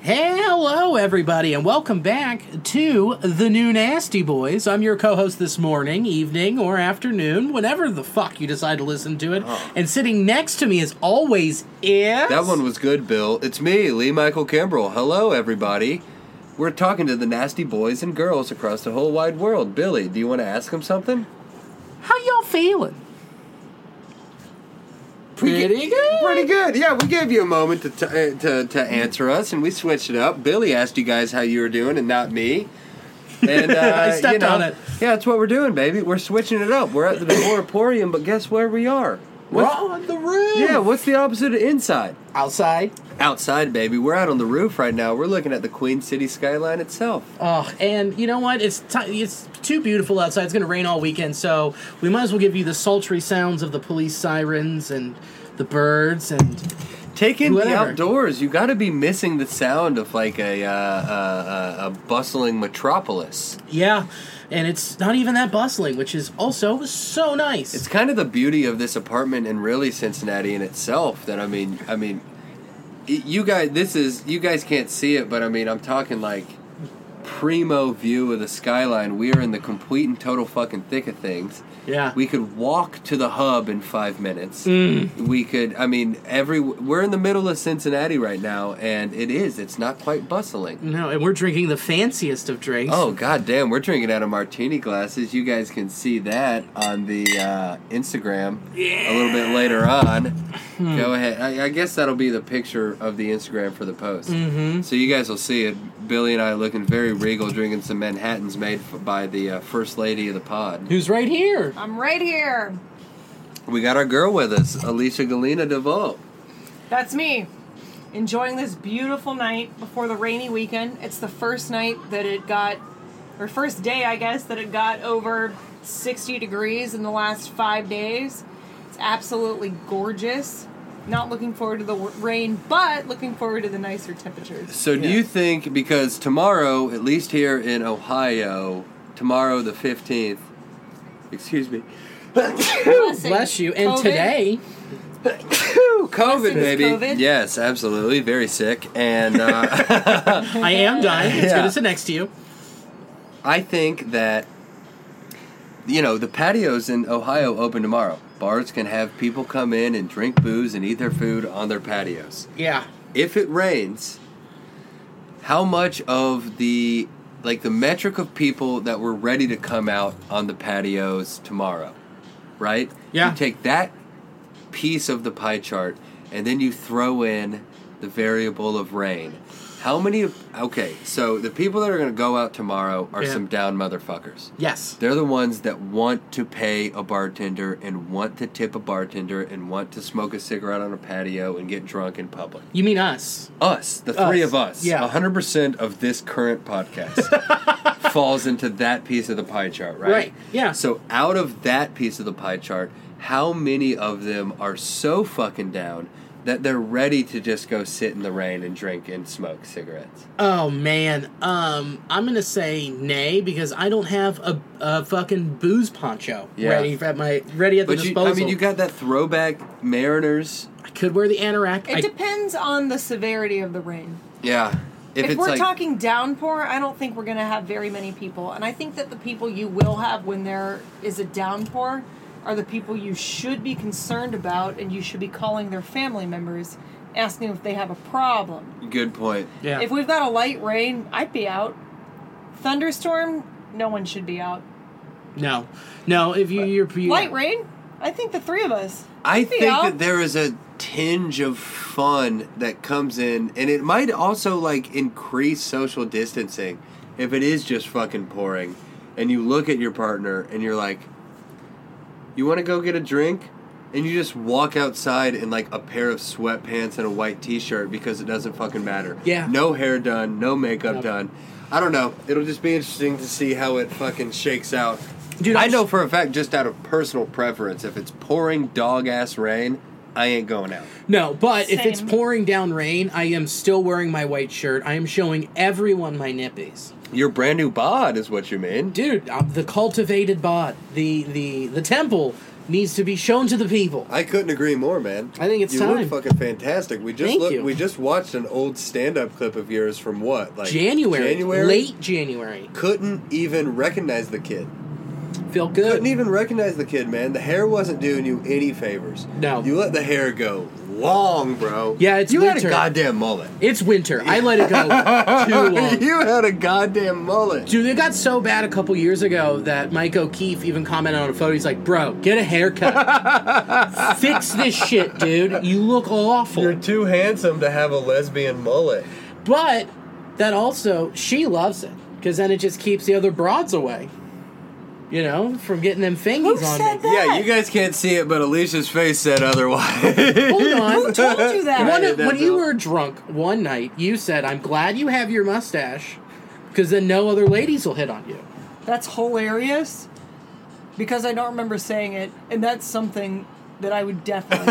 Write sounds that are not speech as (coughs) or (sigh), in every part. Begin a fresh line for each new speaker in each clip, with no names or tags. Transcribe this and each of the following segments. Hello, everybody, and welcome back to the new Nasty Boys. I'm your co host this morning, evening, or afternoon, whenever the fuck you decide to listen to it. And sitting next to me, as always, is.
Oh. That one was good, Bill. It's me, Lee Michael Kimbrell. Hello, everybody. We're talking to the nasty boys and girls across the whole wide world. Billy, do you want to ask them something?
How y'all feeling? Pretty good.
Pretty good. Yeah, we gave you a moment to, t- uh, to, to answer us, and we switched it up. Billy asked you guys how you were doing and
(laughs)
not me. And, uh,
I stepped
you know,
on it.
Yeah, that's what we're doing, baby. We're switching it up. We're at the (coughs) Emporium, but guess where we are?
We're
What's-
on the roof.
Yeah, what's the opposite of inside?
Outside.
Outside, baby. We're out on the roof right now. We're looking at the Queen City skyline itself.
Oh, and you know what? It's ti it's too beautiful outside. It's going to rain all weekend, so we might as well give you the sultry sounds of the police sirens and the birds and
Take in the
Whatever.
outdoors. You got to be missing the sound of like a uh, uh, uh, a bustling metropolis.
yeah, and it's not even that bustling, which is also so nice.
It's kind of the beauty of this apartment and really Cincinnati in itself. That I mean, I mean, y- you guys. This is you guys can't see it, but I mean, I'm talking like primo view of the skyline. We are in the complete and total fucking thick of things.
yeah,
We could walk to the hub in five minutes. We could. I mean, every we're in the middle of Cincinnati right now, and it is. It's not quite bustling.
no, and we're drinking the fanciest of drinks.
Oh god damn, we're drinking out of martini glasses. You guys can see that on the uh, Instagram a little bit later on. Go ahead. I, I guess that'll be the picture of the Instagram for the post. Mm-hmm. So you guys will see it. Billy and I looking very regal, drinking some Manhattans made f- by the uh, first lady of the pod.
who's right here?
I'm right here.
We got our girl with us, Alicia Galena DeVoe.
That's me. Enjoying this beautiful night before the rainy weekend. It's the first night that it got, or first day, I guess, that it got over 60 degrees in the last five days. It's absolutely gorgeous. Not looking forward to the w- rain, but looking forward to the nicer temperatures.
So do you think because tomorrow, at least here in Ohio, tomorrow the fifteenth, excuse me,
Bless you. And
COVID.
today,
Whew, COVID,
Yes, it is
baby.
COVID.
Yes, absolutely. Very sick. And uh,
I am dying. It's
Yeah.
good to sit next to you.
I think that, you know, the patios in Ohio open tomorrow. Bars can have people come in and drink booze and eat their food on their patios.
Yeah,
If it rains, how much of the, like, the metric of people that were ready to come out on the patios tomorrow, right?
Yeah.
You take that piece of the pie chart and then you throw in the variable of rain. How many of okay, so the people that are going to go out tomorrow are
Yeah.
some down motherfuckers.
yes,
They're the ones that want to pay a bartender and want to tip a bartender and want to smoke a cigarette on a patio and get drunk in public.
you mean us.
Us, the three
Us,
of us,
yeah.
100% of this
(laughs)
current podcast falls into that piece of the pie chart, right?
Right, yeah.
So out of that piece of the pie chart, how many of them are so fucking down that they're ready to just go sit in the rain and drink and smoke cigarettes?
Oh man, um, I'm gonna say nay because I don't have a, a fucking booze poncho
Yeah.
ready at my ready at the
But you,
disposal.
I mean, you got that throwback Mariners.
I could wear the anorak.
It
I,
depends on the severity of the rain.
Yeah.
if we're talking downpour, I don't think we're going to have very many people. And I think that the people you will have when there is a downpour are the people you should be concerned about and you should be calling their family members asking if they have a problem.
Good point.
yeah.
If we've got a light rain, I'd be out. Thunderstorm, no one should be out.
no, no. If you you're, you
Light rain, I think the three of us.
I
We'd be
think
out.
that there is a tinge of fun that comes in, and it might also like increase social distancing if it is just fucking pouring, and you look at your partner and you're like, "You want to go get a drink? and you just walk outside in like a pair of sweatpants and a white t-shirt because it doesn't fucking matter.
Yeah.
No hair done, no makeup
Yep.
done. I don't know. It'll just be interesting to see how it fucking shakes out.
Dude,
I
I'm
know
s-
for a fact, just out of personal preference, if it's pouring dog ass rain, I ain't going out.
No, but if it's
Same.
pouring down rain, I am still wearing my white shirt. I am showing everyone my nippies.
Your brand new bod is what you mean.
Dude, um, the cultivated bod, the the the temple needs to be shown to the people.
I couldn't agree more, man.
I think it's
you
time.
look fucking fantastic. We just
Thank
look,
you.
we just watched an old stand-up clip of yours from what, like
January,
January,
late January.
Couldn't even recognize the kid.
Feel good.
Couldn't even recognize the kid, man. The hair wasn't doing you any favors.
No.
you let the hair go long, bro.
Yeah, it's
you
winter.
had a goddamn mullet.
It's winter. I let it
(laughs)
go too long.
you had a goddamn mullet.
Dude, it got so bad a couple years ago that Mike O'Keefe even commented on a photo. He's like, "Bro, get a haircut. Fix this shit, dude. You look awful."
You're too handsome to have a lesbian mullet.
But that also, she loves it because then it just keeps the other broads away. You know, from getting them fingies
Who
on
said
me.
that?
Yeah, you guys can't see it, but Alicia's face said otherwise.
Hold on.
Who told you that?
One-
did that,
when you
Bill.
were drunk one night, you said, "I'm glad you have your mustache, because then no other ladies will hit on you."
That's hilarious because I don't remember saying it, and that's something that I would definitely.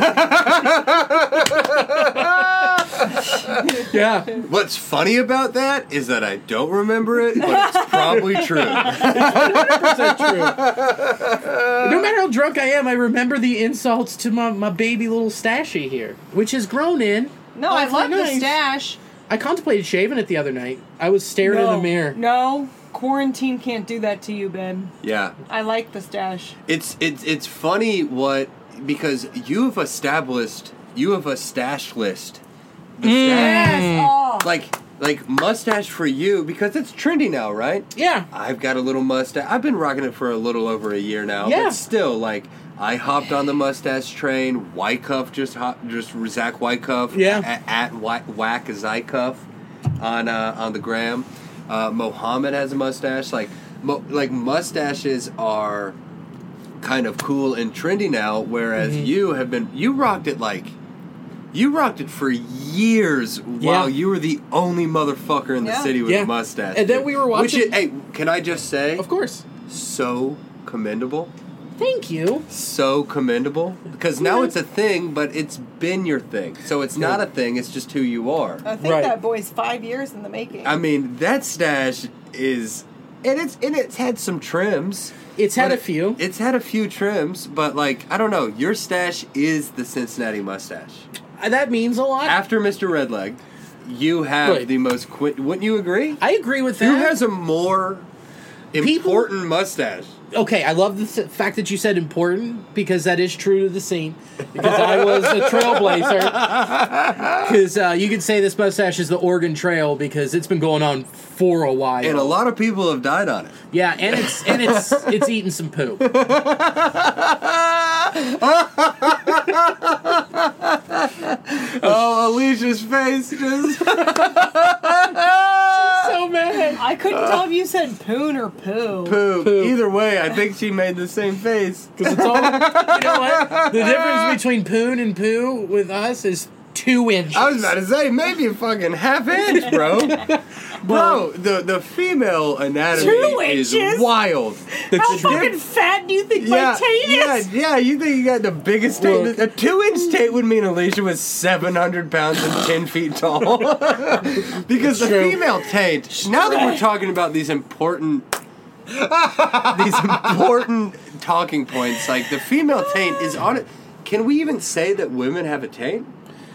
Yeah,
(laughs) What's funny about that is that I don't remember it, but it's probably true. (laughs)
that's true. No matter how drunk I am, I remember the insults to my, my baby little stashy here, which has grown in.
no, I
Awfully
love
nice.
the stash.
I contemplated shaving it the other night. I was staring
no,
in the mirror.
No, quarantine can't do that to you, babe.
Yeah,
I like the stash.
it's it's it's funny what because you have established you have a stash list. The stash-
Hmm.
Yes. Oh.
Like like mustache for you because it's trendy now, right?
Yeah.
I've got a little mustache. I've been rocking it for a little over a year now.
Yeah.
But still, like, I hopped on the mustache train. Wycuff just hop, just Zach Wycuff.
Yeah.
At, at Wy- Whack Zycuff on uh, on the gram. Uh, Mohammed has a mustache. Like, mo- like mustaches are kind of cool and trendy now. Whereas
Mm-hmm.
you have been you rocked it like. You rocked it for years while
Yeah.
you were the only motherfucker in the
Yeah.
city with
Yeah.
a mustache.
And then
dude.
we were watching-
Which is- hey, can I just say?
Of course.
so commendable.
Thank you.
So commendable. Because now it's a thing, but it's been your thing. So it's not a thing, it's just who you are.
I think
Right.
that boy's five years in the making.
I mean, that stash is and it's and it's had some trims.
It's had
But
a few.
It's had a few trims, but like I don't know, your stash is the Cincinnati mustache.
Uh, That means a lot.
After Mr. Redleg, you have
Right.
the most qui- wouldn't you agree?
I agree with that.
Who has a more
People-
important mustache?
okay, I love the th- fact that you said important because that is true to the scene. Because I was a
(laughs)
trailblazer. Because uh, you could say this mustache is the Oregon Trail because it's been going on for a while.
And a lot of people have died on it.
yeah, and it's and it's it's eating some poop.
Oh, Alicia's face just. (laughs)
so mad.
I couldn't tell if you said poon or poo.
Poop. Either way, I think she made the same face.
Because it's all you know (laughs) what the difference between poon and poo with us is two inches.
I was about to say maybe a fucking half inch, bro. (laughs) bro, the the female anatomy
Two
is
inches?
wild.
How fucking fat do you think my
yeah,
tail is?
yeah. You think you got the biggest
Look.
tape? A two-inch tape would mean Alicia was seven hundred pounds and
(laughs)
ten feet tall. (laughs) because the
True.
female taint. Now that we're talking about these important,
(laughs)
these important talking points, like the female taint is on it. Can we even say that women have a taint?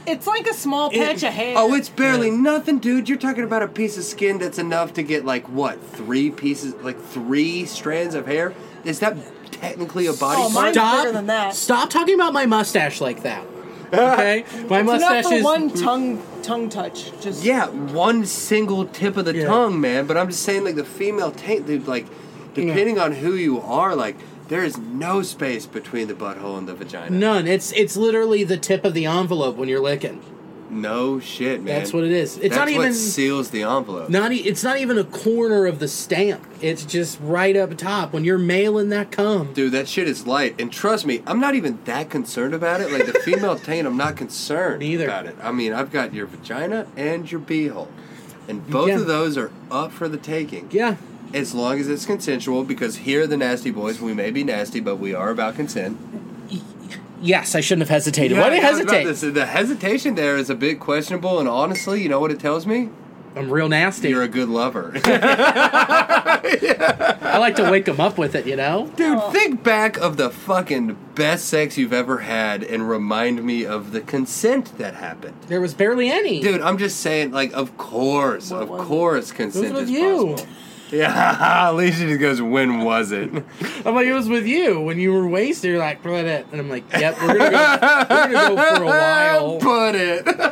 It's like a small patch of hair.
Oh, it's barely nothing, dude. You're talking about a piece of skin that's enough to get like what three pieces, like three strands of hair. Is that technically a body
Oh,
part?
mine's
Stop!
bigger than that.
Stop talking about my mustache like that.
(laughs)
Okay, my mustache
Enough for
is
one tongue tongue touch. Just
Yeah, one single tip of the
Yeah.
tongue, man. But I'm just saying, like the female taint, dude. Like, depending on who you are, like there is no space between the butthole and the vagina.
None. It's it's literally the tip of the envelope when you're licking.
No shit, man.
That's what it is. It's
That's
not even-
what seals the envelope.
Not e- it's not even a corner of the stamp. It's just right up top when you're mailing that cum.
Dude, that shit is light. And trust me, I'm not even that concerned about it. Like the
(laughs)
female taint, I'm not concerned
Me either.
about it. I mean, I've got your vagina and your beehole. And both
Yeah.
of those are up for the taking.
Yeah.
As long as it's consensual, because here at the Nasty Boys, we may be nasty, but we are about consent.
Yes, I shouldn't have hesitated.
You
Why
know,
did I
I talked about
hesitate?
this. The hesitation there is a bit questionable, and honestly, you know what it tells me?
I'm real nasty.
You're a good lover.
I like to wake them up with it, you know?
(laughs) Dude, (laughs) think back of the fucking best sex you've ever had and remind me of the consent that happened.
There was barely any.
Dude, I'm just saying, like, of course, of course, consent
with
is
you.
possible. (laughs) Yeah, (laughs) Alicia just goes, when was it?
I'm like, it was with you when you were wasted. You're like, put it. And I'm like, yep, we're going to go we're gonna
(laughs)
go for a while.
Put it.
And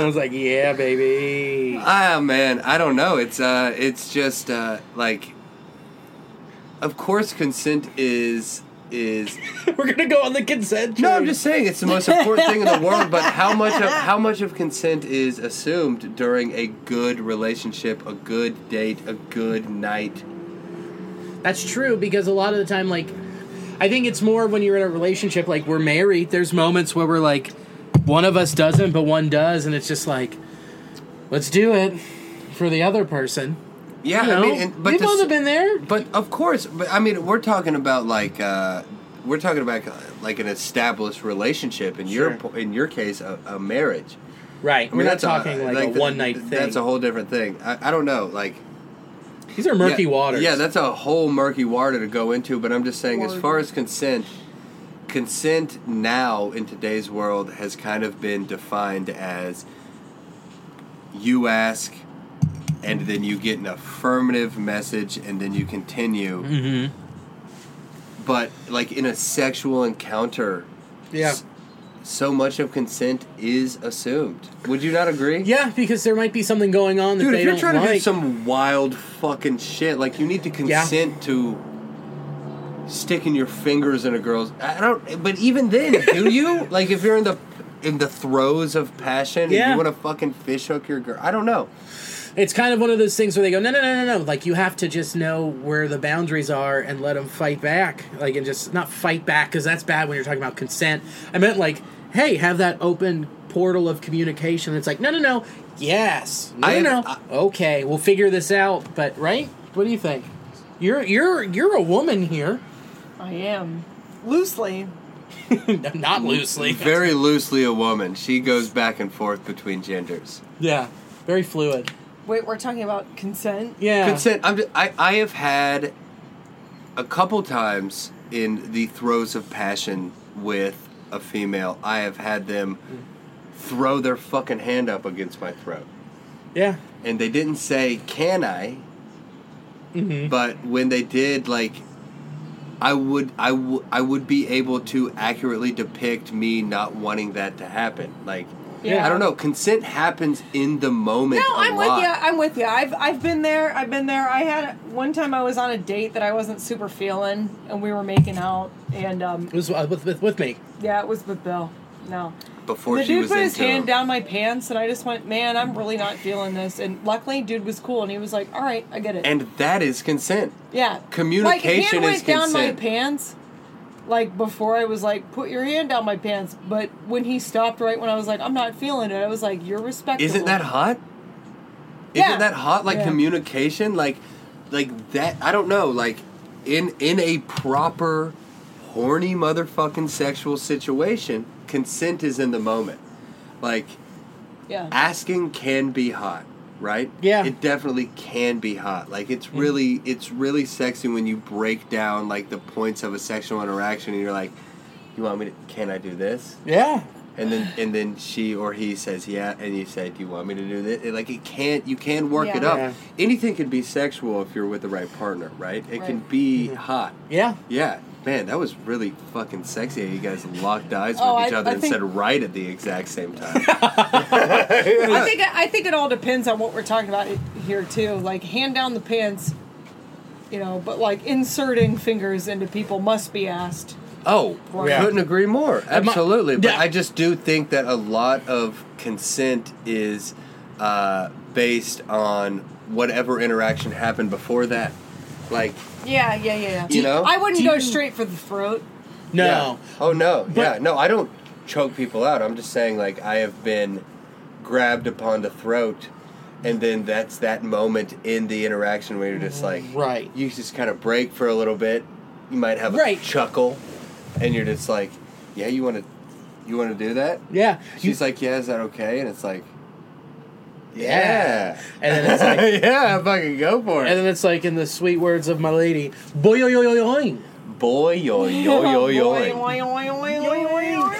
I was like, yeah,
(laughs)
baby.
Ah, man, I don't know. It's uh, it's just uh, like, of course, consent is is.
We're going to go on the consent
No, I'm
train.
just saying it's the most important thing in the world. But how much of how much of consent is assumed during a good relationship, a good date, a good night?
That's true because a lot of the time, like, I think it's more when you're in a relationship, like, we're married, there's moments where we're like, one of us doesn't, but one does. And it's just like, let's do it for the other person.
Yeah,
You know?
I mean, and, but
We've
the
both
s-
have been there.
But of course, but I mean, we're talking about like uh, we're talking about uh, like an established relationship. In your
Sure.
po- in your case, a, a marriage.
Right.
I mean,
We're not
that's a-
talking like, a
the-
one night thing.
That's a whole different thing. I, I don't know, like
These are murky
yeah,
waters.
Yeah, that's a whole murky water to go into. But I'm just saying, as far as consent, consent now in today's world has kind of been defined as you ask, and then you get an affirmative message, and then you continue. Mm-hmm.
Mm-hmm.
But like in a sexual encounter,
yeah.
so much of consent is assumed. Would you not agree?
Yeah, because there might be something going on that
Dude,
they
if you're
don't
trying
like.
to do some wild fucking shit, like you need to consent to sticking your fingers in a girl's. I don't. But even then,
(laughs)
do you? Like if you're in the in the throes of passion
Yeah.
and you want to fucking fish hook your girl, I don't know.
it's kind of one of those things where they go, no, no, no, no, no. Like you have to just know where the boundaries are and let them fight back. Like and just not fight back because that's bad when you're talking about consent. I meant like, hey, have that open portal of communication. It's like, no, no, no, yes, no,
I-
no, no.
I-
okay, we'll figure this out. But right, what do you think? You're you're you're a woman here, (laughs)
I am. Loosely.
not loosely.
Very loosely, a woman. She goes back and forth between genders.
(laughs) yeah, very fluid.
Wait, we're talking about consent?
Yeah,
Consent. I'm. Just, I I have had a couple times in the throes of passion with a female. I have had them throw their fucking hand up against my throat,
yeah.
and they didn't say "Can I?"
Mm-hmm.
But when they did, like, I would, I would, I would be able to accurately depict me not wanting that to happen. Like,
Yeah.
I don't know. Consent happens in the (laughs) moment.
No,
i
I'm with you. I'm with you. I've I've been there. I've been there. I had one time I was on a date that I wasn't super feeling, and we were making out, and um,
It was uh, with, with with me.
yeah, it was with Bill. No,
Before
the
she
dude
was
put his
into
hand
him.
down my pants, and I just went, man, I'm really not feeling this. And luckily, dude was cool, and he was like, all right, I get it.
And that is consent.
yeah, like,
communication
hand
is
went down my
consent.
pants. Like before, I was like, "Put your hand down my pants," but when he stopped, right when I was like, "I'm not feeling it," I was like, "You're respectable."
Isn't that hot?
Yeah.
Isn't that hot? Like
Yeah.
communication, like like that I don't know, like in in a proper horny motherfucking sexual situation, consent is in the moment. Like
Yeah.
asking can be hot, right?
Yeah.
It definitely can be hot. Like it's really it's really sexy when you break down like the points of a sexual interaction and you're like, You want me to can I do this?
Yeah,
and then and then she or he says yeah and you say do you want me to do this like it can't you can work
Yeah.
it up
Yeah.
anything can be sexual if you're with the right partner right it can
Right.
be hot
yeah.
yeah man that was really fucking sexy how you guys locked eyes with
Oh, I-
each other
I
and
think-
said right at the exact same
(laughs)
time
I think I think it all depends on what we're talking about here too. Like hand down the pants, you know, but like inserting fingers into people must be asked.
Oh,
Yeah.
couldn't agree more.
my-
Absolutely. But
Yeah.
I just do think that a lot of consent is uh, based on whatever interaction happened before that. Like,
Yeah, yeah, yeah.
You know?
I wouldn't
Do
go
you-
straight for the throat.
No.
yeah. Oh, no. yeah. No, I don't choke people out. I'm just saying, like, I have been grabbed upon the throat. And then that's that moment in the interaction where you're just like,
Right.
You just kind of break for a little bit. You might have a
Right.
chuckle, and you're just like, "Yeah, you want to, you want to do that?"
Yeah. You-
She's like, "Yeah, is that okay?" And it's like,
Yeah.
"Yeah."
And then it's like-
(laughs) "Yeah, fucking go for
and
it."
then it's like in the sweet words of my lady, boy yo yo yo yoing.
boy, yo, yo,
(laughs)
yo, yo.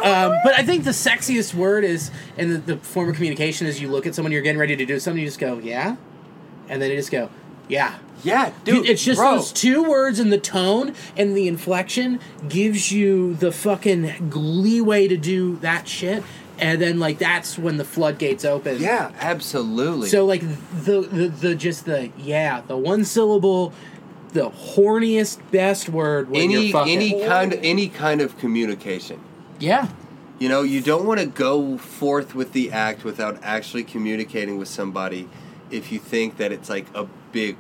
Um, but I think the sexiest word is, and the, the form of communication is you look at someone, you're getting ready to do something, you just go, yeah. And then you just go, yeah.
Yeah, dude.
it's just
bro.
those two words and the tone and the inflection gives you the fucking leeway to do that shit. And then, like, that's when the floodgates open.
Yeah, absolutely.
So like the the, the just the yeah the one syllable, the horniest best word when
any
you're fucking
any kind of any kind of communication.
yeah
You know, you don't want to go forth with the act without actually communicating with somebody if you think that it's like a big,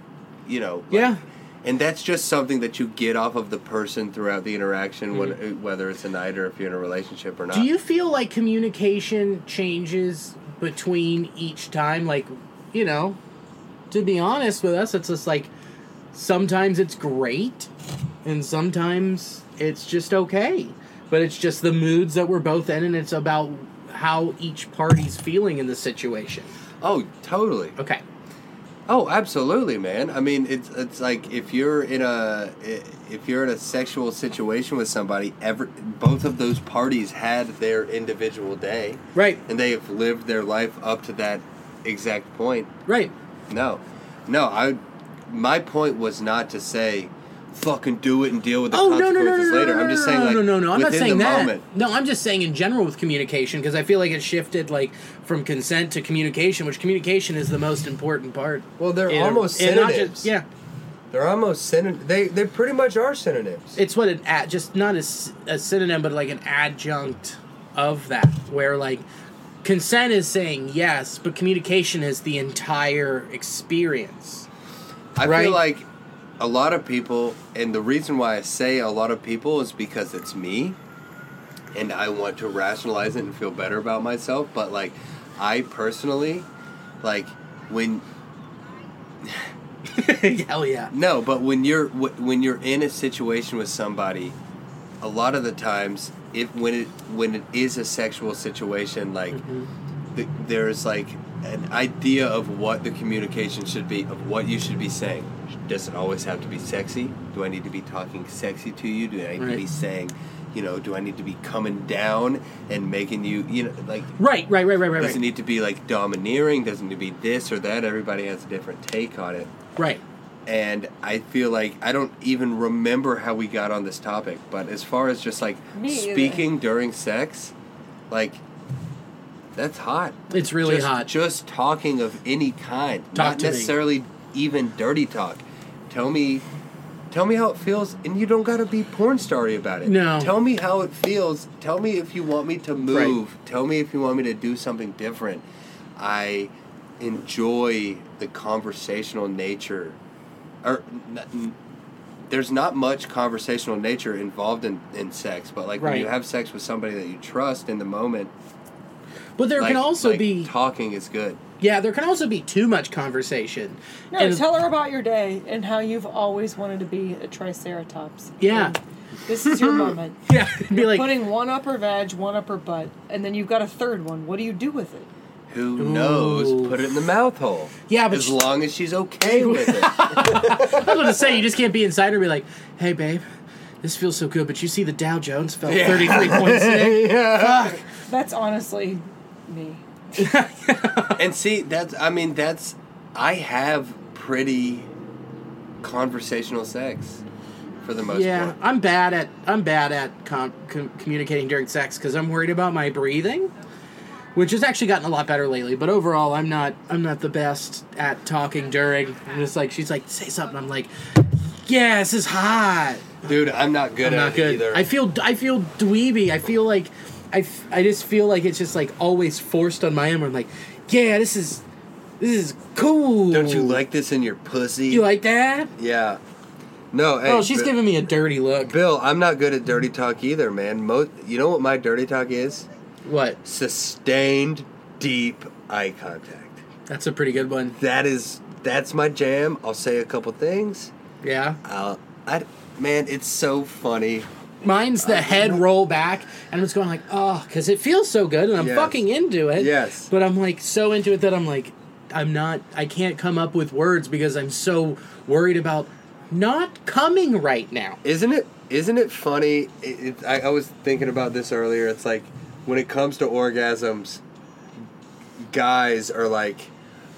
you know. like-
Yeah.
And that's just something that you get off of the person throughout the interaction, when, whether it's a night or if you're in a relationship or not.
Mm-hmm. Do you feel like communication changes between each time? Like, you know, to be honest with us, it's just like sometimes it's great and sometimes it's just okay. But it's just the moods that we're both in and it's about how each party's feeling in the situation.
Oh, totally.
Okay.
Oh, absolutely, man. I mean, it's it's like if you're in a if you're in a sexual situation with somebody, ever both of those parties had their individual day,
Right.
And they have lived their life up to that exact point.
Right.
No, no. I my point was not to say fucking do it and deal with the
Oh no no no no
consequences
no,
later.
no, no,
I'm just
no,
saying
no,
like
no no no I'm not
within
saying
the
that.
moment.
No, I'm just saying in general with communication because I feel like it shifted like from consent to communication, which communication is the most important part.
Well, they're
In a-
almost
and not
synonyms.
just, yeah,
They're almost synonym. They they pretty much are synonyms.
it's what an ad, just not as a synonym, but like an adjunct of that, where like consent is saying yes, but communication is the entire
(laughs)
experience.
I
Right.
feel like a lot of people, and the reason why I say a lot of people is because it's me, and I want to rationalize it and feel better about myself. But like, I personally, like when
Hell yeah.
no, but when you're wh- when you're in a situation with somebody, a lot of the times, if when it when it is a sexual situation, like
Mm-hmm.
th- there's like an idea of what the communication should be, of what you should be saying. Does it always have to be sexy? Do I need to be talking sexy to you? Do I need to
Right.
be saying, you know, do I need to be coming down and making you, you know, like
Right, right, right, right, right,
does
right.
it need to be like domineering? Doesn't it be this or that? Everybody has a different take on it
right.
and I feel like I don't even remember how we got on this topic, but as far as just like
Me either.
speaking during sex, like that's hot.
It's really
Just-
hot.
Just talking of any kind, not
to me.
necessarily even dirty talk. Tell me tell me how it feels and you don't got to be porn starry about it.
No.
Tell me how it feels. Tell me if you want me to move. Tell me if you want me to do something different. I enjoy the conversational nature or n- n- there's not much conversational nature involved in, in sex, but like when you
Right.
have sex with somebody that you trust in the moment,
But there
like-
can also
like,
be
talking is good.
yeah, there can also be too much conversation.
Uh,
No,
And-
tell her about your day and how you've always wanted to be a triceratops.
Yeah.
And this is
(laughs)
your moment.
yeah, (laughs) be like
Putting one upper veg, one upper butt, and then you've got a third one. What do you do with it?
Who knows? Put it in the mouth hole.
Yeah, but
as
sh-
long as she's
(laughs)
okay with it.
I was gonna say you just can't be inside her and be like, "Hey, babe, this feels so good," but you see the Dow Jones fell thirty three points today.
That's honestly me.
and see, that's I mean, that's I have pretty conversational sex for the most
Yeah,
part.
I'm bad at I'm bad at com- com- communicating during sex because I'm worried about my breathing, which has actually gotten a lot better lately. But overall, I'm not I'm not the best at talking during. And it's like she's like, "Say something," I'm like, "Yeah, this is hot."
Dude, I'm not good
I'm
at
not
it
good.
either.
I feel I feel dweeby. I feel like I, f- I just feel like it's just like always forced on my end. Where I'm like, yeah, this is this is cool.
Don't you like this in your pussy?
You like that?
Yeah. No. Hey,
oh, she's
Bi-
giving me a dirty look.
Bill, I'm not good at dirty talk either, man. Mo- you know what my dirty talk is?
What?
Sustained, deep eye contact.
That's a pretty good one.
That is. That's my jam. I'll say a couple things.
Yeah.
I'll. Uh, I. Man, it's so funny.
Mine's the head roll back, and I'm just going like, oh, because it feels so good, and I'm
Yes.
fucking into it.
Yes.
But I'm like so into it that I'm like, I'm not, I can't come up with words because I'm so worried about not coming right now.
Isn't it? Isn't it funny? It, it, I, I was thinking about this earlier. It's like when it comes to orgasms, guys are like,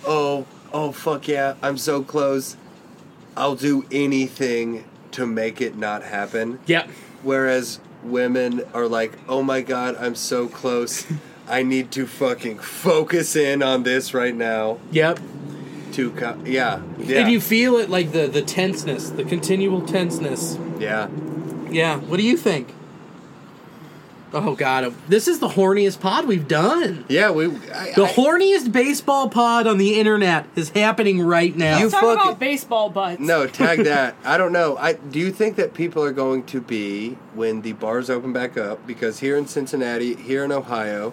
"Oh, oh, fuck yeah, I'm so close. I'll do anything to make it not happen."
Yep.
Whereas women are like, "Oh my god, I'm so close. I need to fucking focus in on this right now."
Yep.
To co- yeah, yeah,
If you feel it, like the the tenseness, the continual tenseness.
yeah.
Yeah. What do you think? Oh God, this is the horniest pod we've done.
Yeah, we I,
The
I-
horniest baseball pod on the internet is happening right now.
You
Let's talk
fucking-
about baseball butts.
No, tag that. I don't know. I do you think that people are going to be when the bars open back up? Because here in Cincinnati, here in Ohio,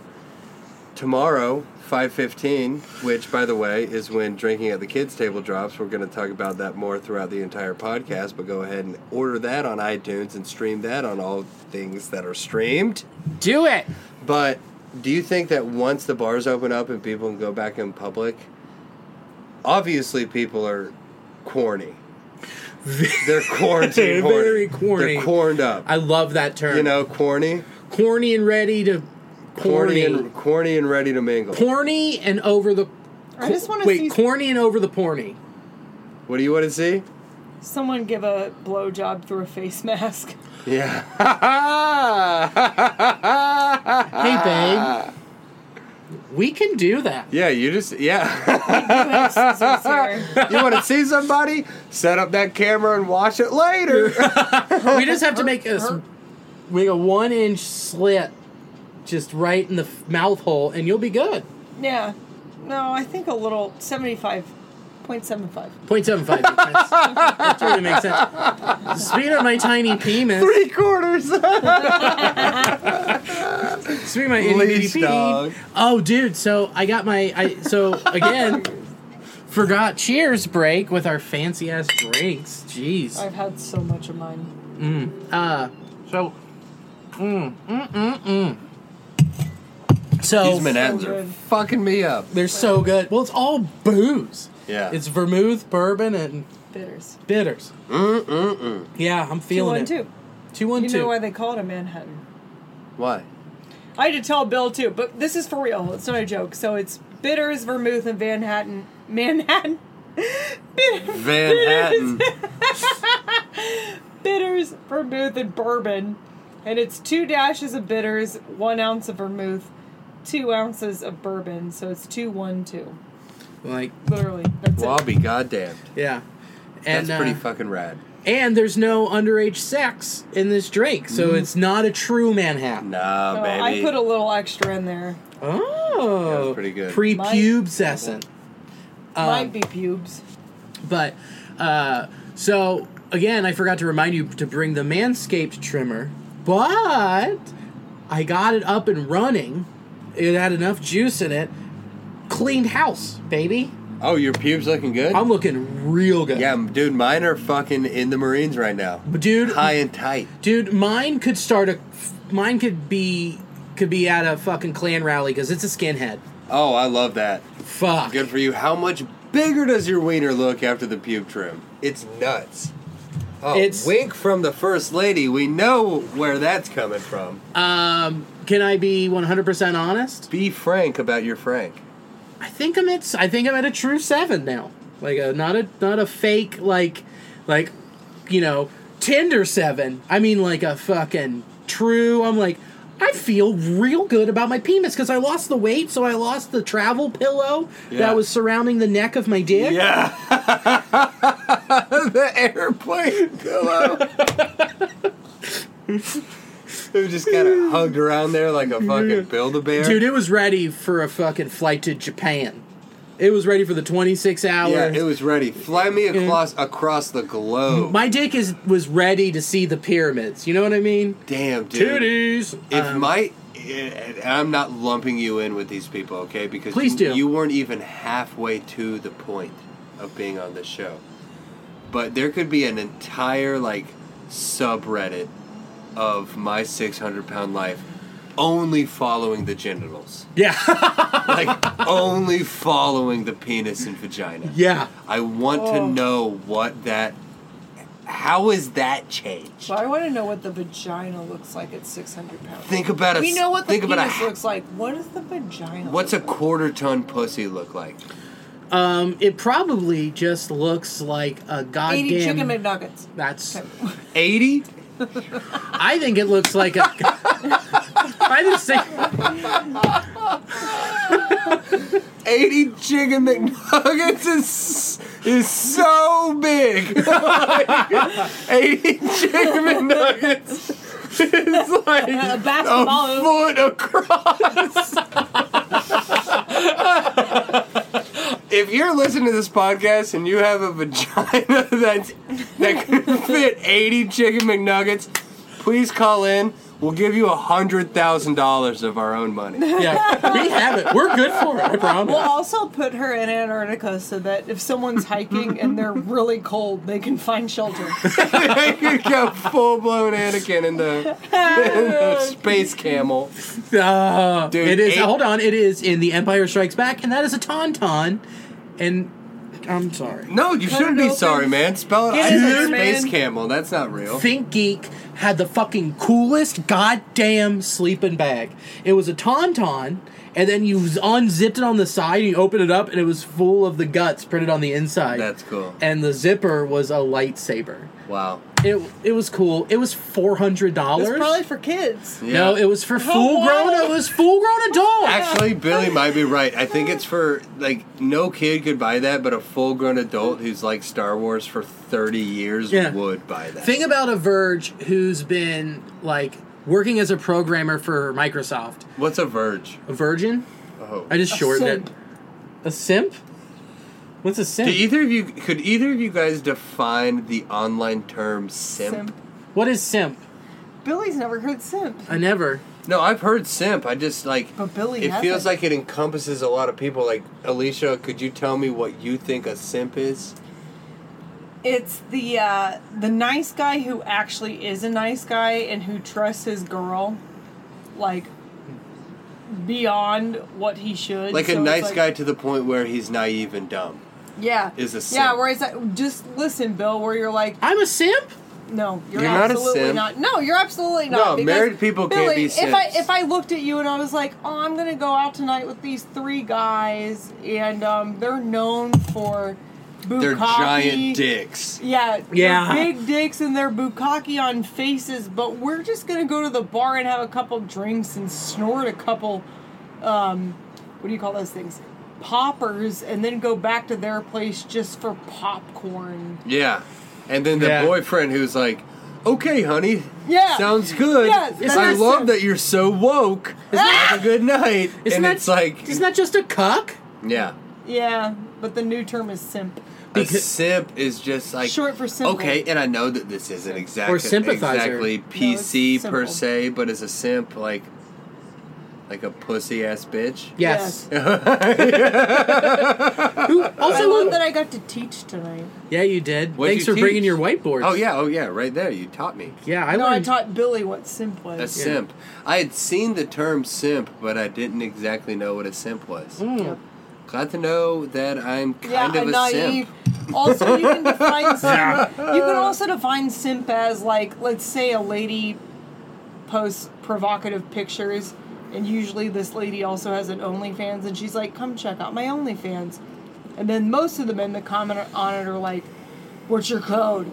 tomorrow, five fifteen, which by the way is when drinking at the kids' table drops. We're going to talk about that more throughout the entire podcast. But go ahead and order that on iTunes and stream that on all things that are streamed.
do it.
But do you think that once the bars open up and people can go back in public, obviously people are
(laughs)
corny. They're quarantined. horny.
Very corny.
They're corned up.
I love that term.
you know, corny,
corny and ready to
corny,
corny,
and corny and ready to mingle.
corny and over the.
I just want to
wait,
see
corny and over the porny.
What do you want to see?
someone give a blowjob through a
(laughs)
face mask.
Yeah.
Hey, babe. We can do that.
Yeah, you just yeah. (laughs)
Scissors here.
you want to see somebody? Set up that camera and watch it later.
We just have to make a (laughs) make a one inch slit, just right in the f- mouth hole, and you'll be good.
Yeah. No, I think a little 75. 0.75.
(laughs) 0.75 difference. that totally makes sense. Speaking of my tiny penis, (laughs)
Three quarters.
speaking of my
Leash
itty bitty
dog.
Oh, dude. So I got my. I so again. Forgot cheers break with our fancy ass drinks. Jeez.
I've had so much of mine.
Uh, so. Mm, mm, mm, mm. So
(laughs) These Manhattans are
good.
fucking me up.
they're so good. Well, it's all booze.
Yeah.
It's vermouth, bourbon, and
Bitters.
bitters.
Mm mm mm.
Yeah, I'm
Two
feeling
one
it.
two.
Two one
You
two.
know why they call it a Manhattan?
Why?
I had to tell Bill too, but this is for real. It's not a joke. So it's bitters, vermouth, and Manhattan. Manhattan. (laughs) Bitter-
(laughs)
Manhattan.
bitters, vermouth, and bourbon. And it's two dashes of bitters, one ounce of vermouth, two ounces of bourbon. So it's two one two.
like
Literally. That's
well,
it.
I'll be goddamn.
yeah. And
That's pretty
uh,
fucking rad.
and there's no underage sex in this drink, so
Mm.
it's not a true Manhattan.
Nah,
Oh,
baby.
I put a little extra in there.
Oh,
That was pretty good.
Prepubescent,
Um,
Might be pubes.
but uh, so again, I forgot to remind you to bring the manscaped trimmer, but I got it up and running. It had enough juice in it. Cleaned house, baby.
oh, your pubes looking good?
I'm looking real good.
yeah, m- dude, mine are fucking in the Marines right now.
dude.
High and tight.
Dude, mine could start a, mine could be could be at a fucking clan rally because it's a skinhead.
Oh, I love that.
Fuck.
Good for you. How much bigger does your wiener look after the pube trim? It's nuts. Oh,
It's-
wink from the first lady. We know where that's coming from.
Um, can I be one hundred percent honest?
Be frank about your frank.
I think I'm at I think I'm at a true seven now. Like a not a not a fake like like you know Tinder seven. I mean like a fucking true. I'm like I feel real good about my penis because I lost the weight, so I lost the travel pillow
Yeah.
that was surrounding the neck of my dick.
(laughs) Yeah. the airplane pillow. It was just kind of hugged around there like a fucking build a bear.
Dude, it was ready for a fucking flight to Japan. It was ready for the 26 hours.
yeah, it was ready. Fly me across across the globe.
My dick is was ready to see the pyramids. You know what I mean?
Damn, dude.
Tooties.
If
Um,
my, and I'm not lumping you in with these people, okay? Because
Please
you,
do.
You weren't even halfway to the point of being on this show, but there could be an entire like subreddit of my 600 pound life only following the genitals,
yeah, (laughs)
(laughs)
like only following the penis and vagina.
yeah.
I want
Oh.
to know what that. How has that changed?
Well, I want to know what the vagina looks like at 600 pounds.
Think about it.
we know what the
think about a
penis looks like. What is the vagina?
What's a
look like?
quarter ton pussy look like?
Um, it probably just looks like a
80 chicken
goddamn.
McNuggets.
That's.
80?
I think it looks like a. (laughs) I just think
80 chicken McNuggets is, is so big. (laughs) 80 chicken McNuggets is
(laughs) A
like
basketball.
a foot across. if you're listening to this podcast and you have a vagina (laughs) that's, that could fit 80 chicken McNuggets, please call in. We'll give you $100,000 of our own money. (laughs)
yeah, we have it. We're good for it. I promise.
We'll also put her in Antarctica so that if someone's hiking
(laughs)
and they're really cold, they can find shelter.
you go full blown Anakin in the, in the space camel.
Ah,
Dude,
it is.
eight-
hold on, it is in the Empire Strikes Back, and that is a tauntaun. And I'm sorry.
No, you shouldn't be
open.
sorry, man. Spell it.
Get
I
in
said
there,
space
man.
camel. That's not real.
Think Geek had the fucking coolest goddamn sleeping bag. It was a tauntaun, and then you unzipped it on the side, and you opened it up, and it was full of the guts printed on the inside.
That's cool.
And the zipper was a lightsaber.
Wow.
It it was cool. It was four hundred
It's probably
dollars.
for kids.
Yeah.
No, it was for full grown.
wow.
It was full grown adult.
(laughs)
Actually, Billy might be right. I think it's for like no kid could buy that, but a full grown adult who's like Star Wars for thirty years
Yeah.
would buy that.
Thing about a Verge who's been like working as a programmer for Microsoft.
What's a verge?
A virgin?
Oh.
I just shortened
simp.
it. A simp? What's a simp?
Do either of you could either of you guys define the online term simp?
Simp.
what is simp?
Billy's never heard simp.
I never.
No, I've heard simp. I just like
But Billy
it
hasn't.
feels like it encompasses a lot of people. Like Alicia, could you tell me what you think a simp is?
It's the uh, the nice guy who actually is a nice guy and who trusts his girl, like beyond what he should.
Like
So
a
it's
nice guy to the point where he's naive and dumb.
Yeah.
is a
Yeah.
simp.
Where it's like, just listen, Bill. Where you're like,
I'm a simp?
no, you're,
You're not a
absolutely
simp.
not, No, you're absolutely
No,
not. because,
married people can't
Billy,
be
If I
simps.
if I looked at you and I was like, oh, I'm gonna go out tonight with these three guys, and um, they're known for bukkake.
They're giant dicks.
Yeah,
Yeah.
they're big dicks and they're bukkake on faces, but we're just gonna go to the bar and have a couple drinks and snort a couple, um, what do you call those things? Poppers, and then go back to their place just for popcorn.
Yeah, and then the
Yeah.
boyfriend who's like, "Okay, honey,
Yeah.
sounds good.
Yes, that's
I
a
love
simp.
that you're so woke. Have a
(laughs)
good night."
Isn't
and
that,
it's like,
Isn't that just a cuck?
yeah,
Yeah, but the new term is simp.
a
Because-
simp is just like
Short for simple.
Okay, and I know that this isn't exactly
Or sympathizer.
exactly PC per
simple.
se, but as a simp, like like a pussy ass bitch.
Yes.
(laughs)
Yes.
Who,
I
also,
love that I got to teach tonight.
yeah, you did.
What'd
Thanks
you
for bringing
teach?
your whiteboard.
Oh yeah, oh yeah, right there. You taught me.
Yeah, I
no, I
learned.
taught Billy what simp was.
A simp. I had seen the term simp, but I didn't exactly know what a simp was.
Mm.
Glad to know that I'm
Yeah,
kind of
a
a
naive.
simp.
Also, you
(laughs)
can define simp. You can also define simp as like, let's say a lady posts provocative pictures, and usually this lady also has an OnlyFans, and she's like, "Come check out my OnlyFans," and then most of the men that comment on it are like, "What's your code?"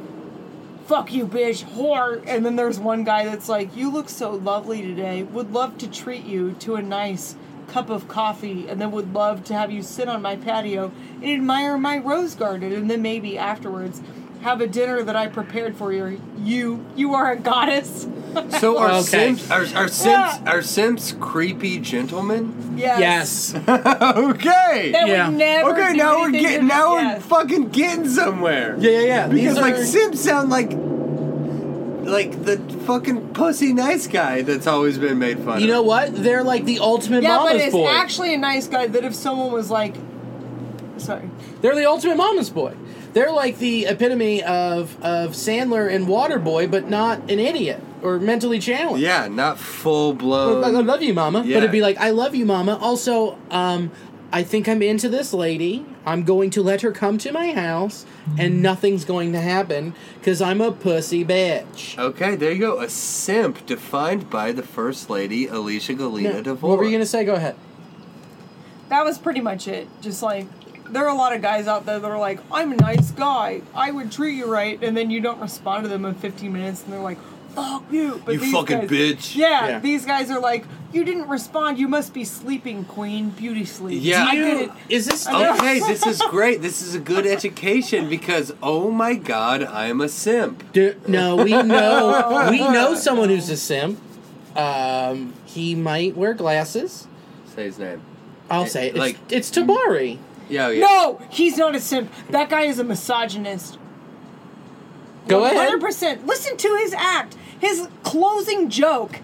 Fuck you, bitch, whore. And then there's one guy that's like, You look so lovely today. Would love to treat you to a nice cup of coffee and then would love to have you sit on my patio and admire my rose garden and then maybe afterwards have a dinner that I prepared for you. You you are a goddess.
So are
Okay.
Sims are, are Sims
Yeah.
are Sims creepy gentlemen? (laughs)
Yes.
Yes.
okay.
That
Yeah.
would never.
okay,
do
now we're
anything
getting
to-
now we're
yes.
fucking getting somewhere.
yeah, yeah.
Because
These
like
are-
Sims sound like like the fucking pussy nice guy that's always been made fun
you
of.
know what? They're like the ultimate
Yeah, but
mama's
it's
boy.
actually a nice guy that if someone was like, sorry,
They're the ultimate mama's boy. They're like the epitome of of Sandler and Waterboy, but not an idiot or mentally challenged.
Yeah, not full
Or, like, I
blown.
love you, mama.
yeah.
But it'd be like, I love you, mama. Also, um, I think I'm into this lady. I'm going to let her come to my house, and nothing's going to happen because I'm a pussy bitch.
Okay, there you go. A simp defined by the first lady Alicia Galena
Now,
DeVore.
what were you gonna say? Go ahead.
that was pretty much it. Just like there are a lot of guys out there that are like, I'm a nice guy. I would treat you right, and then you don't respond to them in 15 minutes, and they're like, fuck you. But
You
these
fucking
guys-
bitch.
Yeah,
Yeah.
these guys are like, you didn't respond. You must be sleeping, queen. Beauty sleep.
Yeah.
I
Do you-
get it.
Is this
know.
Okay, this is great. This is a good education because oh my god, I'm a simp.
Do- no,
(laughs)
we know we know someone who's a simp. Um, he might wear glasses.
Say his name.
I'll
It-
say it.
Eh, like-
it's, it's Tabari.
Yeah, yeah.
No, he's not a simp. That guy is a misogynist.
Go ahead.
100%. Listen to his act. His closing joke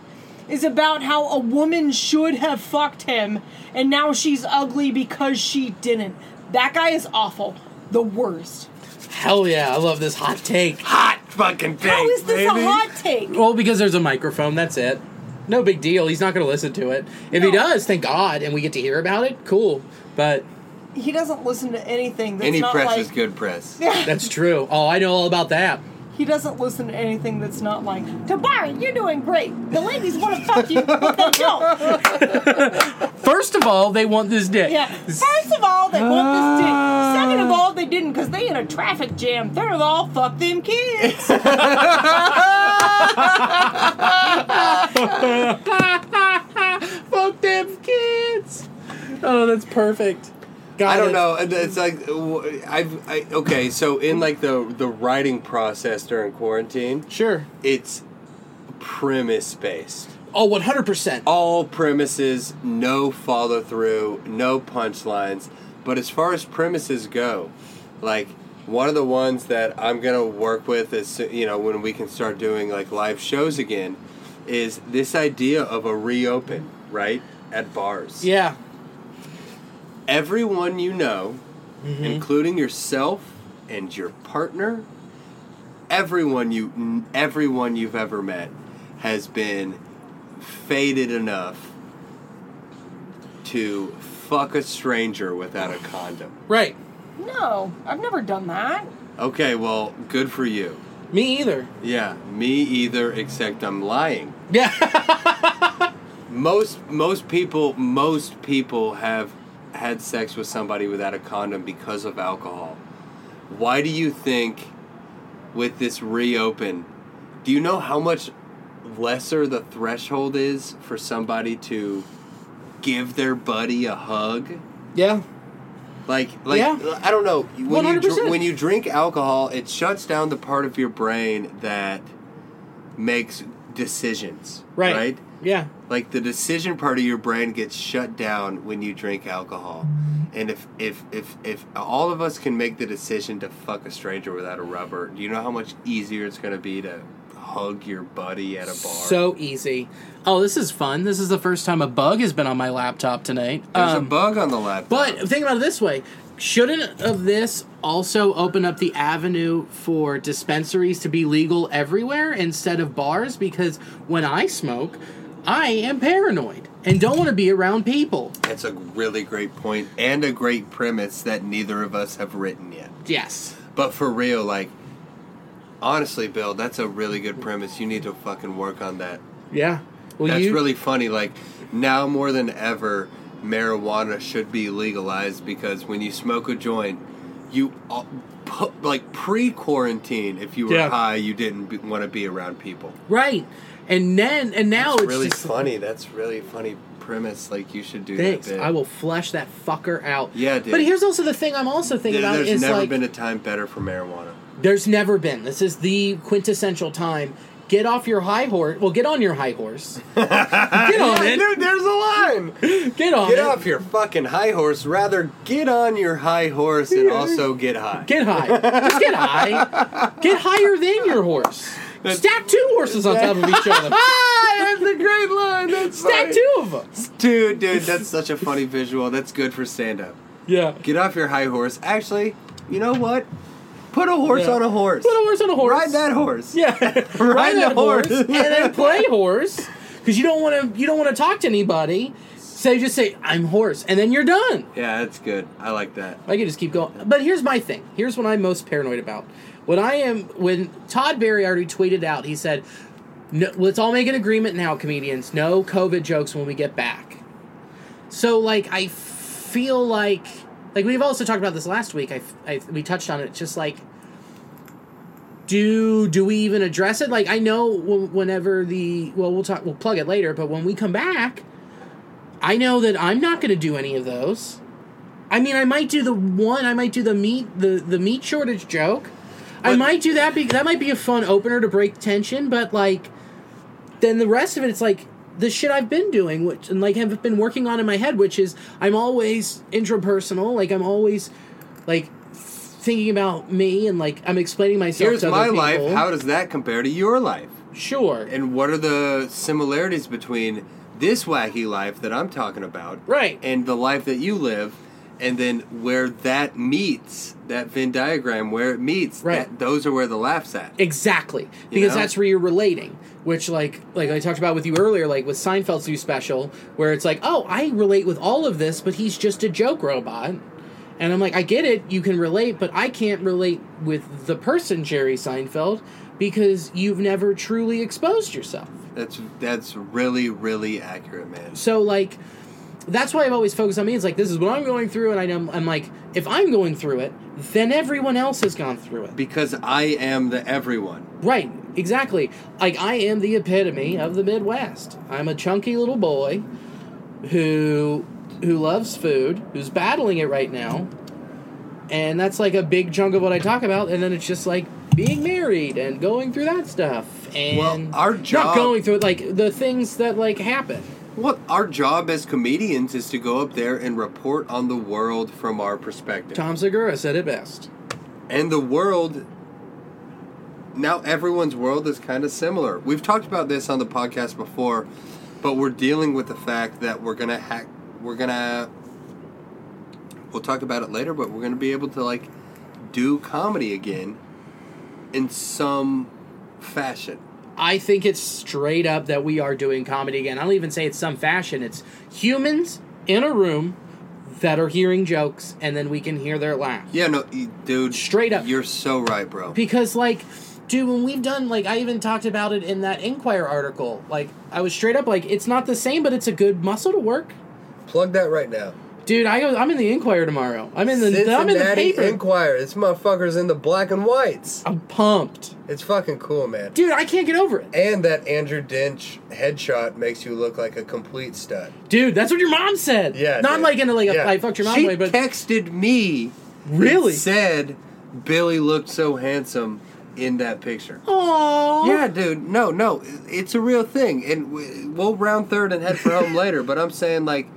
is about how a woman should have fucked him and now she's ugly because she didn't. That guy is awful. The worst.
Hell yeah, I love this hot take.
Hot fucking thing.
How is this
baby.
a hot take?
Well, because there's a microphone, that's it. No big deal. He's not going to listen to it. If he
No.
does, thank God, and we get to hear about it, cool. But
He doesn't listen to anything that's
Any
not
press
like
is good press.
that's true. Oh, I know all about that.
he doesn't listen to anything that's not like Tabari, you're doing great. The ladies want to fuck you, but they don't.
(laughs) First of all, they want this dick.
Yeah. First of all, they want this dick. Second of all, they didn't because they in a traffic jam. Third of all, fuck them kids.
(laughs) Fuck them kids. Oh, that's perfect. Got
I don't
it.
know. It's like w- I've I, okay. So in like the the writing process during quarantine,
Sure.
it's premise based.
Oh, 100%.
all premises, no follow through, no punchlines. But as far as premises go, like one of the ones that I'm gonna work with is you know when we can start doing like live shows again, is this idea of a reopen right at bars.
Yeah.
Everyone you know, including yourself and your partner, everyone you everyone you've ever met has been faded enough to fuck a stranger without a condom.
Right.
No, I've never done that.
Okay, well, good for you.
Me either.
Yeah, me either except I'm lying.
(laughs) Yeah.
Most most people most people have had sex with somebody without a condom because of alcohol. Why do you think with this reopen, do you know how much lesser the threshold is for somebody to give their buddy a hug?
yeah.
Like, like
Yeah.
I don't know. When you dr-
100%.
when you drink alcohol, it shuts down the part of your brain that makes decisions.
Right.
Right.
Yeah.
Like the decision part of your brain gets shut down when you drink alcohol. And if if if if all of us can make the decision to fuck a stranger without a rubber, do you know how much easier it's going to be to hug your buddy at a bar?
So easy. Oh, this is fun. This is the first time a bug has been on my laptop tonight.
there's
Um,
a bug on the laptop.
But think about it this way: shouldn't of this also open up the avenue for dispensaries to be legal everywhere instead of bars? Because when I smoke, I am paranoid and don't want to be around people.
that's a really great point and a great premise that neither of us have written yet.
Yes.
But for real, like, honestly, Bill, that's a really good premise. You need to fucking work on that.
Yeah. Well,
That's
you
really funny. Like, now more than ever, marijuana should be legalized because when you smoke a joint, you, all- pu- like, pre quarantine, if you were
Yeah.
high, you didn't be- want to be around people.
right. And then and now
Oh, It's
it's,
really
just
funny. That's really funny premise. Like, you should do
thanks.
that. bit.
I will flesh that fucker out.
Yeah, dude.
But here's also the thing I'm also thinking
There-
about
There's
is
never
like
been a time better for marijuana.
There's never been. This is the quintessential time. Get off your high horse. Well, get on your high
(laughs)
horse. get on it.
There- there's a line.
Get on
Get
it.
off your fucking high horse. Rather, get on your high horse and also get high.
Get high. Just get high. Get higher than your horse. Stack two horses on top of each other.
ah, (laughs) that's a great line. That's
Stack
funny.
two of them.
Dude, dude, that's such a funny visual. That's good for stand up.
Yeah.
Get off your high horse. Actually, you know what? Put a horse
Yeah.
on a horse.
Put a horse on a horse.
Ride that horse.
Yeah. (laughs)
Ride the
that
horse.
and then play horse because you don't want to. You don't want to talk to anybody. So you just say I'm horse, and then you're done.
Yeah, that's good. I like that.
I could just keep going. But here's my thing. Here's what I'm most paranoid about. What I am when Todd Barry already tweeted out, he said, no, "Let's all make an agreement now, comedians. No COVID jokes when we get back." So like I feel like like we've also talked about this last week. I, I we touched on it. Just like do do we even address it? Like I know wh- whenever the well we'll talk we'll plug it later, but when we come back, I know that I'm not going to do any of those. I mean, I might do the one. I might do the meat the the meat shortage joke. I
But-
might do that because that might be a fun opener to break tension. But like, then the rest of it, it's like the shit I've been doing, which and like have been working on in my head, which is I'm always intrapersonal. Like I'm always like thinking about me and like I'm explaining myself.
Here's
to
my
other
life.
people.
How does that compare to your life?
sure.
And what are the similarities between this wacky life that I'm talking about
Right.
and the life that you live? And then where that meets, that Venn diagram, where it meets,
Right.
that, those are where the laughs at.
Exactly, because
know?
that's where you're relating. Which, like, like I talked about with you earlier, like with Seinfeld's new special, where it's like, oh, I relate with all of this, but he's just a joke robot, and I'm like, I get it, you can relate, but I can't relate with the person Jerry Seinfeld because you've never truly exposed yourself.
That's that's really really accurate, man.
So like that's why I've always focused on me. It's like this is what I'm going through, and I am I'm like, if I'm going through it, then everyone else has gone through it.
Because I am the everyone.
Right, exactly. Like I am the epitome of the Midwest. I'm a chunky little boy who who loves food, who's battling it right now. And that's like a big chunk of what I talk about, and then it's just like being married and going through that stuff and
Well, our
not
job-
going through it like the things that like happen.
Well, our job as comedians is to go up there and report on the world from our perspective.
Tom Segura said it best.
And the world now everyone's world is kind of similar. We've talked about this on the podcast before, but we're dealing with the fact that we're going to hack we're going to we'll talk about it later, but we're going to be able to like do comedy again in some fashion.
I think it's straight up that we are doing comedy again. I don't even say it's some fashion. It's humans in a room that are hearing jokes, and then we can hear their laugh.
Yeah, no, y- dude.
Straight up.
You're so right, bro.
Because, like, dude, when we've done, like, I even talked about it in that Inquirer article. Like, I was straight up like, it's not the same, but it's a good muscle to work.
Plug that right now.
Dude, I go, I'm in the Inquirer tomorrow. I'm in the, I'm in the paper.
Inquirer. This motherfucker's in the black and whites.
I'm pumped.
It's fucking cool, man.
Dude, I can't get over it.
And that Andrew Dench headshot makes you look like a complete stud.
Dude, that's what your mom said.
Yeah.
Not
dude.
like in a, like,
Yeah.
a I fucked your mom
She
way, but
texted me.
really.
and Said Billy looked so handsome in that picture.
Oh. Aww.
Yeah, dude. No, no. It's a real thing. And w- we'll round third and head for home (laughs) later, but I'm saying like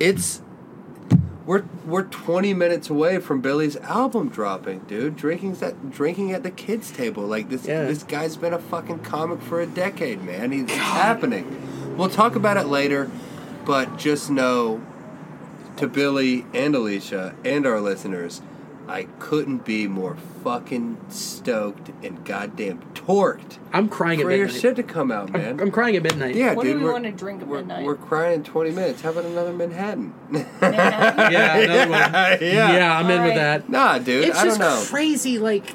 it's we're we're 20 minutes away from Billy's album dropping, dude. Drinking's at drinking at the kids table. Like this
Yeah.
this guy's been a fucking comic for a decade, man. He's it's happening. We'll talk about it later, but just know to Billy and Alicia and our listeners, I couldn't be more fucking stoked and goddamn torqued
I'm crying at
for your
midnight.
shit to come out, man.
I'm, I'm crying at midnight.
yeah,
What do
dude.
we
we're,
wanna drink at
we're-
midnight?
We're crying in 20 minutes. How about another Manhattan? (laughs)
Yeah, another one.
yeah.
Yeah, I'm in with
Alright.
that.
Nah, dude.
It's
I don't
just
know.
crazy, like.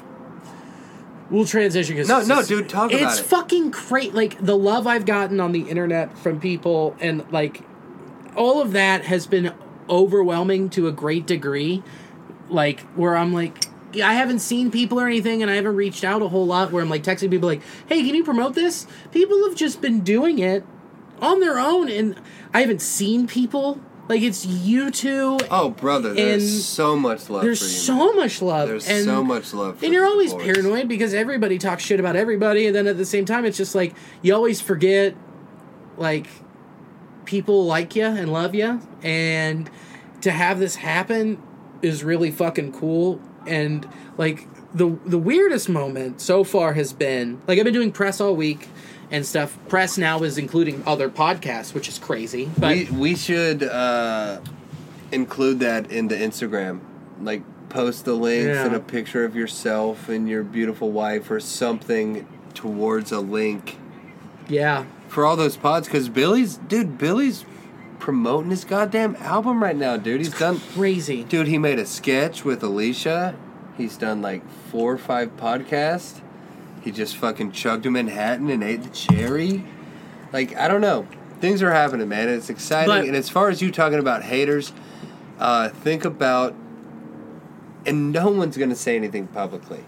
We'll transition because
No, no, dude, talk
it's
about
It's
it.
fucking crazy. Like the love I've gotten on the internet from people, and like all of that has been overwhelming to a great degree. Like where I'm like, yeah, I haven't seen people or anything, and I haven't reached out a whole lot. Where I'm like texting people like, "Hey, can you promote this?" People have just been doing it on their own, and I haven't seen people Like it's you two.
Oh, brother,
And
there's so much love
There's
for you.
so much love.
There's
and,
so much love for
And you're
the
always
boys.
paranoid because everybody talks shit about everybody, and then at the same time, it's just like you always forget, like people like you and love you, and to have this happen is really fucking cool. And like the the weirdest moment so far has been like I've been doing press all week and stuff. Press now is including other podcasts, which is crazy. But
we, we should uh, include that in the Instagram. Like, post the links
Yeah.
and a picture of yourself and your beautiful wife or something towards a link
yeah,
for all those pods. Because Billy's, dude, Billy's promoting his goddamn album right now, dude. He's done,
crazy.
dude, he made a sketch with Alicia. He's done like four or five podcasts. He just fucking chugged a Manhattan and ate the cherry. Like, I don't know. Things are happening, man. and It's exciting.
But-
and as far as you talking about haters, uh, think about, and no one's going to say anything publicly.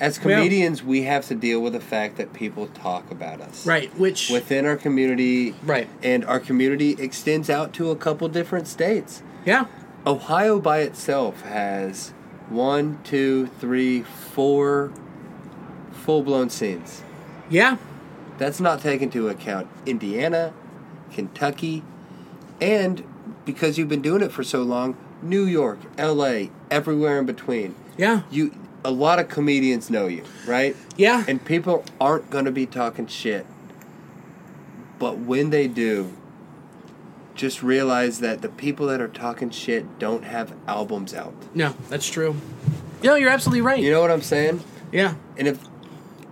As comedians, we have to deal with the fact that people talk about us.
Right, which
Within our community.
Right.
And our community extends out to a couple different states.
yeah,
Ohio by itself has one, two, three, four full blown scenes.
yeah.
That's not taken into account Indiana, Kentucky, and because you've been doing it for so long, New York, LA, everywhere in between.
Yeah.
You a lot of comedians know you, right?
Yeah.
And people aren't going to be talking shit. But when they do, just realize that the people that are talking shit don't have albums out.
No, that's true. No, you're absolutely right.
You know what I'm saying?
yeah.
And if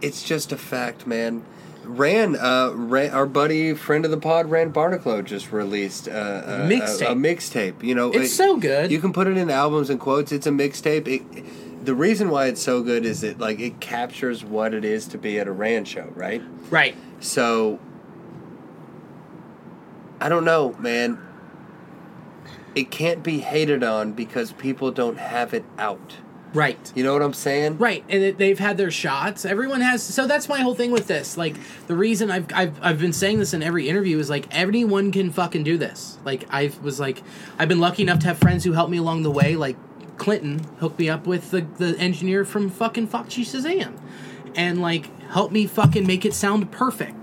it's just a fact, man. Ran, uh, Ran, our buddy, friend of the pod, Rand Barnacle, just released uh, a
Mixtape.
A, a mixtape. You know,
It's so good.
You can put it in albums and quotes. It's a mixtape. It, the reason why it's so good is it like it captures what it is to be at a Rand show, right?
Right.
So I don't know, man. It can't be hated on because people don't have it out.
Right.
You know what I'm saying?
Right, and it, they've had their shots. Everyone has, so that's my whole thing with this. Like the reason I've, I've I've been saying this in every interview is like anyone can fucking do this. Like I was like I've been lucky enough to have friends who helped me along the way. Like Clinton hooked me up with the the engineer from fucking Foxy Shazam, and like helped me fucking make it sound perfect.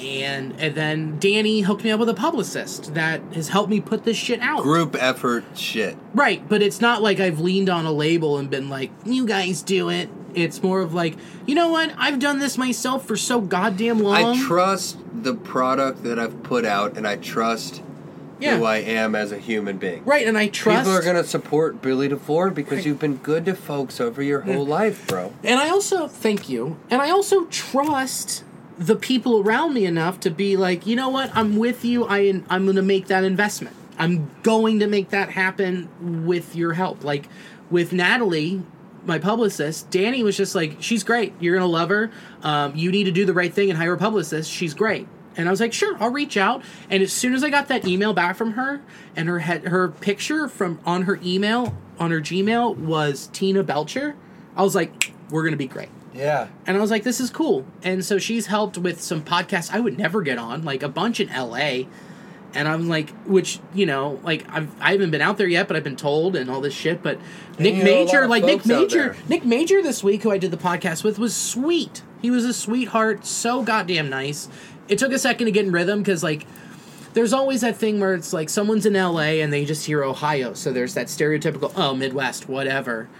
And and then Danny hooked me up with a publicist that has helped me put this shit out.
Group effort shit.
Right, but it's not like I've leaned on a label and been like, you guys do it. It's more of like, you know what? I've done this myself for so goddamn long.
I trust the product that I've put out and I trust
yeah.
who I am as a human being.
Right, and I trust.
People are going to support Billy DeFord because you've been good to folks over your whole life, bro.
and I also, thank you. And I also trust the people around me enough to be like, you know what? I'm with you. I, I'm going to make that investment. I'm going to make that happen with your help. Like with Natalie, my publicist, Danny was just like, she's great. You're going to love her. Um, you need to do the right thing and hire a publicist. She's great. And I was like, sure, I'll reach out. And as soon as I got that email back from her, and her head, her picture from on her email on her Gmail was Tina Belcher, I was like, we're gonna be great.
Yeah.
And I was like, this is cool. And so she's helped with some podcasts I would never get on, like a bunch in LA. And I'm like, which, you know, like I've I haven't been out there yet, but I've been told and all this shit. But
you
Nick
know a lot
Major,
of
like Nick
folks out
Major,
there.
Nick Major this week, who I did the podcast with, was sweet. He was a sweetheart, so goddamn nice. It took a second to get in rhythm because like there's always that thing where it's like someone's in LA and they just hear Ohio, so there's that stereotypical oh Midwest whatever,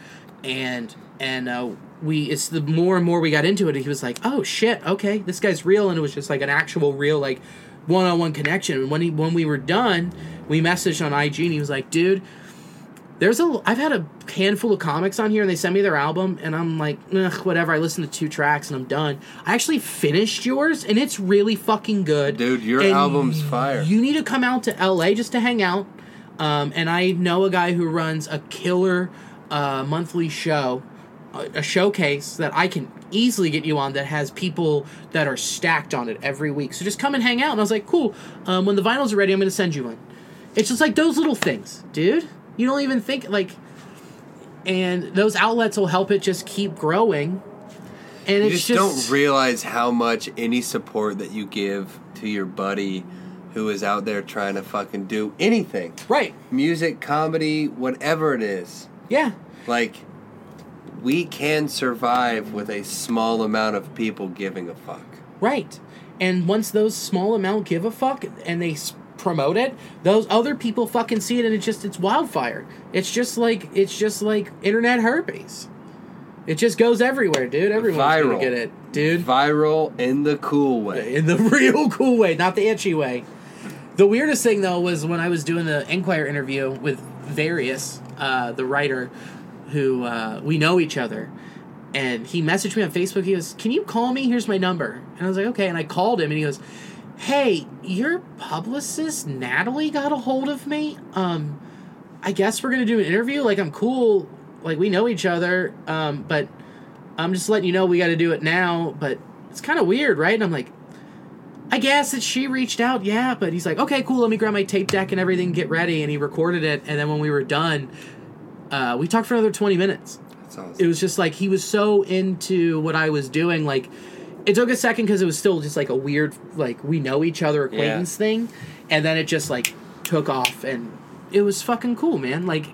and and uh, we it's the more and more we got into it, he was like oh shit okay this guy's real, and it was just like an actual real like one on one connection. And when he when we were done, we messaged on IG and he was like dude. There's a I've had a handful of comics on here and they send me their album and I'm like Ugh, whatever I listen to two tracks and I'm done. I actually finished yours and it's really fucking good.
Dude, your
And
album's fire.
you need to come out to LA just to hang out. Um, and I know a guy who runs a killer uh, monthly show, a, a showcase that I can easily get you on that has people that are stacked on it every week. So just come and hang out. And I was like, cool. Um, when the vinyls are ready, I'm going to send you one. It's just like those little things, dude. You don't even think like, and those outlets will help it just keep growing. And
You
it's
just, don't realize how much any support that you give to your buddy who is out there trying to fucking do anything.
Right.
Music, comedy, whatever it is.
Yeah.
Like, we can survive with a small amount of people giving a fuck.
Right. And once those small amount give a fuck and they s- promote it, those other people fucking see it and it just it's wildfire. It's just like it's just like internet herpes. It just goes everywhere, dude. Everyone's gonna
Viral.
get it, dude.
Viral in the cool way.
in the (laughs) real cool way, not the itchy way. The weirdest thing though was when I was doing the Enquirer interview with Various, uh, the writer, who uh, we know each other, and he messaged me on Facebook. He goes, "Can you call me? Here's my number." And I was like, "Okay." And I called him, and he goes, "Hey, your publicist Natalie got a hold of me. Um, I guess we're gonna do an interview. Like I'm cool. Like we know each other. Um, but I'm just letting you know we got to do it now. But it's kind of weird, right?" And I'm like. I guess that she reached out, yeah, but he's like, okay, cool, let me grab my tape deck and everything, get ready. And he recorded it. And then when we were done, uh, we talked for another 20 minutes.
That's awesome.
It was just like, he was so into what I was doing. Like, it took a second because it was still just like a weird, like, we know each other acquaintance thing. And then it just like took off and it was fucking cool, man. Like,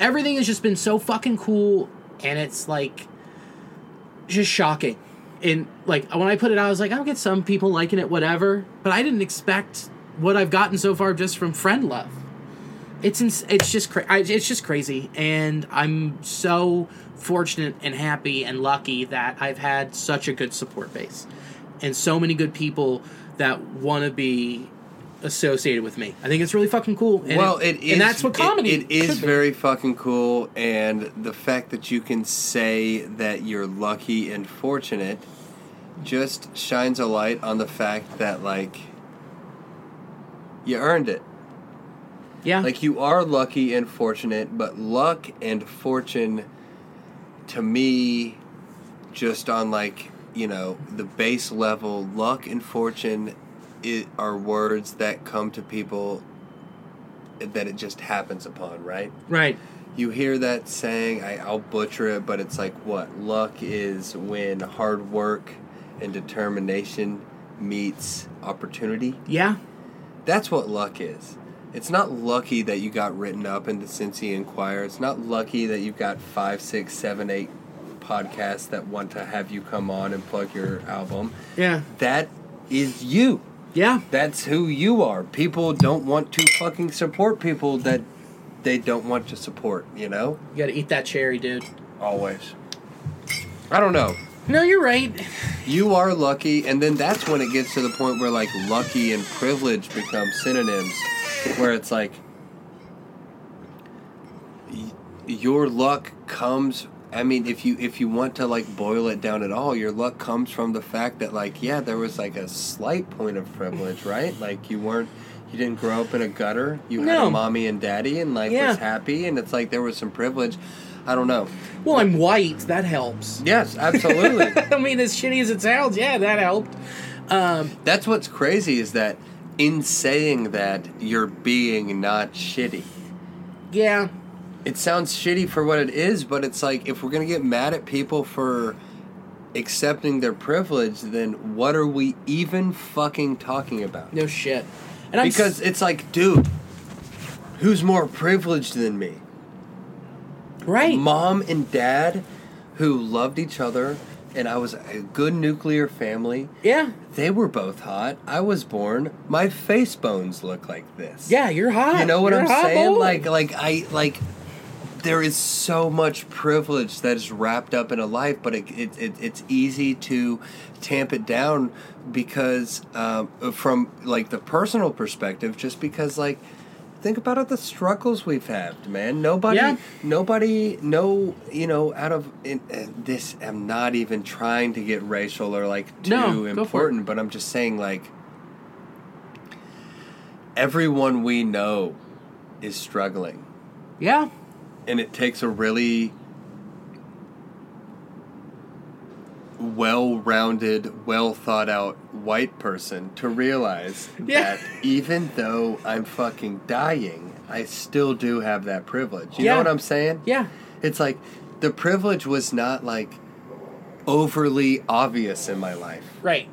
everything has just been so fucking cool and it's like, just shocking. And like when I put it out, I was like, I'll get some people liking it, whatever. But I didn't expect what I've gotten so far just from friend love. It's ins- it's just cra- I, it's just crazy, and I'm so fortunate and happy and lucky that I've had such a good support base, and so many good people that want to be associated with me. I think it's really fucking cool. And
well, it is.
and that's what
it-
comedy.
It is
should be.
very fucking cool, and the fact that you can say that you're lucky and fortunate just shines a light on the fact that like you earned it.
yeah.
Like you are lucky and fortunate, but luck and fortune to me just on like, you know, the base level, luck and fortune i are words that come to people that it just happens upon, right?
right.
You hear that saying, I, I'll butcher it, but it's like what? Luck is when hard work and determination meets opportunity.
Yeah.
That's what luck is. It's not lucky that you got written up in the Cincy Inquirer. It's not lucky that you've got five, six, seven, eight podcasts that want to have you come on and plug your album.
Yeah.
That is you.
Yeah.
That's who you are. People don't want to fucking support people that they don't want to support, you know?
You got to eat that cherry, dude.
Always. I don't know.
No, you're right.
You are lucky, and then that's when it gets to the point where like lucky and privilege become synonyms, where it's like y- your luck comes. I mean, if you if you want to like boil it down at all, your luck comes from the fact that like yeah, there was like a slight point of privilege, right? Like you weren't. You didn't grow up in a gutter. You had
No.
a mommy and daddy, and life
Yeah.
was happy. And it's like there was some privilege. I don't know.
Well, I'm white. That helps. (laughs)
Yes, absolutely.
I mean, as shitty as it sounds, yeah, that helped. Um,
That's what's crazy is that in saying that, you're being not shitty.
yeah,
It sounds shitty for what it is, but it's like if we're going to get mad at people for accepting their privilege, then what are we even fucking talking about?
no shit. And I'm s-
Because it's like, dude, who's more privileged than me?
right,
mom and dad who loved each other, and I was a good nuclear family.
yeah,
They were both hot. I was born. My face bones look like this.
yeah, you're hot.
You know what
You're
I'm
a hot
saying?
boy.
Like like I like there is so much privilege that is wrapped up in a life, but it, it, it it's easy to tamp it down because um, from like the personal perspective, just because like think about all the struggles we've had, man. Nobody,
Yeah.
nobody, no, you know, out of in, uh, this. I'm not even trying to get racial or like too
No, go for it.
important, but I'm just saying like everyone we know is struggling
yeah,
and it takes a really well-rounded well thought out white person to realize
(laughs) Yeah.
that even though i'm fucking dying i still do have that privilege you
Yeah.
know what i'm saying
yeah,
it's like the privilege was not like overly obvious in my life
right.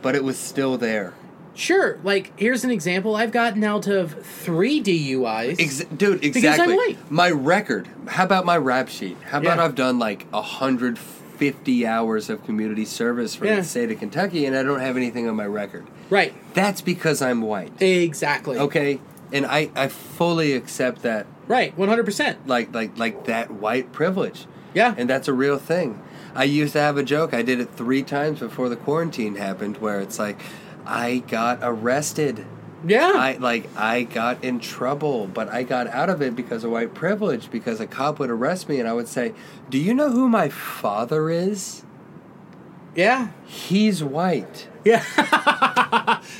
but it was still there
Sure, like here's an example. I've gotten out of three DUIs.
Ex- dude,
I'm
exactly.
late.
My record. How about my rap sheet? How about
Yeah.
I've done like 150 hours of community service for
Yeah.
the state of Kentucky and I don't have anything on my record?
right.
That's because I'm white.
Exactly.
Okay? And I, I fully accept that
Right. One hundred percent.
like like like that white privilege.
Yeah.
And that's a real thing. I used to have a joke. I did it 3 times before the quarantine happened where it's like I got arrested.
Yeah.
I like I got in trouble, but I got out of it because of white privilege. Because a cop would arrest me, and I would say, "Do you know who my father is?
yeah. (laughs)
He's white.
Yeah.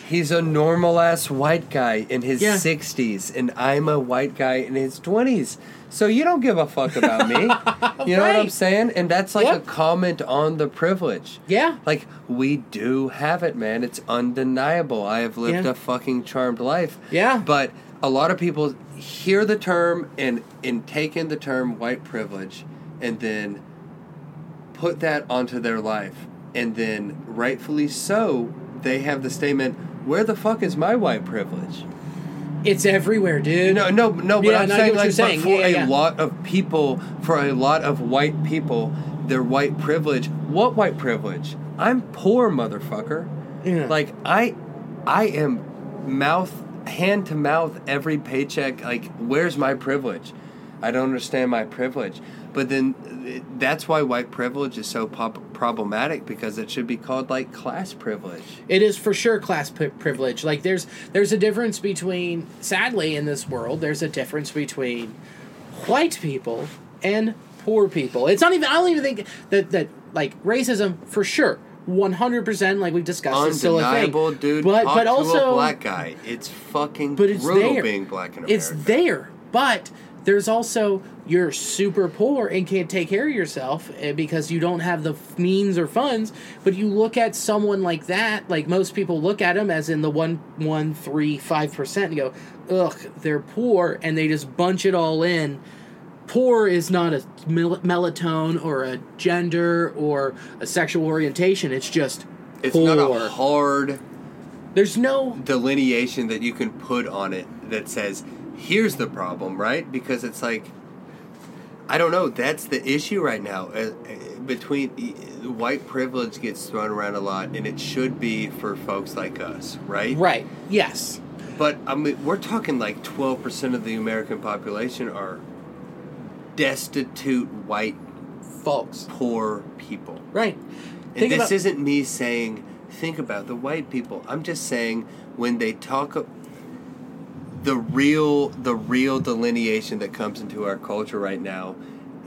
He's a normal ass white guy in his
Yeah.
sixties, and I'm a white guy in his twenties. So you don't give a fuck
(laughs)
about me. you know what I'm
Right.
saying? And that's like
Yep.
a comment on the privilege.
Yeah.
Like we do have it, man. It's undeniable. I have lived
Yeah.
a fucking charmed life.
Yeah.
But a lot of people hear the term and and take in the term white privilege and then put that onto their life. And then rightfully so, they have the statement, Where the fuck is my white privilege?
It's everywhere, dude.
No, no, no. But
Yeah,
I'm
no, I
saying,
get what
like,
you're saying.
But for
Yeah, yeah,
a
yeah.
lot of people, for a lot of white people, their white privilege. What white privilege? I'm poor, motherfucker.
Yeah.
Like I, I am mouth hand to mouth every paycheck. Like, where's my privilege? I don't understand my privilege. But then, th- that's why white privilege is so pop- problematic because it should be called like class privilege.
it is for sure class pri- privilege like there's there's a difference between sadly in this world there's a difference between white people and poor people it's not even i don't even think that that like racism for sure 100% like we've discussed is still a thing
Undeniable, dude.
but
talk
but
to
also
a black guy, it's fucking
but it's
brutal
there.
being black in America.
It's there, but there's also you're super poor and can't take care of yourself eh, because you don't have the f- means or funds. But you look at someone like that, like most people look at them as in the one, one, three, five percent, and go, ugh, they're poor, and they just bunch it all in. Poor is not a mel- melatonin or a gender or a sexual orientation. It's just
It's
poor.
not a hard
There's no
delineation that you can put on it that says, "Here's the problem," right? Because it's like, I don't know. That's the issue right now. Uh, uh, between uh, white privilege gets thrown around a lot, and it should be for folks like us, right?
right. Yes.
But I mean, we're talking like twelve percent of the American population are destitute white
Folks.
poor people.
Right.
And
Think
this
about-
isn't me saying think about the white people. I'm just saying when they talk of the real the real delineation that comes into our culture right now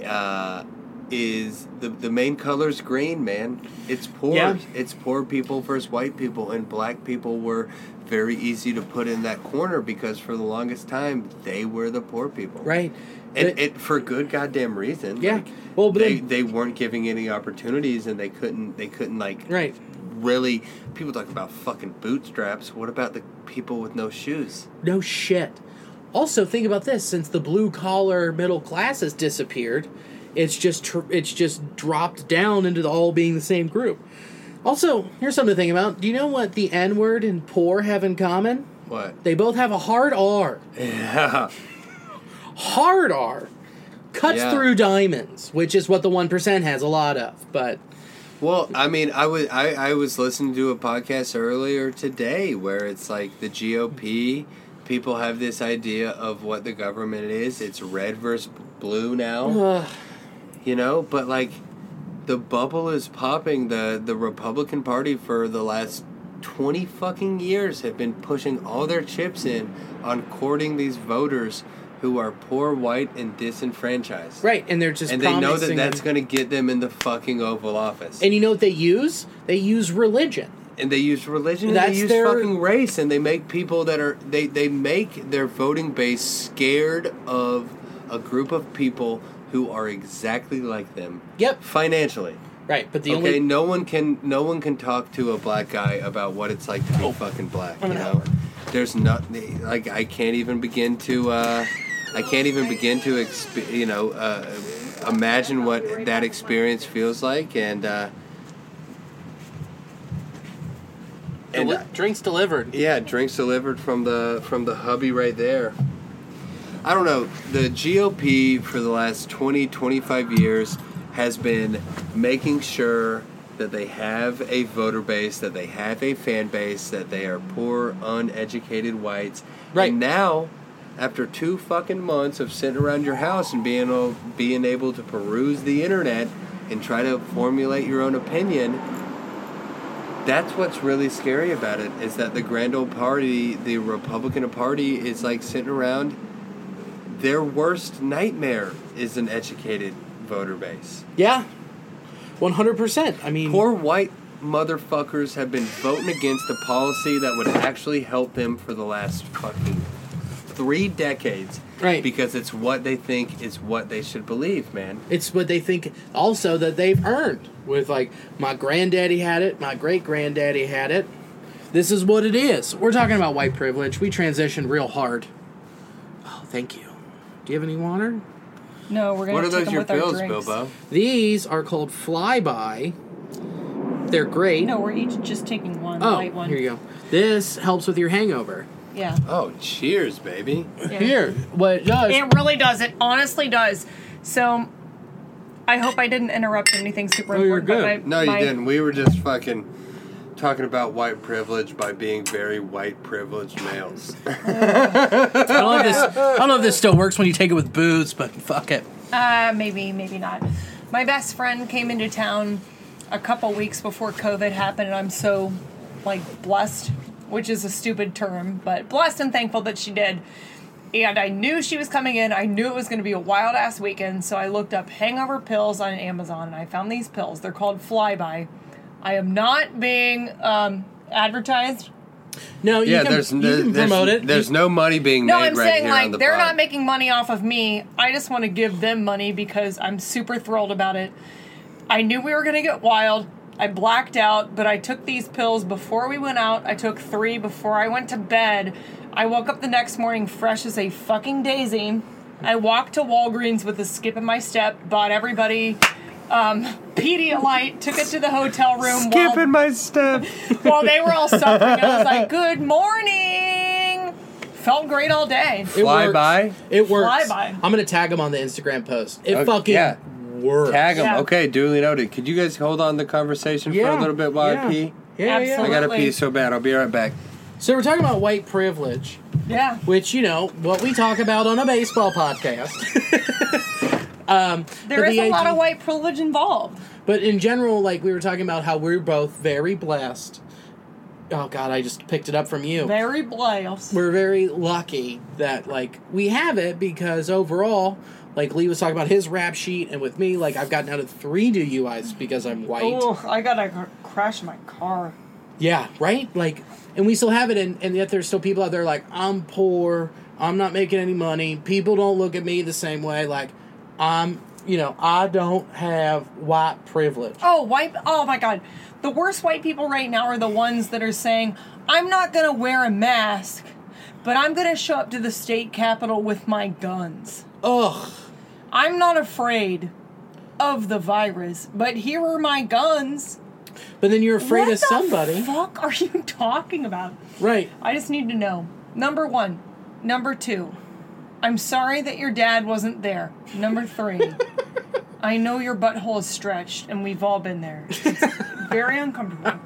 uh, is the the main color's green, man. It's poor.
Yeah.
It's poor people versus white people, and black people were very easy to put in that corner because for the longest time they were the poor people.
Right.
And
But-
it for good goddamn reason.
Yeah.
Like,
Well, but
they,
then-
they weren't giving any opportunities, and they couldn't. They couldn't like
Right.
really. People talk about fucking bootstraps. What about the people with no shoes?
No shit. Also, think about this: since the blue collar middle class has disappeared, it's just tr- it's just dropped down into the all being the same group. Also, here's something to think about: Do you know what the N word and poor have in common?
What?
They both have a hard R.
(laughs) Yeah.
Hard R cuts
Yeah.
through diamonds, which is what the one percent has a lot of. But
Well, I mean, I was I, I was listening to a podcast earlier today where it's like the GOP people have this idea of what the government is. It's red versus blue now.
Ugh.
you know but like the bubble is popping the the republican party for the last 20 fucking years have been pushing all their chips in on courting these voters who are poor white and disenfranchised
right, and they're just
and they know that
promising
that's
them-
going to get them in the fucking oval office and,
And you know what they use? They use religion.
they use religion and
That's
they use
their-
fucking race and they make people that are they they make their voting base scared of a group of people who are exactly like them
Yep.
financially
Right, but the
okay,
only
no one can no one can talk to a black guy about what it's like to
Oh.
be fucking black. You know, there's nothing like I can't even begin to uh, I can't even begin to exp- you know uh, imagine what that experience feels like and. Uh, And,
deli-
uh,
drinks delivered.
Yeah, drinks delivered from the from the hubby right there. I don't know. The GOP for the last 20, 25 years has been making sure that they have a voter base, that they have a fan base, that they are poor, uneducated whites.
Right.
And now, after two fucking months of sitting around your house and being able, being able to peruse the internet and try to formulate your own opinion, that's what's really scary about it is that the grand old party, the Republican Party, is like sitting around. Their worst nightmare is an educated voter base.
Yeah, one hundred percent. I mean,
Poor white motherfuckers have been voting against a policy that would actually help them for the last fucking three decades.
Right.
Because it's what they think is what they should believe, man.
it's what they think also that they've earned with like my granddaddy had it, my great granddaddy had it. This is what it is. We're talking about white privilege. We transitioned real hard. Oh, thank you. Do you have any water?
No, we're gonna.
What are those
take them
your
with our
bills,
drinks.
Bilbo?
These are called flyby. They're great.
No, we're each just taking one
oh,
light one.
here you go. This helps with your hangover.
Yeah.
Oh, cheers, baby.
yeah.
Here, what it does?
It really does. It honestly does. So, I hope I didn't interrupt anything super
No, you're
important.
good.
But my,
No, you
my-
didn't. We were just fucking talking about white privilege by being very white privileged males.
I don't know if this. I don't know if this still works when you take it with booze, but fuck it.
Uh, maybe, maybe not. My best friend came into town a couple weeks before COVID happened, and I'm so like blessed, which is a stupid term, but blessed and thankful that she did. And I knew she was coming in. I knew it was going to be a wild ass weekend, so I looked up hangover pills on Amazon, and I found these pills. They're called Flyby. I am not being um, advertised.
No, you
yeah,
can,
there's
you
no,
can
there's,
promote it.
there's no money being
No,
made
I'm
right
saying
here on
like
the
they're
pod.
not making money off of me. I just want to give them money because I'm super thrilled about it. I knew we were gonna get wild. I blacked out, but I took these pills before we went out. I took three before I went to bed. I woke up the next morning fresh as a fucking daisy. I walked to Walgreens with a skip in my step, bought everybody um, Pedialyte, took it to the hotel room. while-
skipping my step.
while they were all suffering, I was
(laughs)
like, "Good morning." Felt great all day.
It
Fly
works.
by?
It works.
Fly by.
I'm gonna tag them on the Instagram post. It
Okay,
fucking
yeah.
works.
Tag them.
Yeah.
Okay, duly noted. Could you guys hold on the conversation for a little bit while
yeah.
I pee?
Yeah, yeah,
I
yeah.
Absolutely.
gotta pee so bad. I'll be right back.
So we're talking about white privilege,
Yeah,
which you know what we talk about on a baseball
(laughs)
podcast.
there
But
is
the
a lot
idea-
of white privilege involved.
but in general, like we were talking about how we're both very blessed. Oh God, I just picked it up from you.
Very blessed.
we're very lucky that like we have it because overall like lee was talking about his rap sheet and with me like i've gotten out of three duis because i'm white
Oh, I gotta cr- crash my car.
yeah right like and we still have it and, and yet there's still people out there like i'm poor i'm not making any money people don't look at me the same way like i'm you know i don't have white privilege
Oh, white. Oh my God, the worst white people right now are the ones that are saying, "I'm not gonna wear a mask, but I'm gonna show up to the state capitol with my guns." Oh.
ugh
I'm not afraid of the virus, but here are my guns.
but then you're afraid
what
of somebody
The fuck are you (laughs) talking about?
right
I just need to know. Number one. Number two. I'm sorry that your dad wasn't there. Number three. I know your butthole is stretched, and we've all been there. It's very uncomfortable.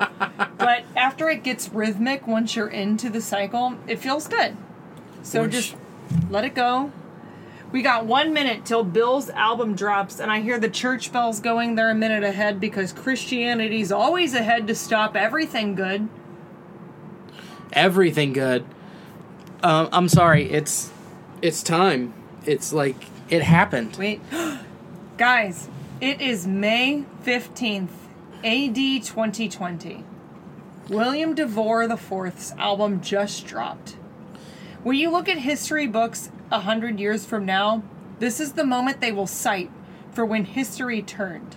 But after it gets rhythmic, once you're into the cycle, it feels good. So just let it go. We got one minute till Bill's album drops, and I hear the church bells going. They're a minute ahead because Christianity's always ahead to stop everything good.
everything good. Um, I'm sorry, it's it's time. It's like it happened.
Wait. (gasps) Guys, it is May 15th, AD 2020. William DeVore IV's album just dropped. When you look at history books a hundred years from now, this is the moment they will cite for when history turned.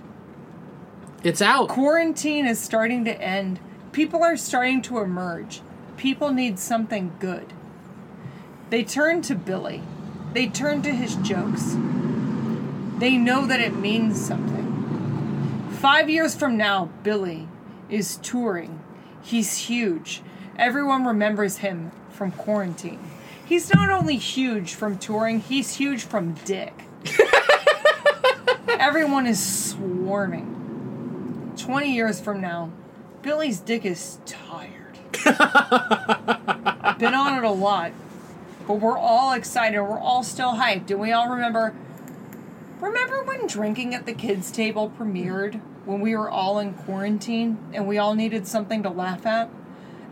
It's out.
Quarantine is starting to end. People are starting to emerge. People need something good. They turn to Billy. They turn to his jokes. They know that it means something. Five years from now, Billy is touring. He's huge. Everyone remembers him from quarantine. He's not only huge from touring, he's huge from dick. Everyone is swarming. 20 years from now, Billy's dick is tired. Been on it a lot, but we're all excited. We're all still hyped, and we all remember. Remember when drinking at the kids' table premiered when we were all in quarantine and we all needed something to laugh at?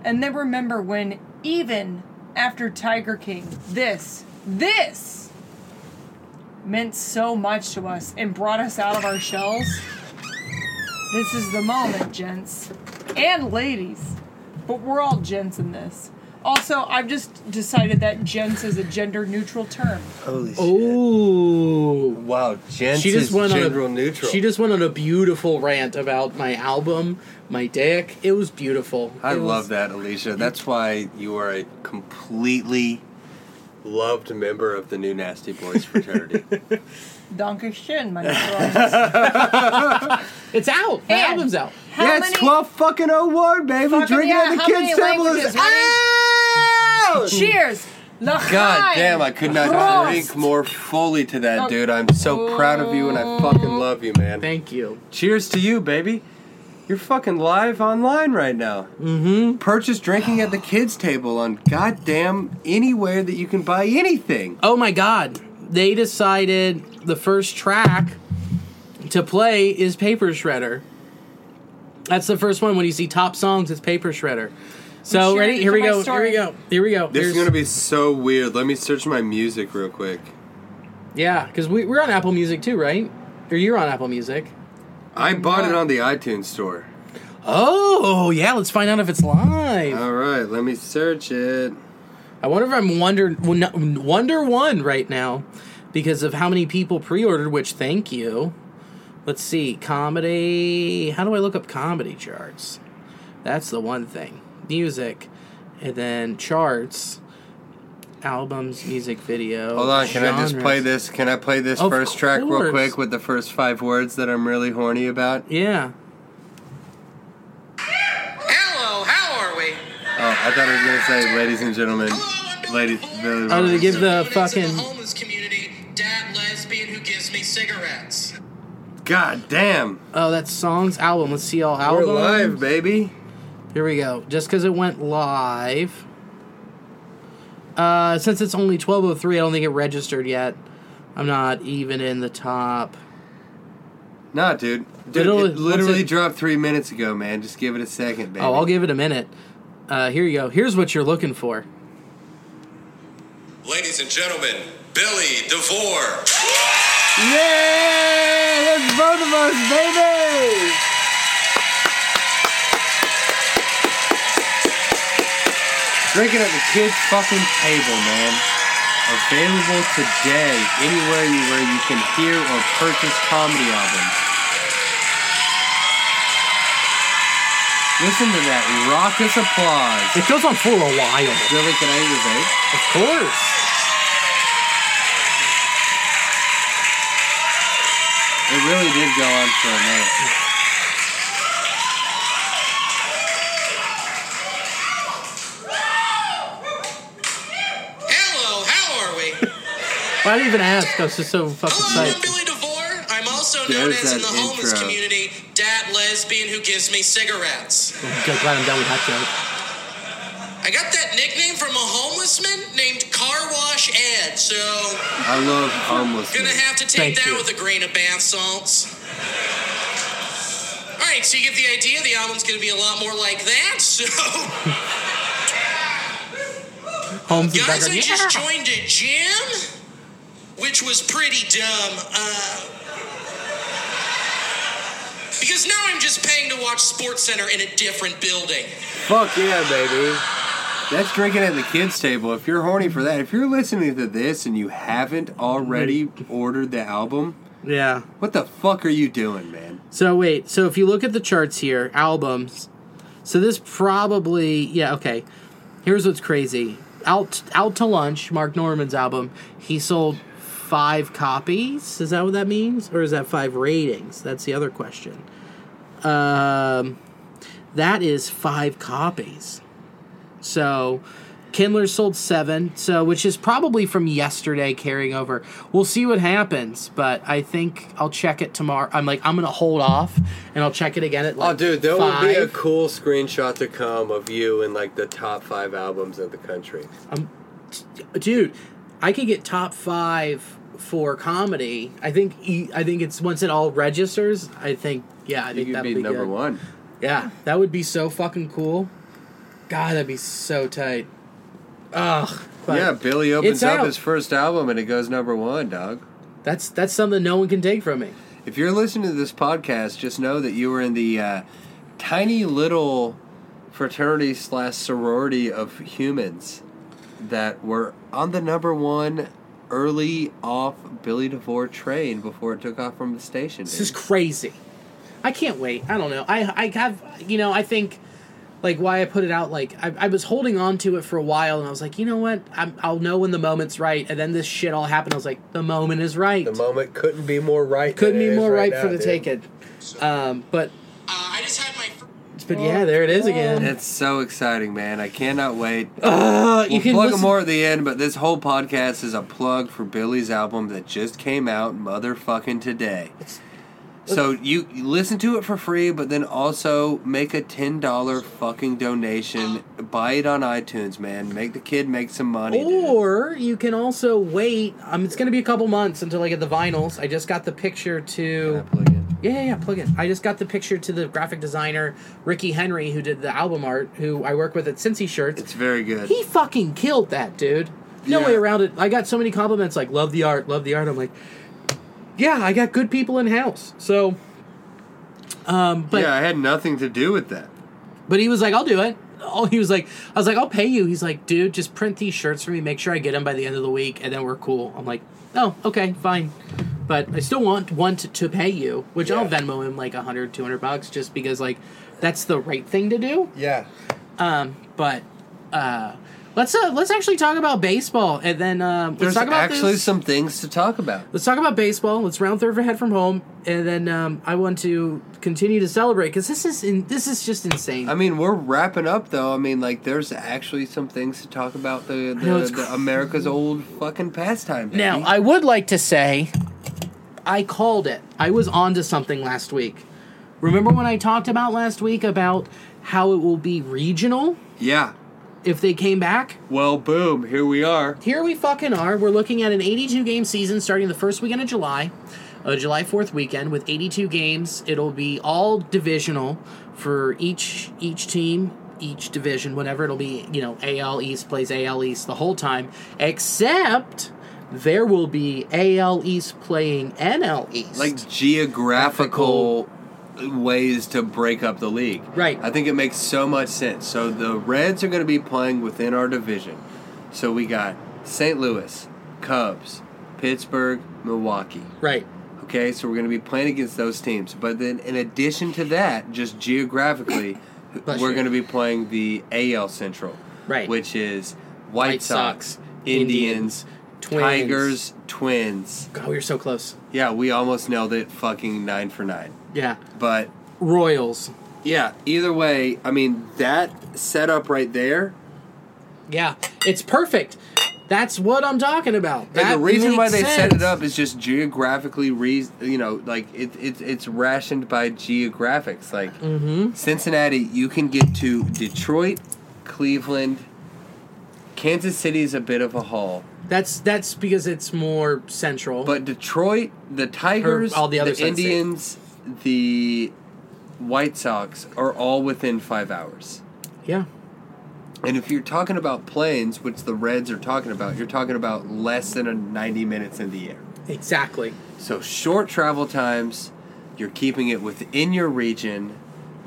And then remember when, even after Tiger King, this, this meant so much to us and brought us out of our shells? This is the moment, gents and ladies. But we're all gents in this. Also, I've just decided that gents is a gender neutral term.
Holy shit.
Ooh.
Wow, gents
Oh. She just
is
went on a,
general neutral.
She just went on a beautiful rant about my album, my dick. It was beautiful. It
I
was-
love that, Alicia. That's why you are a completely loved member of the new Nasty
(laughs)
Boys fraternity.
Danke schön,
(laughs)
meine Freunde.
It's out. My
And-
album's out.
How
yeah, it's
many-
12 fucking 01, baby.
Fucking
Drinking
yeah,
at the
how
kids' Ah!
many
table is
languages,
out!
Cheers! Lachaim.
God damn, I could not
Prost.
drink more fully to that, dude. I'm so proud of you and I fucking love you, man.
Thank you.
Cheers to you, baby. You're fucking live online right now. Mm-hmm. Purchase drinking at the kids' table on goddamn anywhere that you can buy anything.
Oh my god. They decided the first track to play is Paper Shredder. That's the first one when you see top songs, it's Paper Shredder. So
sure
ready?
it's
Here we
my
go.
story.
Here we go. Here we go.
This is
Here's-
gonna be so weird. Let me search my music real quick.
Yeah, because we, we're on Apple Music too, right? Or you're on Apple Music.
I bought it on the iTunes store.
Oh, yeah, let's find out if it's live.
All right, let me search it.
I wonder if I'm Wonder, well, no- Wonder One right now because of how many people pre ordered, which thank you. Let's see, comedy. How do I look up comedy charts? That's the one thing. Music, and then charts, albums, music video.
Hold on, can I just
genres.
play this? Can I play this
Of
first track real
course.
quick with the first five words that I'm really horny about?
Yeah.
Hello, how are we?
Oh, I thought I was gonna say, ladies and gentlemen, ladies.
Oh, did they give the
Donuts in
fucking.
the homeless community, dad lesbian who gives me cigarettes.
God damn,
Oh, that's songs, album. Let's see all
we're
albums.
live, baby.
Here we go. Just because it went live. Uh, since it's only 1203, I don't think it registered yet. I'm not even in the top.
Nah, dude. Dude,
It'll-
it literally
once it-
dropped three minutes ago, man. Just give it a second, baby.
Oh, I'll give it a minute. Uh, here you go. Here's what you're looking for.
Ladies and gentlemen, Billy DeVore.
Yeah, that's both of us, baby. Drinking at the kids' fucking table, man. Available today anywhere you where you can hear or purchase comedy albums. Listen to that raucous applause.
It goes on for a while.
Billy, can I use it?
Of course.
It really did go on for a minute.
Hello, how
(laughs)
are we?
Why did I even ask? I was just so fucking
Hello, I'm
psyched.
Billy DeVore. I'm also known
There's
as in
that
the homeless
intro.
community, dad lesbian who gives me cigarettes.
I'm so glad I'm done with that joke.
I got that nickname from a homeless man named Car Wash Ed, so
I love homeless.
gonna have to
Thank
take that
you.
with a grain of bath salts. Alright, so you get the idea. The album's gonna be a lot more like that, (laughs) so.
Holmes is back
Guys,
on.
I just joined a gym, which was pretty dumb. Uh, because now I'm just paying to watch Sports Center in a different building.
Fuck yeah, baby. That's drinking at the kids' table. If you're horny for that, if you're listening to this and you haven't already ordered the album,
Yeah.
what the fuck are you doing, man?
So wait, so if you look at the charts here, albums. So this probably yeah, okay. Here's what's crazy. Out Out to Lunch, Mark Norman's album, he sold 5 copies. Is that what that means or is that 5 ratings? That's the other question. Um that is 5 copies. So Kindler sold seven, so which is probably from yesterday carrying over. We'll see what happens, but I think I'll check it tomorrow. I'm like I'm gonna hold off, and I'll check it again at
Oh,
like
dude, there
five.
will be a cool screenshot to come of you in like the top five albums of the country.
dude i could get top five for comedy i think e- i think it's once it all registers i think yeah i think
You'd
that'd
be
be,
number
good.
one.
yeah that would be so fucking cool god that'd be so tight ugh but
yeah, Billy opens
it's
up
out.
his first album and it goes number one, dog.
that's that's something no one can take from me
If you're listening to this podcast, just know that you were in the uh, tiny little fraternity slash sorority of humans that were on the number one early off Billy DeVore train before it took off from the station.
This is
dude.
crazy. I can't wait. I don't know. I I have you know I think like why I put it out like I, I was holding on to it for a while and I was like you know what I'm, I'll know when the moment's right and then this shit all happened. I was like the moment is right.
the moment couldn't be more right.
Couldn't
than it
be
is
more right,
now,
for the
dude.
taking. Um, but
Uh, I just had my. Fr-
but yeah, there it is again.
It's so exciting, man. I cannot wait.
Uh,
We'll
you can
plug
listen-
more at the end, but this whole podcast is a plug for Billy's album that just came out motherfucking today. So you you listen to it for free, but then also make a ten dollar fucking donation. Buy it on iTunes, man. Make the kid make some money. dude.
Or you can also wait. Um, it's gonna be a couple months until I get the vinyls. I just got the picture to.
Plug in.
Yeah, yeah, yeah, plug in. I just got the picture to the graphic designer Ricky Henry, who did the album art, who I work with at Cincy Shirts.
It's very good.
he fucking killed that dude. No
Yeah.
way around it. I got so many compliments like love the art, love the art. I'm like, yeah, I got good people in house. So, um, but
yeah, I had nothing to do with that.
but he was like, I'll do it. Oh, he was like, I was like, I'll pay you. He's like, dude, just print these shirts for me. Make sure I get them by the end of the week, and then we're cool. I'm like, oh, okay, fine. But I still want want to pay you, which I'll
Yeah.
Venmo him like 100, 200 bucks, just because like that's the right thing to do.
Yeah.
But uh, let's uh, let's actually talk about baseball, and then um, let's
There's
talk about
actually
this.
some things to talk about.
Let's talk about baseball. Let's round third for head from home, and then um, I want to continue to celebrate because this is in, this is just insane.
I mean, we're wrapping up though. I mean, like, there's actually some things to talk about the, the,
know, it's
the America's old fucking pastime. Baby.
Now, I would like to say I called it. I was onto something last week. Remember when I talked about last week about how it will be regional
yeah.
if they came back?
Well, boom, here we are.
Here we fucking are. We're looking at an 82 game season starting the first weekend of July, uh, July 4th weekend with 82 games. It'll be all divisional for each each team, each division, whatever. It'll be you know AL East plays AL East the whole time, except there will be AL East playing NL East.
Like geographical ways to break up the league.
Right.
I think it makes so much sense. So the Reds are going to be playing within our division. So we got St. Louis, Cubs, Pittsburgh, Milwaukee.
right.
Okay, so we're going to be playing against those teams. But then, in addition to that, just geographically,
Bless
we're
you.
going to be playing the AL Central,
Right.
Which is White,
White
Sox,
Sox,
Indians,
Twins.
Tigers, Twins.
God, we are so close.
Yeah, we almost nailed it, fucking nine for nine.
Yeah.
But
Royals.
yeah, either way, I mean that setup right there.
Yeah, it's perfect. That's what I'm talking about.
And
That
the reason why
makes
they set it
sense.
up is just geographically, re- you know, like it, it, it's rationed by geographics. Like
Mm-hmm.
Cincinnati, you can get to Detroit, Cleveland, Kansas City's a bit of a haul,
That's that's because it's more central.
but Detroit, the Tigers,
all the other Sun States.
Indians, the White Sox are all within five hours.
yeah,
And if you're talking about planes, which the Reds are talking about, you're talking about less than a 90 minutes in the air.
exactly.
So short travel times, you're keeping it within your region.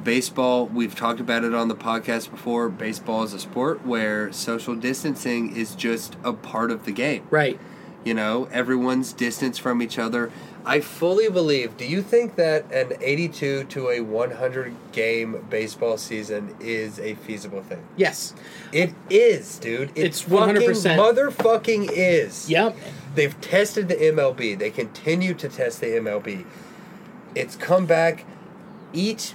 Baseball, we've talked about it on the podcast before. Baseball is a sport where social distancing is just a part of the game.
Right.
You know, everyone's distance from each other. I fully believe. Do you think that an 82 to a 100 game baseball season is a feasible thing?
Yes.
It is, dude. It
It's 100%.
fucking Motherfucking is.
Yep.
They've tested the MLB. They continue to test the MLB. It's come back. Each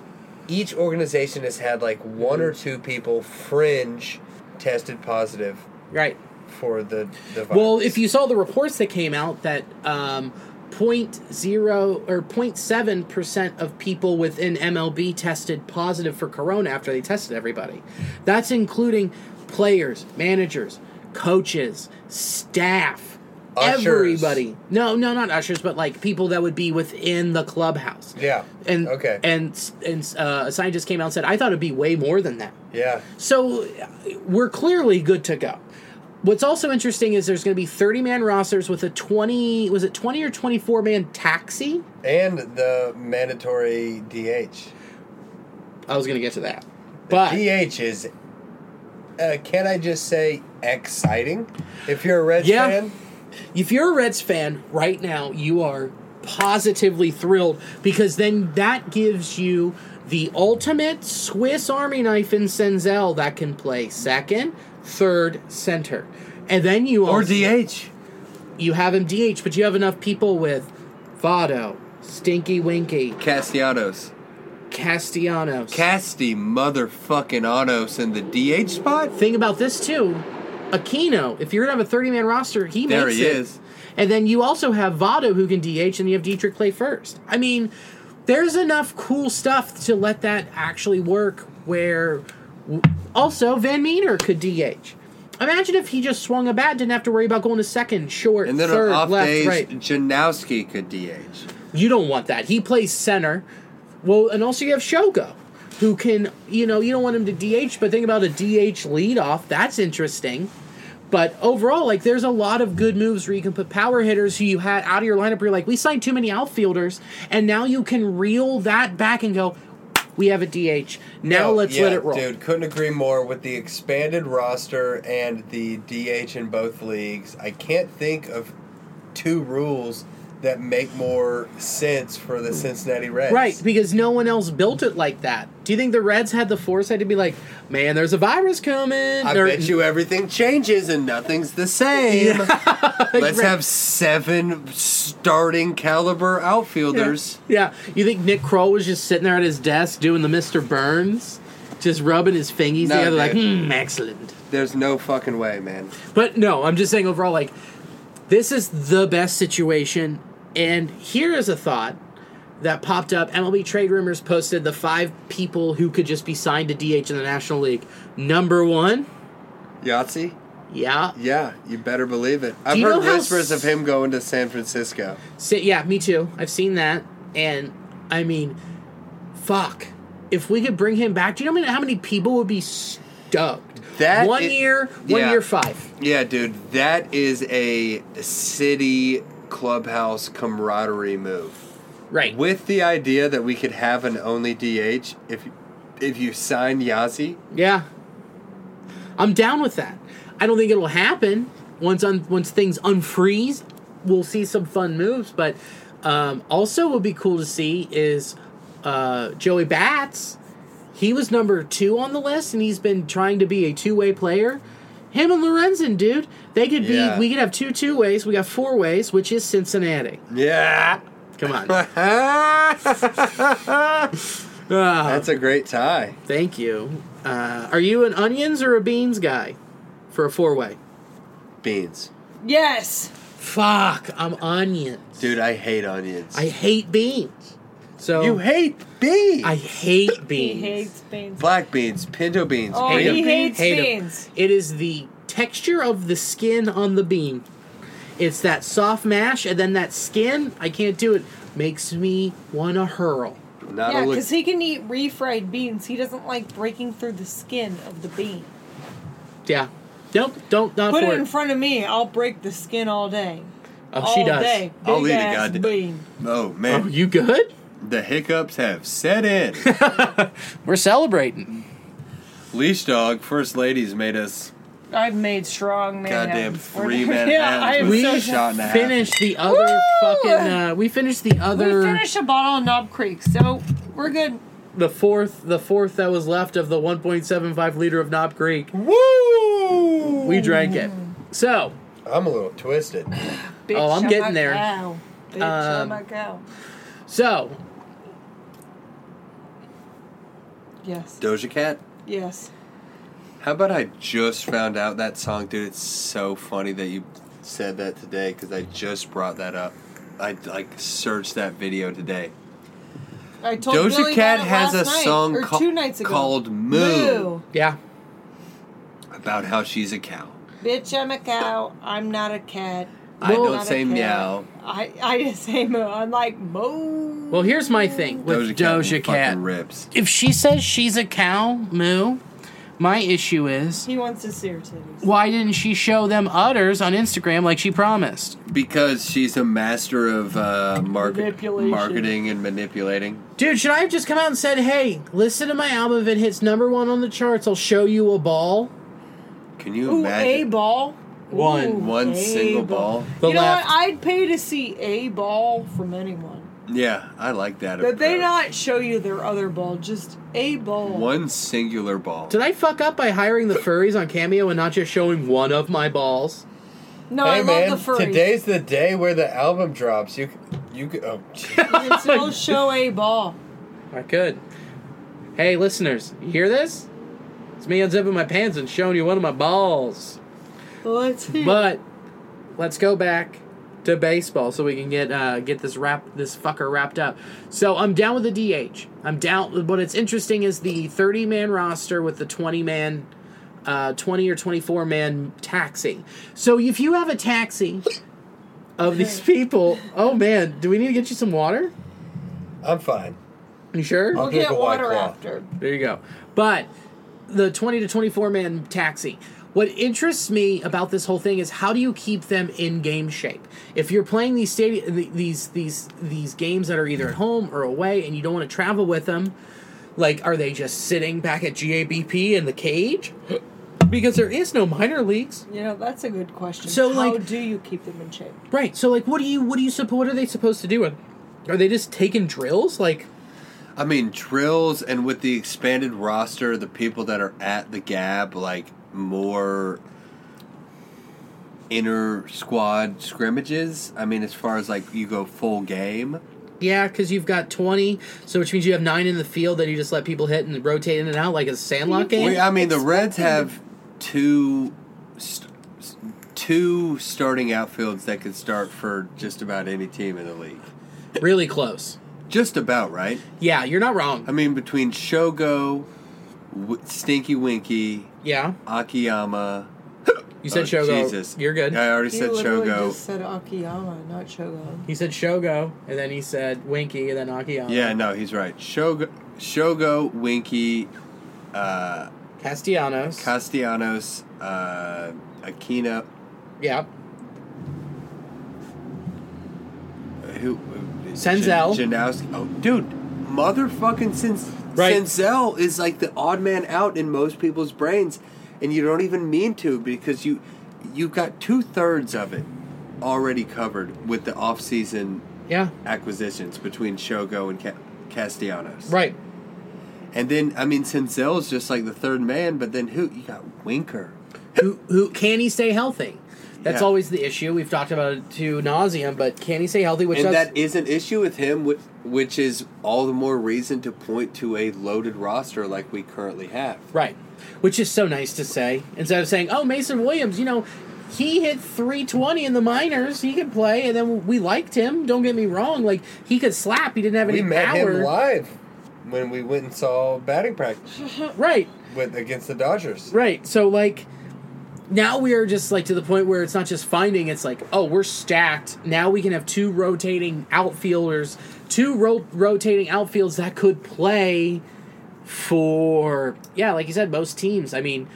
each organization has had like one or two people fringe tested positive
Right.
for the, the virus.
Well, if you saw the reports that came out that um, 0.0 or 0.7 percent of people within MLB tested positive for corona after they tested everybody, that's including players, managers, coaches, staff.
Ushers.
Everybody, no, no, not ushers, but like people that would be within the clubhouse.
Yeah.
and
Okay.
and and uh, a scientist came out and said, "I thought it'd be way more than that."
yeah,
So uh, we're clearly good to go. What's also interesting is there's going to be 30 man rosters with a 20 was it 20 or 24 man taxi?
and the mandatory DH.
I was going to get to that.
The
But
DH is, uh, can I just say, exciting? If you're a Reds
Yeah.
fan,
if you're a Reds fan right now, you are positively thrilled because then that gives you the ultimate Swiss Army knife in Senzel that can play second, third, center. And then you
or
also-
DH.
you have him DH, but you have enough people with Votto, Stinky Winky,
Castellanos.
Castellanos.
Casty motherfucking Autos in the DH spot?
Thing about this too, Aquino. If you're gonna have a 30 man roster, he
There
makes
he
it.
is.
And then you also have Votto who can DH, and you have Dietrich play first. I mean, there's enough cool stuff to let that actually work. Where also Van Meter could DH. Imagine if he just swung a bat, didn't have to worry about going to second, short,
And then
third,
on off
left,
days,
right.
Janowski could DH.
You don't want that. He plays center. Well, and also you have Shogo, who can, you know, you don't want him to DH, but think about a DH leadoff. That's interesting. But overall, like, there's a lot of good moves where you can put power hitters who you had out of your lineup. Where you're like, we signed too many outfielders, and now you can reel that back and go, we have a DH. Now
No,
let's
yeah,
let it roll.
Dude, couldn't agree more with the expanded roster and the DH in both leagues. I can't think of two rules that make more sense for the Cincinnati Reds.
Right, because no one else built it like that. Do you think the Reds had the foresight to be like, man, there's a virus coming?
I
or-
bet you everything changes and nothing's the
(laughs)
same. (laughs)
Right.
Let's have seven starting caliber outfielders.
Yeah. You think Nick Kroll was just sitting there at his desk doing the Mr. Burns? Just rubbing his fingies
No,
together, like,
dude.
hmm, excellent.
There's no fucking way, man.
But no, I'm just saying overall, like, this is the best situation. And here is a thought that popped up. MLB Trade Rumors posted the five people who could just be signed to DH in the National League. Number one,
Yahtzee?
yeah,
Yeah, you better believe it. I've
you know
heard
how s-
whispers of him going to San Francisco.
Sa- yeah, me too. I've seen that, and I mean, fuck. If we could bring him back, do you know how many people would be stoked?
That
one
i-
year, one
yeah.
year five.
Yeah, dude, that is a city clubhouse camaraderie move.
Right.
With the idea that we could have an only DH if if you sign Yazi,
yeah, I'm down with that. I don't think it'll happen once un- once things unfreeze. We'll see some fun moves, but um, also would be cool to see is uh, Joey Bats. He was number two on the list, and he's been trying to be a two way player. Him and Lorenzen, dude, they could be.
Yeah.
We could have two two ways. We got four ways, which is Cincinnati.
(laughs) yeah,
Come on,
that's a great tie.
Ah, thank you. Uh, are you an onions or a beans guy for a four way?
Beans,
Yes.
Fuck, I'm onions.
dude, I hate onions.
I hate beans. So
you hate beans.
I hate
He
beans.
hates beans.
Black beans, pinto beans.
Oh,
Hate 'em.
he hates
Hate 'em.
beans.
It is the texture of the skin on the bean. It's that soft mash, and then that skin. I can't do it. Makes me wanna hurl.
Not
yeah,
a look.
because he can eat refried beans. He doesn't like breaking through the skin of the bean.
Yeah. Nope. Don't not
Put
for
it in front of me. I'll break the skin all day.
Oh,
all
she does.
Day.
I'll
Big
eat a
ass
goddamn-
bean.
oh
Oh,
man,
you good?
the hiccups have set (laughs) in.
We're celebrating.
Leash dog, first ladies made us
I've made strong man. (laughs)
goddamn
hands.
three
We're-
man
Yeah, I am
with
We
so.
a shot and a half.
Finished the other
Woo!
fucking. Uh, we finished the
We
other.
finished a bottle of Knob Creek, so we're good.
the fourth. The fourth that was left of the 1.75 liter of Knob Creek.
Woo!
We drank it. So
I'm a little twisted.
Bitch,
Oh, I'm getting
a
there.
Cow. Bitch,
Um,
I'm a cow.
so
Yes.
Doja Cat.
Yes.
How about I just found out that song, dude? It's so funny that you said that today because I just brought that up. I like searched that video today.
I told
Doja
Billy
Cat
about it
has
last
a
night,
song
or
ca-
two nights ago.
called Moo.
Yeah.
about how she's a cow.
Bitch, I'm a cow. I'm not a cat.
I
I'm
don't
not a
say
cat.
meow.
I, I just say moo. I'm like moo.
Well, here's my thing with Doja Cat.
fucking rips.
If she says she's a cow, moo, my issue is
he wants to see her titties.
why didn't she show them udders on Instagram like she promised?
Because she's a master of uh, market,
Manipulation.
marketing and manipulating.
Dude, should I have just come out and said, hey, listen to my album. If it hits number one on the charts, I'll show you a ball?
Can you
Ooh, a
imagine
ball.
One.
Ooh,
one
a
single ball?
The
you know
left.
what? I'd pay to see a ball from anyone.
Yeah, I like that.
But they
approach.
not show you their other ball, just a ball.
one singular ball.
Did I fuck up by hiring the furries on Cameo and not just showing one of my balls?
No, I love the furries. (laughs)
the day where the album drops. You, you. Oh,
you can still show a ball.
I could. Hey, listeners, you hear this? It's me unzipping my pants and showing you one of my balls.
Let's see.
But let's go back to baseball so we can get uh, get this wrap this fucker wrapped up. So I'm down with the DH. I'm down. But it's interesting is the 30 man roster with the 20 man, uh, 20 or 24 man taxi. So if you have a taxi of these people, oh man, do we need to get you some water?
I'm fine.
You sure?
we'll
drink
get
a White
water
Claw.
after.
There you go. But the 20 to 24 man taxi. What interests me about this whole thing is how do you keep them in game shape? If you're playing these stadi- th- these these these games that are either at home or away and you don't want to travel with them, like are they just sitting back at GABP in the cage? Because there is no minor leagues.
You know, that's a good question.
So,
How
like-
do you keep them in shape?
Right. So like what do you what do you suppo- what are they supposed to do? Are they just taking drills like
(laughs) I mean, drills and with the expanded roster, the people that are at the gab, like more inner squad scrimmages. I mean, as far as like you go full game.
Yeah, because you've got 20, so which means you have nine in the field that you just let people hit and rotate in and out like a sandlot game.
Wait, I mean, the Reds have two st- two starting outfields that could start for just about any team in the league.
Really close.
Just about right.
Yeah, you're not
I
wrong.
mean, between Shogo, w- Stinky Winky,
Yeah,
Akiyama.
you said
Oh,
Shogo.
Jesus.
You're good.
I already
You
said
literally
Shogo.
just said Akiyama, not Shogo.
He said Shogo, and then he said Winky, and then Akiyama.
Yeah, no, he's right. Shogo, Shogo Winky, uh,
Castellanos.
Castellanos, uh, Aquino.
yeah.
Who? uh,
Senzel.
Jan- Janowski. Oh, dude, motherfucking Sens-
Right.
Senzel is like the odd man out in most people's brains, and you don't even mean to because you you've got two thirds of it already covered with the off season
Yeah.
acquisitions between Shogo and Ca- Castellanos.
Right.
And then I mean Senzel's just like the third man, but then who you got Winker.
who who can he stay healthy? That's
Yeah.
always the issue. We've talked about it to nauseum, but can he stay healthy? Which
and
that's,
that is an issue with him, which, which is all the more reason to point to a loaded roster like we currently have.
Right. Which is so nice to say. Instead of saying, oh, Mason Williams, you know, he hit 320 in the minors. He could play. And then we liked him. Don't get me wrong. Like, he could slap. He didn't have any
We met
power.
him live when we went and saw batting practice
Right.
with against the Dodgers.
Right. So, like, now we are just, like, to the point where it's not just finding, it's like, oh, we're stacked. Now we can have two rotating outfielders, two ro- rotating outfields that could play for, yeah, like you said, most teams. I mean,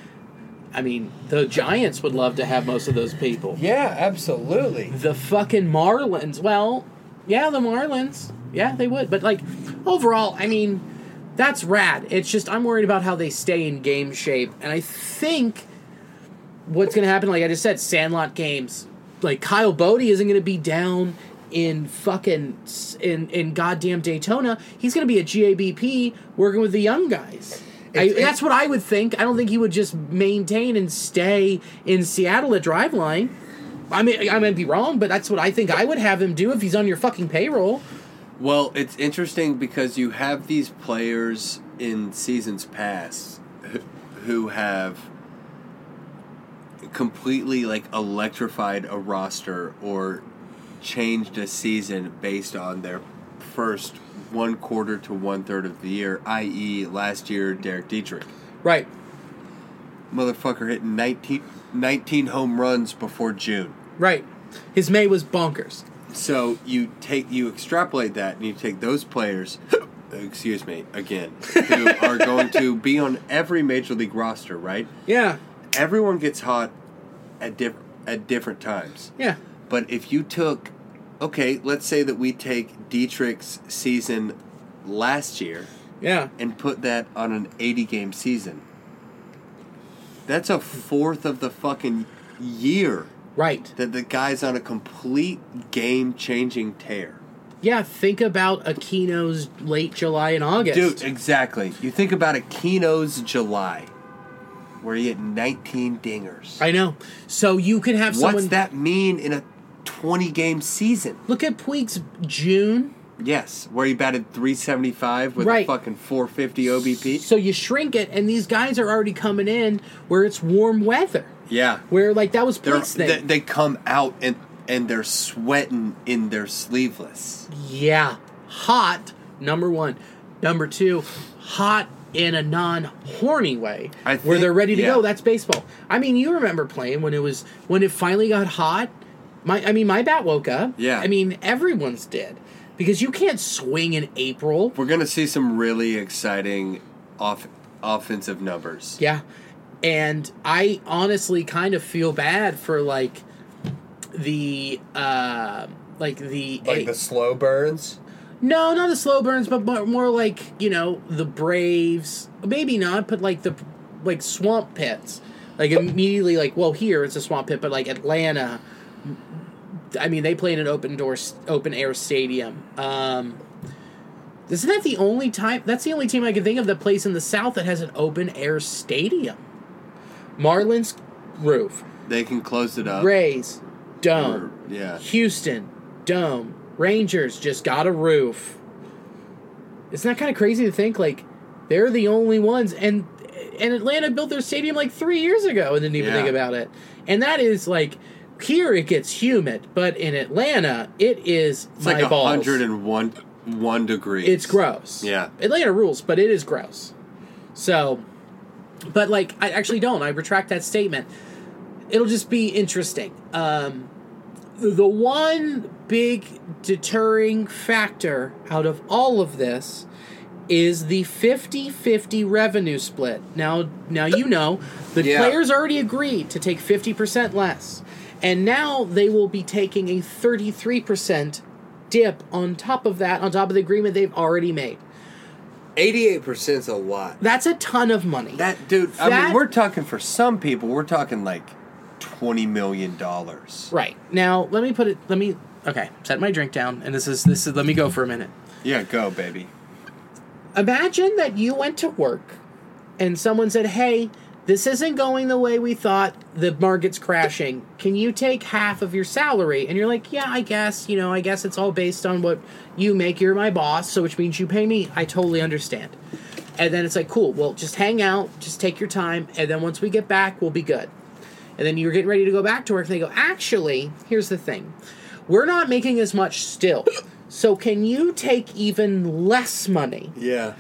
I mean, the Giants would love to have most of those people.
Yeah, absolutely.
the fucking Marlins. Well, yeah, the Marlins. Yeah, they would. But like overall, I mean, that's rad. It's just I'm worried about how they stay in game shape, and I think what's going to happen, like I just said, Sandlot games. Like Kyle Bode isn't going to be down in fucking s- in in goddamn Daytona. He's going to be at GABP working with the young guys. I,
It's-
that's what I would think. I don't think he would just maintain and stay in Seattle at Driveline. I mean, I might be wrong, but that's what I think I would have him do if he's on your fucking payroll.
Well, it's interesting because you have these players in seasons past who- who have completely like electrified a roster or changed a season based on their first one quarter to one third of the year, i.e., last year Derek Dietrich.
Right.
Motherfucker hit 19, 19 home runs before June.
Right. His May was bonkers.
So you take you extrapolate that and you take those players, (coughs) excuse me, again, who are going to be on every major league roster, right?
Yeah.
Everyone gets hot at diff- at different times.
Yeah.
But if you took, okay, let's say that we take Dietrich's season last year
Yeah.
and put that on an 80 game season, that's a fourth of the fucking year
Right.
that the guy's on a complete game changing tear.
Yeah, think about Aquino's late July and August.
Dude, exactly. You think about Aquino's July, where he had 19 dingers.
I know. So you could have
What's
someone
that mean in a 20 game season?
look at Puig's June.
Yes, where he batted 375 with
Right.
a fucking 450 OBP.
So you shrink it, and these guys are already coming in where it's warm weather.
yeah.
Where like that was
They're,
Puig's thing.
they, they come out and, and they're sweating in their sleeveless.
Yeah. Hot, number one. Number two, hot in a non horny way.
I
where
think-
they're ready to
yeah.
go. That's baseball. I mean, you remember playing when it was when it finally got hot. My I mean my bat woke up.
Yeah.
I mean everyone's did. Because you can't swing in April.
We're going to see some really exciting off, offensive numbers.
Yeah. And I honestly kind of feel bad for like the uh like the
Like the slow burns.
No, not the slow burns, but more, more like you know the Braves. Maybe not, but like the like swamp pits. Like immediately, like well, here it's a swamp pit, but like Atlanta. I mean, they play in an open door, open air stadium. Um, isn't that the only time? That's the only team I can think of that plays in the South that has an open air stadium. Marlins roof,
They can close it up.
Rays
Or-
dome.
yeah.
Houston, Dome, Rangers just got a roof. Isn't that kind of crazy to think? Like, they're the only ones, and and Atlanta built their stadium like three years ago and didn't even
Yeah.
think about it. And that is like here it gets humid, but in Atlanta it is
It's
my
like
balls.
101 one degree.
It's gross.
Yeah.
Atlanta rules, but it is gross. So, but like, I actually don't. I retract that statement. It'll just be interesting. Um, the one big deterring factor out of all of this is the 50-50 revenue split. Now now you know the
Yeah.
players already agreed to take 50% less. And now they will be taking a 33% dip on top of that on top of the agreement they've already made.
88% is a lot.
That's a ton of money.
That dude, I
That-
mean, we're talking for some people, we're talking like twenty million dollars.
right. Now, let me put it let me okay, set my drink down and this is this is let me go for a minute.
Yeah, go baby.
imagine that you went to work and someone said, Hey, this isn't going the way we thought. The market's crashing. Can you take half of your salary? And you're like, Yeah, I guess. You know, I guess it's all based on what you make. You're my boss, so which means you pay me. I totally understand. And then it's like, Cool, well, just hang out, just take your time. And then once we get back, we'll be good. And then you're getting ready to go back to work. And they go, Actually, here's the thing we're not making as much still. So can you take even less money?
Yeah.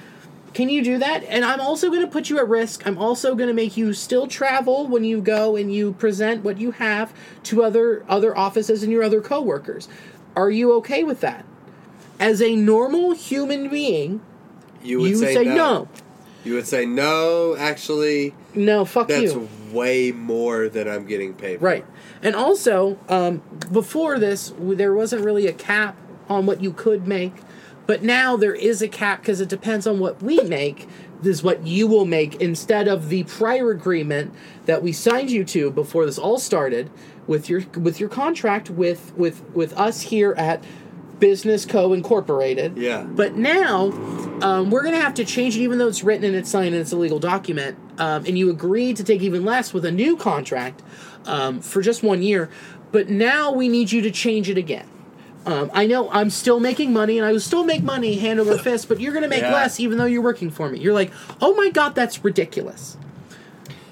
Can you do that? And I'm also going to put you at risk. I'm also going to make you still travel when you go and you present what you have to other other offices and your other coworkers. Are you okay with that? As a normal human being,
You
you say, no.
You would say no. Actually,
no, fuck
that's
you.
way more than I'm getting paid.
Right. And also, um, before this, w- there wasn't really a cap on what you could make, but now there is a cap because it depends on what we make. This is what you will make instead of the prior agreement that we signed you to before this all started with your with your contract with with with us here at Business Co Incorporated.
Yeah.
But now um, we're going to have to change it, even though it's written and it's signed and it's a legal document. Um, and you agreed to take even less with a new contract um, for just one year. But now we need you to change it again. Um, I know I'm still making money and I will still make money hand over fist, but you're going to make
Yeah.
less even though you're working for me. You're like, oh my God, that's ridiculous.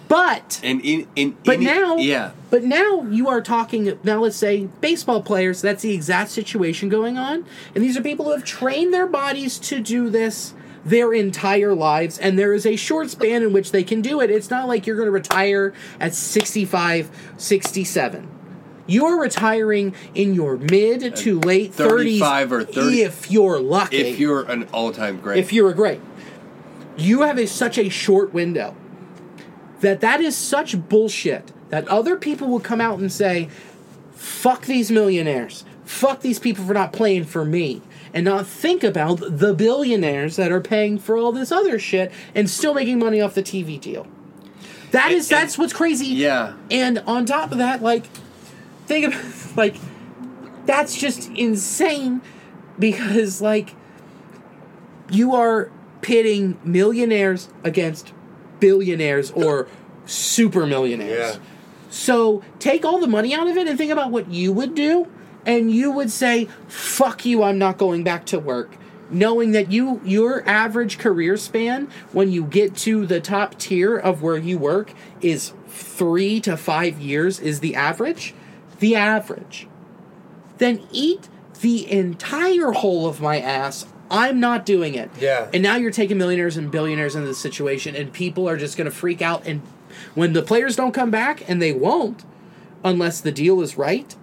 But
And in, in
but
any-
now
yeah,
but now you are talking now let's say baseball players that's the exact situation going on and these are people who have trained their bodies to do this their entire lives and there is a short span in which they can do it it's not like you're going to retire at 65 67 you're retiring in your mid to late
35
35
or 30
if you're lucky
if you're an all-time great,
if you're a great you have a such a short window that that is such bullshit that other people will come out and say fuck these millionaires fuck these people for not playing for me and not think about the billionaires that are paying for all this other shit and still making money off the TV deal that is
and-
that's what's crazy
yeah,
and on top of that, like, think about (laughs) like that's just insane because like you are pitting millionaires against billionaires or super millionaires.
Yeah.
So take all the money out of it and think about what you would do. And you would say, fuck you, I'm not going back to work. Knowing that you your average career span when you get to the top tier of where you work is three to five years is the average. The average. Then eat the entire hole of my ass. I'm not doing it.
Yeah.
And now you're taking millionaires and billionaires into the situation, and people are just going to freak out. And when the players don't come back, and they won't, unless the deal is right,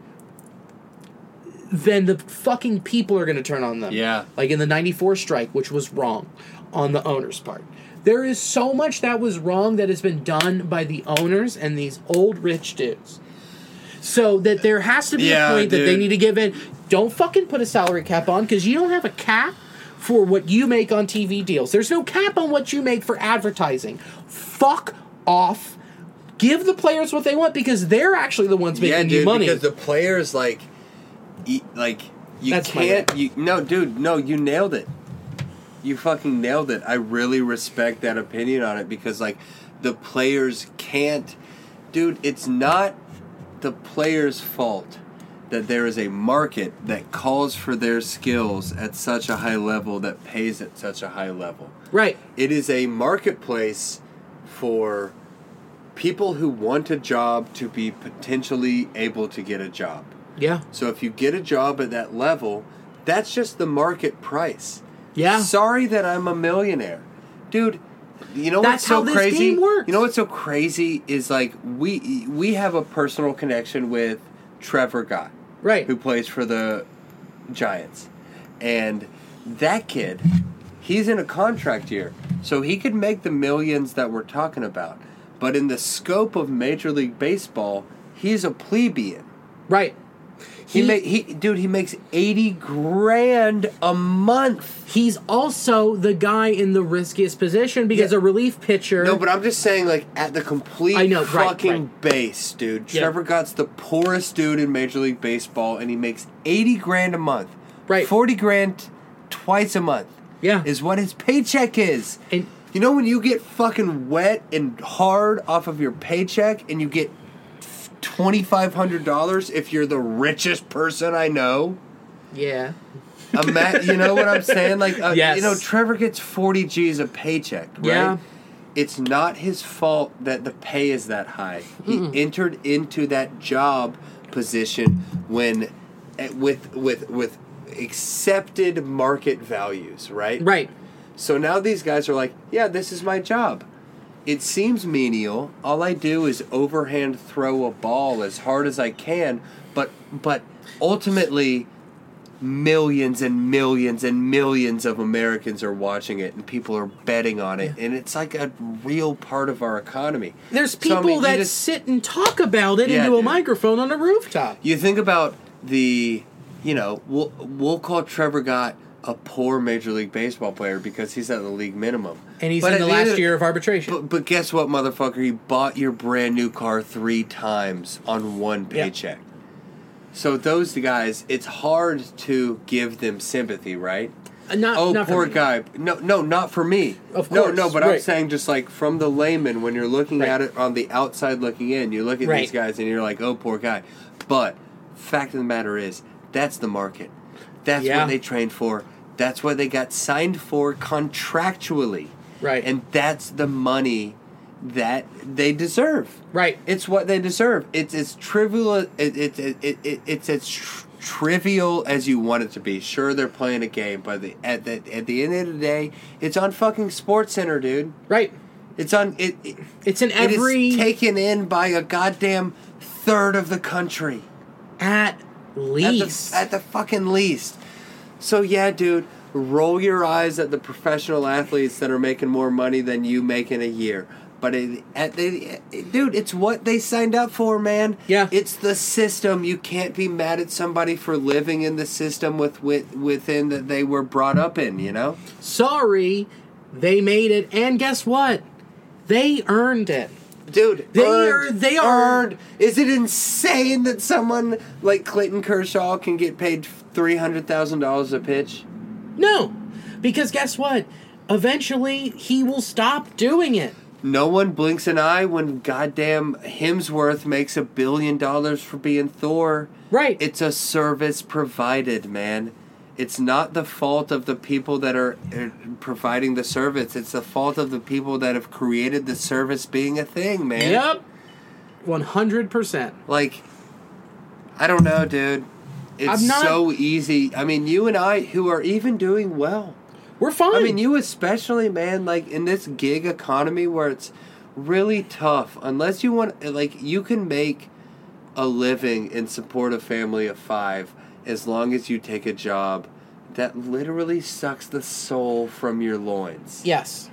then the fucking people are going to turn on them.
Yeah.
Like in the 94 strike, which was wrong on the owner's part. There is so much that was wrong that has been done by the owners and these old rich dudes. So that there has to be
Yeah,
a point that they
dude.
need to give in. Don't fucking put a salary cap on because you don't have a cap for what you make on TV deals. There's no cap on what you make for advertising. Fuck off. Give the players what they want because they're actually the ones making
yeah,
you
dude,
money.
because the players like, eat, like you
That's my
can't,
rant.
you no, dude, no, you nailed it. You fucking nailed it. I really respect that opinion on it because like the players can't, dude. It's not the player's fault that there is a market that calls for their skills at such a high level that pays at such a high level.
right.
It is a marketplace for people who want a job to be potentially able to get a job.
Yeah.
So if you get a job at that level, that's just the market price.
Yeah.
Sorry that I'm a millionaire. Dude, you know
That's
what's so
how this
crazy?
game works.
You know what's so crazy is like we we have a personal connection with Trevor Guy
Right.
who plays for the Giants. And that kid, he's in a contract year, so he could make the millions that we're talking about. But in the scope of Major League Baseball, he's a plebeian.
Right.
He,
He-
ma- he dude, he makes 80 grand a month.
He's also the guy in the riskiest position because
Yeah.
a relief pitcher.
No, but I'm just saying, like, at the complete
I know, right,
fucking
right.
base, dude.
Yeah.
Trevor Gott's the poorest dude in Major League Baseball, and he makes 80 grand a month.
Right.
40 grand twice a month.
Yeah.
Is what his paycheck is.
And-
you know when you get fucking wet and hard off of your paycheck and you get $2,500 if you're the richest person I know?
yeah.
Ima- you know what I'm saying? Like, uh,
Yes.
you know, Trevor gets 40 G's a paycheck, right?
Yeah.
It's not his fault that the pay is that high. He entered into that job position when, eh, with with with accepted market values, right?
Right.
So now these guys are like, yeah, this is my job. It seems menial. All I do is overhand throw a ball as hard as I can, but but ultimately millions and millions and millions of Americans are watching it and people are betting on it and it's like a real part of our economy.
There's
So, I
people
mean, you
that
just-
sit and talk about it
Yeah,
into a
dude.
microphone on a rooftop.
you think about the, you know, we'll, we'll call Trevor Gott a poor Major League Baseball player because he's at the league minimum.
And he's
But
in the
at end
last
of-
year of arbitration.
But, but guess what, motherfucker? You bought your brand new car three times on one
Yeah.
paycheck. So those guys, it's hard to give them sympathy, right?
Uh, not,
oh,
not for
poor
me.
guy. No, no, not for me.
Of course,
No, no, but I'm
right.
saying just like from the layman, when you're looking
Right.
at it on the outside looking in, you look at
Right.
these guys and you're like, oh, poor guy. But fact of the matter is, that's the market. That's
Yeah.
what they trained for. That's what they got signed for contractually.
Right.
And that's the money that they deserve.
Right.
It's what they deserve. It's as trivial. It, it, it, it, it, it's as tr- trivial as you want it to be. Sure, they're playing a game, but the, at the at the end of the day, it's on fucking Sports Center, dude.
Right.
It's on it. it
It's in every
it is taken in by a goddamn third of the country
at
at the-
least.
At the, fucking least. So yeah, dude, roll your eyes at the professional athletes that are making more money than you make in a year. But it, at the, it- dude, it's what they signed up for, man.
Yeah.
It's the system. You can't be mad at somebody for living in the system with, with within that they were brought up in. You know.
Sorry, they made it, and guess what? They earned it.
Dude,
They
earned-
are- they are-
earned. Is it insane that someone like Clayton Kershaw can get paid three hundred thousand dollars a pitch?
No, because guess what? Eventually, he will stop doing it.
No one blinks an eye when goddamn Hemsworth makes a billion dollars for being Thor.
Right.
It's a service provided, man. It's not the fault of the people that are uh, providing the service. It's the fault of the people that have created the service being a thing, man.
Yep. 100%.
Like, I don't know, dude. It's
I'm not-
so easy. I mean, you and I, who are even doing well,
We're fine.
I mean, you especially, man. Like in this gig economy where it's really tough, unless you want, like, you can make a living and support a family of five as long as you take a job that literally sucks the soul from your loins.
Yes.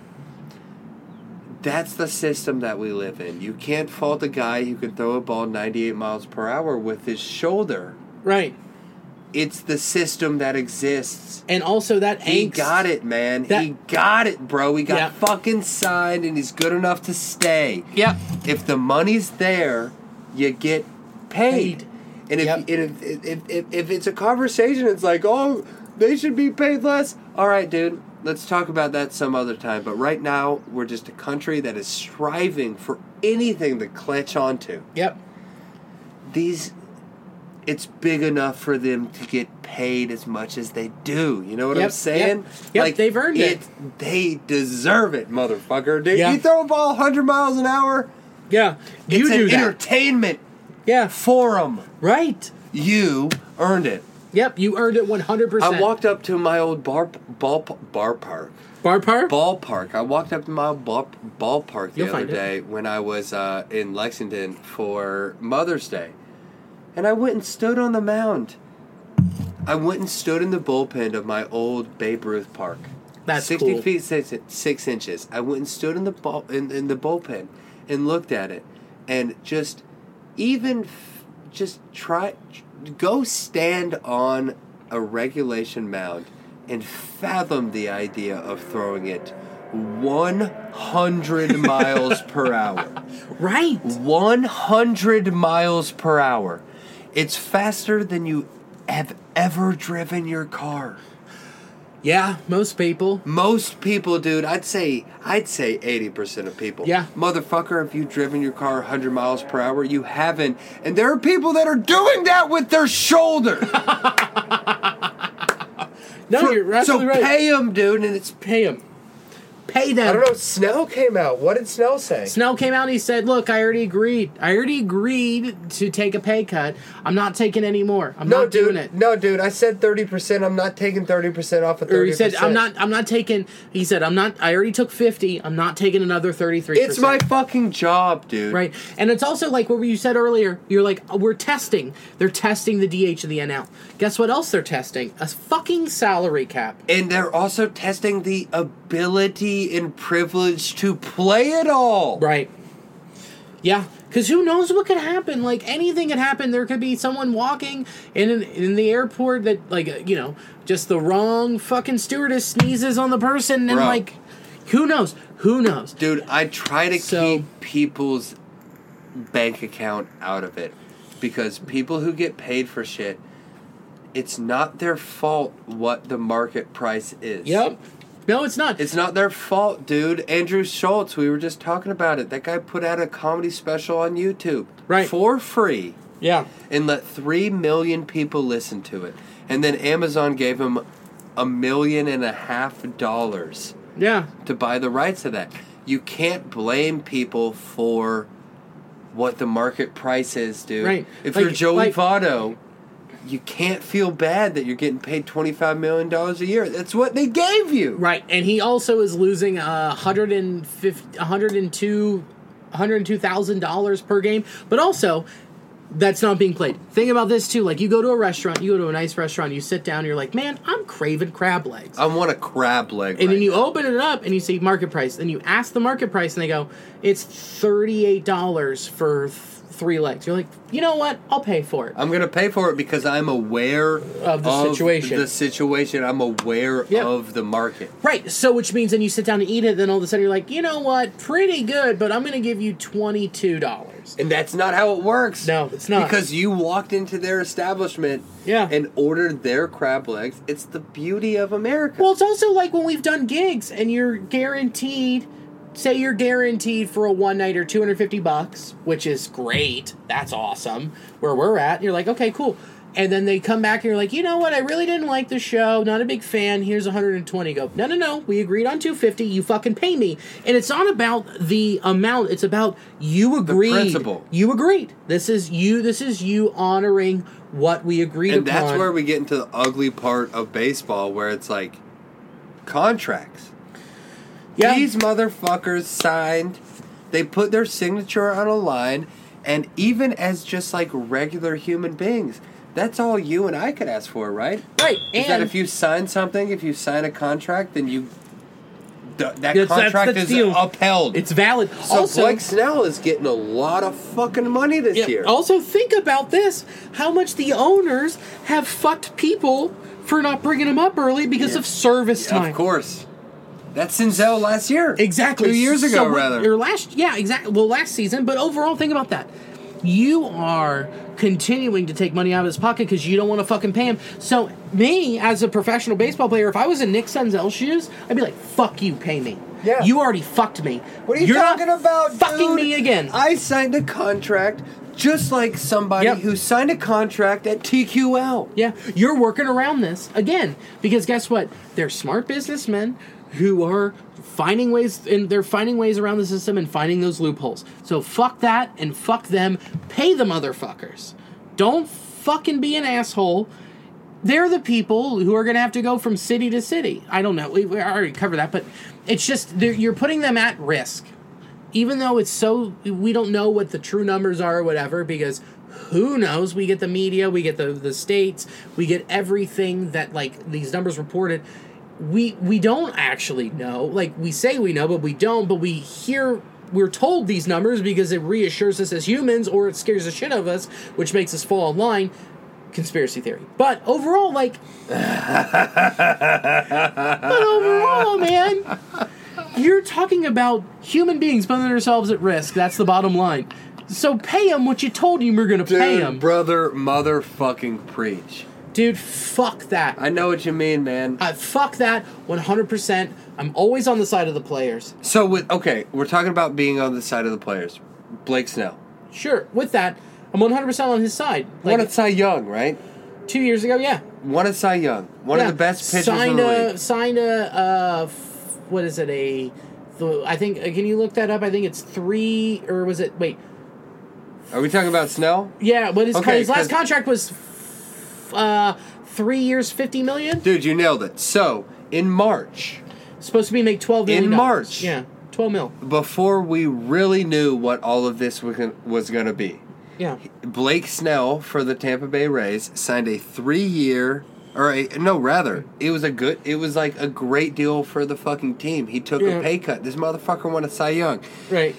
That's the system that we live in. You can't fault a guy who can throw a ball 98 miles per hour with his shoulder.
Right.
It's the system that exists.
And also that
He
angst.
got it, man. he
That-
got it, bro. He got
Yeah.
fucking signed, and he's good enough to stay.
Yep.
If the money's there, you get paid.
Paid.
And if,
Yep.
and if, if, if, if, if it's a conversation, it's like, oh, they should be paid less. All right, dude. Let's talk about that some other time. But right now, we're just a country that is striving for anything to clutch onto.
Yep.
These, it's big enough for them to get paid as much as they do. You know what I'm
Yep,
saying?
yep, yep, they've earned it.
They deserve it, motherfucker. Dude,
Yeah.
you throw a ball 100 miles an hour,
Yeah. You
it's
do
an
that.
entertainment
yeah.
forum.
Right.
You earned it.
Yep. You earned it 100%.
I walked up to my old bar ball bar park
Bar par?
ballpark. I walked up to my ball ballpark the
You'll
other
find it.
day when I was uh, in Lexington for Mother's Day, and I went and stood on the mound. I went and stood in the bullpen of my old Babe Ruth park.
That's
sixty
cool.
feet six, six inches. I went and stood in the ball in, in the bullpen and looked at it, and just even f- just try go stand on a regulation mound and fathom the idea of throwing it 100
(laughs)
miles per hour
Right.
100 miles per hour it's faster than you have ever driven your car
Yeah. Most people.
most people, dude, I'd say I'd say eighty percent of people.
Yeah.
Motherfucker, if you've driven your car hundred miles per hour, you haven't. And there are people that are doing that with
(laughs)
their shoulder.
No, you're
so
absolutely right.
pay them, dude, and it's
Pay him. Pay them.
I don't know. Snell came out. What did Snell say?
Snell came out and he said, "Look, I already agreed. I already agreed to take a pay cut. I'm not taking any more. I'm
no,
not
dude.
doing it."
No, dude. I said thirty percent. I'm not taking thirty percent off of
Or
thirty
he
percent.
said, "I'm not. I'm not taking." He said, "I'm not. I already took fifty. I'm not taking another thirty-three.
it's my fucking job, dude.
right." And it's also like what you said earlier. You're like, "Oh, "We're testing. They're testing the DH and the NL. Guess what else they're testing? A fucking salary cap.
And they're also testing the ability and privilege to play it all.
Right. Yeah, because who knows what could happen? Like anything could happen. There could be someone walking in an, in the airport that, like, uh, you know, just the wrong fucking stewardess sneezes on the person, and
Bro.
like, who knows? Who knows?
Dude, I try to
So-
keep people's bank account out of it because people who get paid for shit, it's not their fault what the market price is.
Yep. No, it's not.
It's not their fault, dude. Andrew Schultz, we were just talking about it. That guy put out a comedy special on YouTube
Right.
for free
yeah.
and let 3 million people listen to it. And then Amazon gave him a million and a half dollars
Yeah.
to buy the rights to that. you can't blame people for what the market price is, dude.
Right.
If
Like-
you're Joey
like-
Votto, you can't feel bad that you're getting paid twenty five million dollars a year. That's what they gave you.
Right, and he also is losing a hundred and fifty, hundred and two, hundred and two thousand dollars per game. But also, that's not being played. Think about this too. Like you go to a restaurant, you go to a nice restaurant, you sit down, you're like, man, I'm craving crab legs.
I want a crab leg.
and
Oh, right
then you
now.
open it up and you see market price. Then you ask the market price, and they go, "It's thirty-eight dollars for th- three legs." You're like, "You know what? I'll pay for it."
I'm gonna pay for it because I'm aware
Of the situation.
The situation. I'm aware
Yep.
of the market.
Right. So, which means then you sit down and eat it. Then all of a sudden, you're like, "You know what? Pretty good, but I'm going to give you twenty-two dollars."
And that's not how it works.
No, it's not.
Because you walked into their establishment
Yeah.
and ordered their crab legs. It's the beauty of America.
Well, it's also like when we've done gigs and you're guaranteed, say you're guaranteed for a one night or 250 bucks, which is great. That's awesome. Where we're at, and you're like, okay, cool. And then they come back and you're like, you know what? I really didn't like the show. Not a big fan. Here's 120. Go, no, no, no. We agreed on 250. You fucking pay me. And it's not about the amount. It's about you agreed.
principle.
You agreed. This is you. This is you honoring what we agreed
and
upon.
that's where we get into the ugly part of baseball where it's like contracts.
Yeah.
These motherfuckers signed, they put their signature on a line, and even as just like regular human beings, that's all you and I could ask for, right?
Right.
Is that
and-
if you sign something, if you sign a contract, then you. th- that
That's- that's-
contract
that's
is
deal.
upheld.
It's valid.
so
also,
Blake Snell is getting a lot of fucking money this
yeah,
year.
also think about this: how much the owners have fucked people for not bringing them up early because of service time.
Of course. That's Sinzel last year.
Exactly.
Two years ago,
So what-
rather.
Or last, yeah, exactly. Well, last season, but overall, think about that. You are continuing to take money out of his pocket because you don't want to fucking pay him. So, me as a professional baseball player, if I was in Nick Senzel's shoes, I'd be like, "Fuck you, pay me."
Yeah.
You already fucked me.
What are you
You're not
talking about,
Fucking
dude?
me again.
I signed a contract just like somebody
Yep.
who signed a contract at TQL.
Yeah, you're working around this again because guess what? They're smart businessmen who are finding ways and they're finding ways around the system and finding those loopholes. So fuck that and fuck them. Pay the motherfuckers. Don't fucking be an asshole. They're the people who are going to have to go from city to city. I don't know. We, we already covered that, but it's just they're- you're putting them at risk even though it's so we don't know what the true numbers are or whatever because who knows we get the media we get the the states we get everything that like these numbers reported we we don't actually know like we say we know but we don't but we hear we're told these numbers because it reassures us as humans or it scares the shit out of us which makes us fall in line conspiracy theory but overall like (laughs) but overall man you're talking about human beings putting themselves at risk. That's the bottom line. So pay them what you told him you're going to pay them.
brother, motherfucking preach.
Dude, fuck that.
I know what you mean, man.
Uh, fuck that 100%. I'm always on the side of the players.
so with okay, we're talking about being on the side of the players. Blake Snell.
Sure, with that, I'm 100% on his side.
One
Like,
at Cy Young, right?
two years ago, yeah.
One at Cy Young. One
yeah.
of the best pitchers in
Signed a,
the league.
Signed a, uh, f- what is it, a, th- I think, uh, can you look that up? I think it's three, or was it, wait,
Are we talking about Snell?
yeah, what is,
Okay,
his last
'cause-
contract was, f- uh, three years, 50 million?
Dude, you nailed it. So in March,
supposed to be make twelve million
In March.
Yeah, twelve mil.
before we really knew what all of this was gon- was going to be,
Yeah,
Blake Snell for the Tampa Bay Rays signed a three-year, or a, no, rather, it was a good, it was like a great deal for the fucking team. He took
Yeah.
a pay cut. This motherfucker won a Cy Young.
right.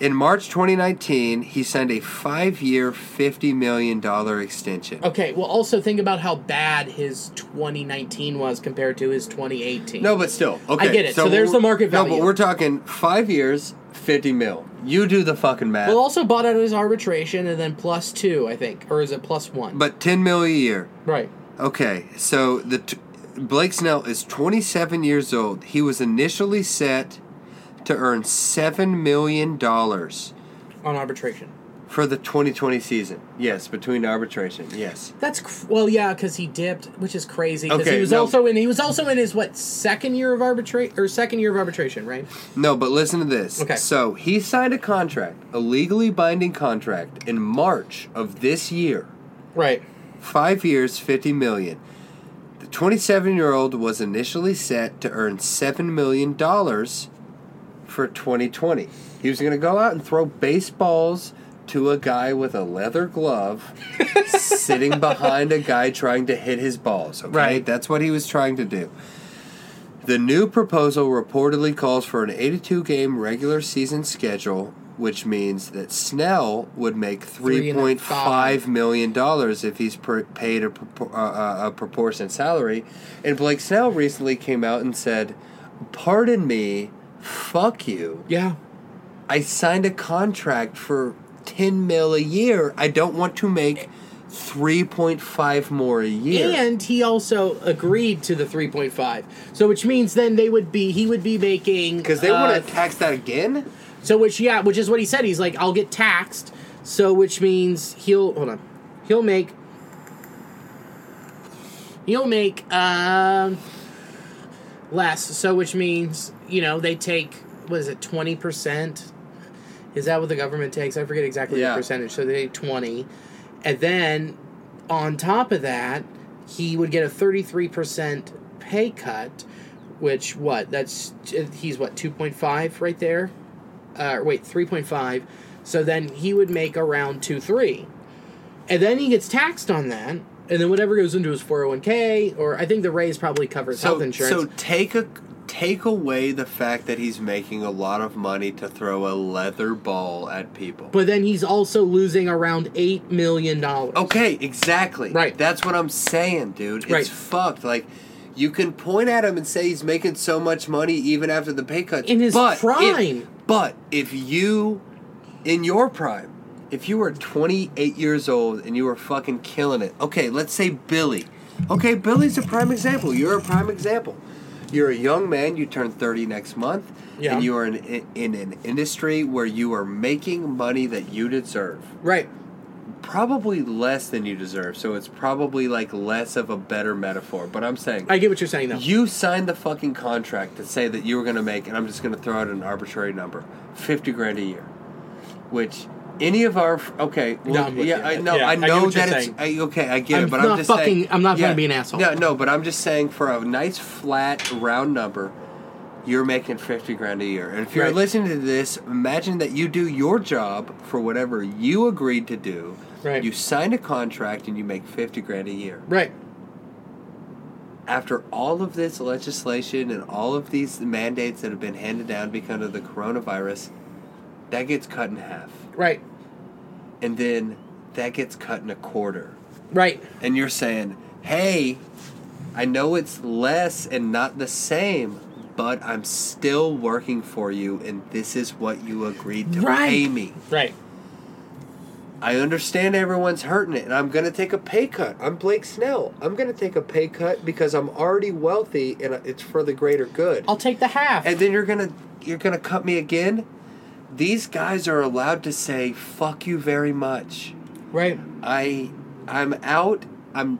In March 2019, he signed a five-year, fifty million dollar extension.
Okay. Well, also think about how bad his 2019 was compared to his 2018.
No, but still, okay.
get it. So there's
we're-
the market
No,
value.
but we're talking five years, fifty mil. You do the fucking math.
Well, also bought out his arbitration and then plus two, I think, or is it plus one?
but ten mil a year.
right.
Okay, so the t- Blake Snell is 27 years old. He was initially set to earn seven million dollars
on arbitration.
for the 2020 season. Yes, between arbitration. Yes.
That's cr- well, yeah, because he dipped, which is crazy. Because
Okay,
he was
no.
also in he was also in his what second year of arbitration or second year of arbitration, right?
No, but listen to this.
Okay.
So he signed a contract, a legally binding contract, in March of this year.
Right.
Five years, 50 million. The 27 year old was initially set to earn $7 million for 2020. He was going to go out and throw baseballs to a guy with a leather glove sitting behind a guy trying to hit his balls. Okay?
Right.
That's what he was trying to do. The new proposal reportedly calls for an 82 game regular season schedule, which means that Snell would make
Three and a
$3.5 million dollars if he's per- paid a, propor- uh, uh, a proportionate salary. And Blake Snell recently came out and said, Pardon me, fuck you.
Yeah.
I signed a contract for 10 mil a year. I don't want to make 3.5 more a year.
And he also agreed to the three point five. So which means then they would be he would be making
because they
uh,
want to tax that again?
So which yeah, which is what he said. He's like, I'll get taxed. So which means he'll hold on. He'll make he'll make um less. So which means, you know, they take what is it, twenty percent? Is that what the government takes? I forget exactly
Yeah.
the percentage. So they take twenty. And then on top of that, he would get a thirty three percent pay cut, which what? That's he's what, two point five right there? uh, wait, 3.5. So then he would make around 2 3. And then he gets taxed on that. And then whatever goes into his 401k, or I think the raise probably covers health insurance.
So take a take away the fact that he's making a lot of money to throw a leather ball at people.
but then he's also losing around $8 million.
okay, exactly.
Right.
That's what I'm saying, dude. It's
Right.
fucked. Like you can point at him and say he's making so much money even after the pay cut.
In his
but if-
prime.
but if you in your prime, if you were 28 years old and you were fucking killing it. Okay, let's say Billy. Okay, Billy's a prime example. You're a prime example. You're a young man, you turn 30 next month,
Yeah.
and you are in, in, in an industry where you are making money that you deserve
Right.
probably less than you deserve. So it's probably like less of a better metaphor. But I'm saying
I get what you're saying, though.
you signed the fucking contract to say that you were going to make, and I'm just going to throw out an arbitrary number, fifty grand a year, which. Any of our okay, well,
I'm with
yeah,
you.
I know,
Yeah,
I
I get
know
what you're
that it's I, okay. I get
I'm
it, but
not
I'm just
fucking-
saying,
I'm not trying to be an asshole.
No, no, but I'm just saying for a nice flat round number, you're making 50 grand a year. And if you're
Right.
listening to this, imagine that you do your job for whatever you agreed to do.
Right.
You sign a contract and you make 50 grand a year.
Right.
After all of this legislation and all of these mandates that have been handed down because of the coronavirus, that gets cut in half.
Right.
And then that gets cut in a quarter.
Right.
and you're saying, hey, I know it's less and not the same, but I'm still working for you, and this is what you agreed to
Right.
pay me.
Right.
I understand everyone's hurting it, and I'm going to take a pay cut. I'm Blake Snell. I'm going to take a pay cut because I'm already wealthy, and it's for the greater good.
I'll take the half.
and then you're going to you're going to cut me again? These guys are allowed to say fuck you very much.
right.
I I'm out. I'm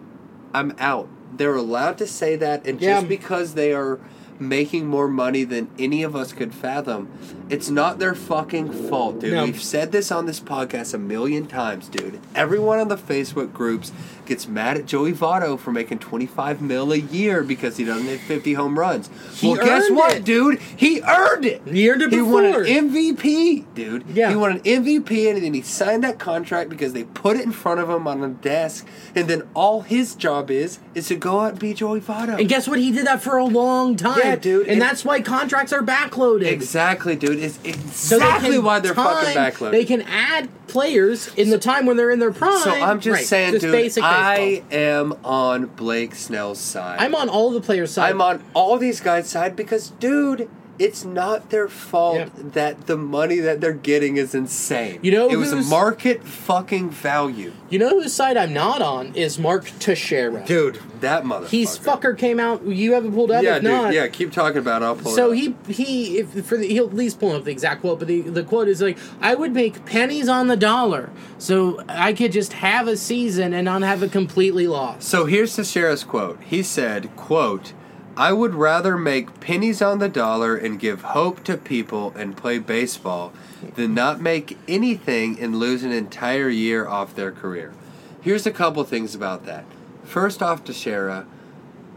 I'm out. They're allowed to say that and
Yeah.
just because they are making more money than any of us could fathom, it's not their fucking fault, dude.
No.
We've said this on this podcast a million times, dude. Everyone on the Facebook groups gets mad at Joey Votto for making 25 mil a year because he doesn't hit 50 home runs. well, guess
earned
what,
it.
dude? He earned it.
He earned it
won an
before.
MVP, dude.
Yeah.
He won an MVP and then he signed that contract because they put it in front of him on a desk and then all his job is is to go out and be Joey Votto.
And guess what? He did that for a long time.
Yeah, dude.
And,
And-
that's why contracts are backloaded.
exactly, dude. It's
So they
exactly
can
why they're fucking
time-
backloaded.
They can add players in the time when they're in their prime.
so I'm just
Right,
saying, dude,
basic
I
baseball.
am on Blake Snell's side.
I'm on all the players' side.
I'm on all these guys' side because, dude, It's not their fault
Yeah.
that the money that they're getting is insane.
You know
it was
who's-
market fucking value.
You know whose side I'm not on is Mark Teixeira.
Dude,
That motherfucker.
He's fucker came out. You haven't pulled up.
Yeah,
if
dude.
not,
Yeah, keep talking about. It. I'll pull. it
So
up.
he he if for the, he'll at least pull up the exact quote, but the, the quote is like, "I would make pennies on the dollar, so I could just have a season and not have it completely lost."
So here's the sheriff's quote. He said, quote, I would rather make pennies on the dollar and give hope to people and play baseball than not make anything and lose an entire year off their career. Here's a couple things about that. First off, Teixeira,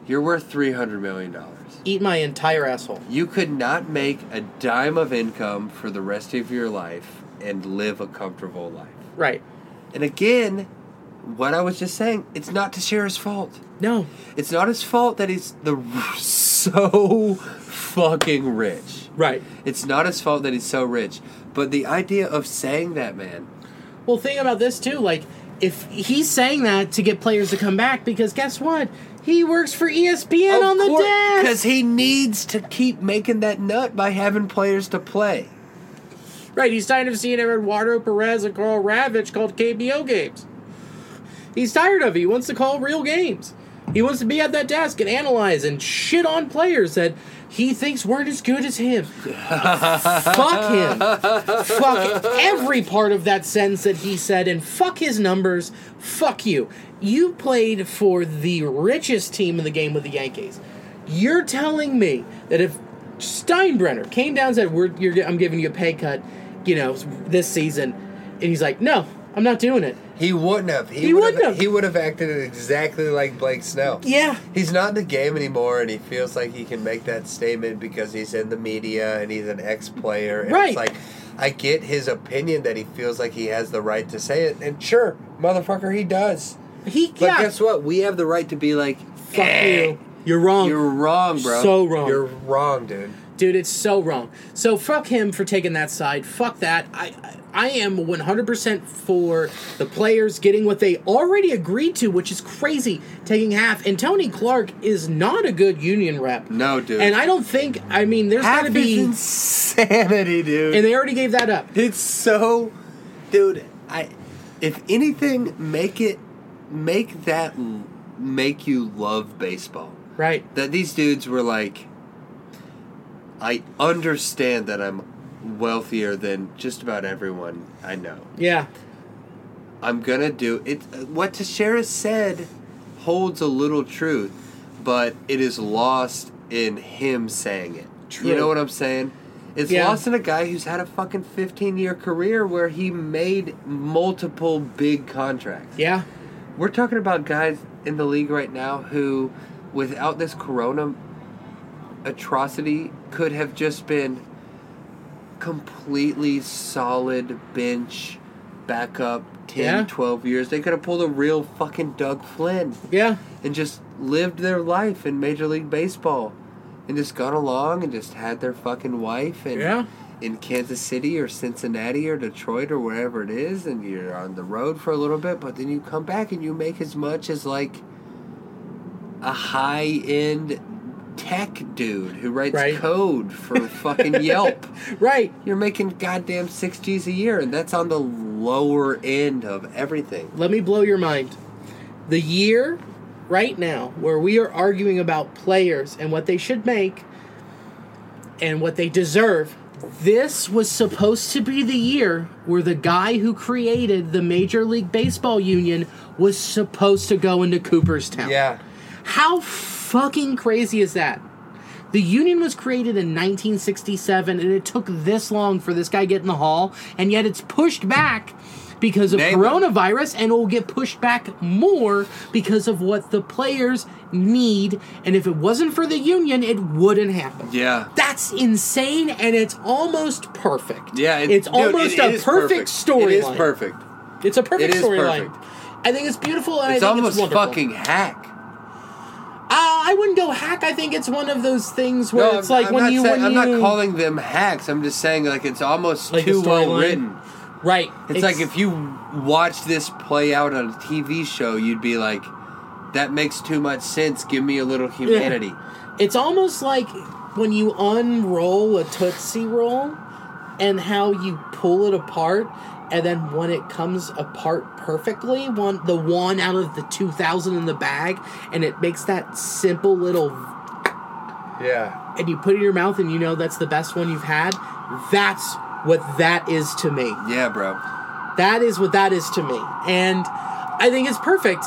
you're worth $300 million.
Eat my entire asshole.
You could not make a dime of income for the rest of your life and live a comfortable life.
Right?
And again, what I was just saying, it's not Teixeira's fault.
No.
It's not his fault that he's the so fucking rich.
Right.
It's not his fault that he's so rich, but the idea of saying that, man.
Well, think about this too. Like, if he's saying that to get players to come back, because guess what? He works for E ESPN on the
Because
desk.
he needs to keep making that nut by having players to play.
Right. He's tired of seeing Eduardo Perez and Carl Ravitch called KBO games. He's tired of it. He wants to call real games. He wants to be at that desk and analyze and shit on players that he thinks weren't as good as him. fuck him. fuck every part of that sentence that he said and fuck his numbers. Fuck you. You played for the richest team in the game with the Yankees. You're telling me that if Steinbrenner came down and said, We're, you're, I'm giving you a pay cut, you know, this season, and he's like, no, I'm not doing it.
he wouldn't have. He,
He
would
wouldn't have.
He would have acted exactly like Blake Snell.
Yeah.
He's not in the game anymore, and he feels like he can make that statement because he's in the media and he's an ex-player. And
Right.
It's like, I get his opinion that he feels like he has the right to say it, and sure, motherfucker, he does.
He
But
yeah.
guess what? We have the right to be like,
Fuck you. You're wrong.
you're wrong, bro.
So wrong.
You're wrong, dude.
Dude, it's so wrong. So fuck him for taking that side. Fuck that. I I I am 100% for the players getting what they already agreed to, which is crazy, taking half. And Tony Clark is not a good union rep.
No, dude.
And I don't think I mean there's got
Half
to
is
be
insanity, dude.
and they already gave that up.
It's so, dude. I, if anything, make it, make that, l- make you love baseball.
Right.
That these dudes were like, I understand that I'm wealthier than just about everyone I know.
Yeah.
I'm gonna do it. What Teixeira said holds a little truth, but it is lost in him saying it.
True.
You know what I'm saying? It's
Yeah.
lost in a guy who's had a fucking 15 year career where he made multiple big contracts.
Yeah.
We're talking about guys in the league right now who, without this corona atrocity, could have just been completely solid bench backup 10,
Yeah.
12 years. They could have pulled a real fucking Doug Flynn
Yeah.
and just lived their life in Major League Baseball and just got along and just had their fucking wife and
Yeah.
in Kansas City or Cincinnati or Detroit or wherever it is and you're on the road for a little bit but then you come back and you make as much as like a high end tech dude who writes
Right.
code
(laughs)
for fucking Yelp.
Right.
You're making goddamn 6 G's a year and that's on the lower end of everything.
Let me blow your mind. The year right now where we are arguing about players and what they should make and what they deserve, this was supposed to be the year where the guy who created the Major League Baseball Union was supposed to go into Cooperstown.
Yeah.
How fucking crazy is that? The union was created in 1967, and it took this long for this guy to get in the hall, and yet it's pushed back because of
Name it.
coronavirus, and it will get pushed back more because of what the players need. And if it wasn't for the union, it wouldn't happen.
Yeah.
That's insane, and it's almost perfect.
Yeah, it-
it's
dude, it-
almost
it
a
is
perfect, storyline.
It is perfect.
It's a perfect
It is
storyline.
perfect.
I think it's beautiful, and
It's
I think
almost
it's wonderful.
fucking hack.
Uh, I wouldn't go hack. I think it's one of those things where it's like when
not
you
saying-
when
I'm
you
not calling them hacks. I'm just saying like it's almost
Like the
too well
storyline?
written.
right.
It's, like if you watch this play out on a TV show, you'd be like, "That makes too much sense. Give me a little humanity."
It's almost like when you unroll a Tootsie Roll and how you pull it apart, and then when it comes apart perfectly, one the one out of the 2,000 in the bag, and it makes that simple little,
Yeah.
and you put it in your mouth and you know that's the best one you've had, that's what that is to me.
Yeah, bro.
That is what that is to me, and I think it's perfect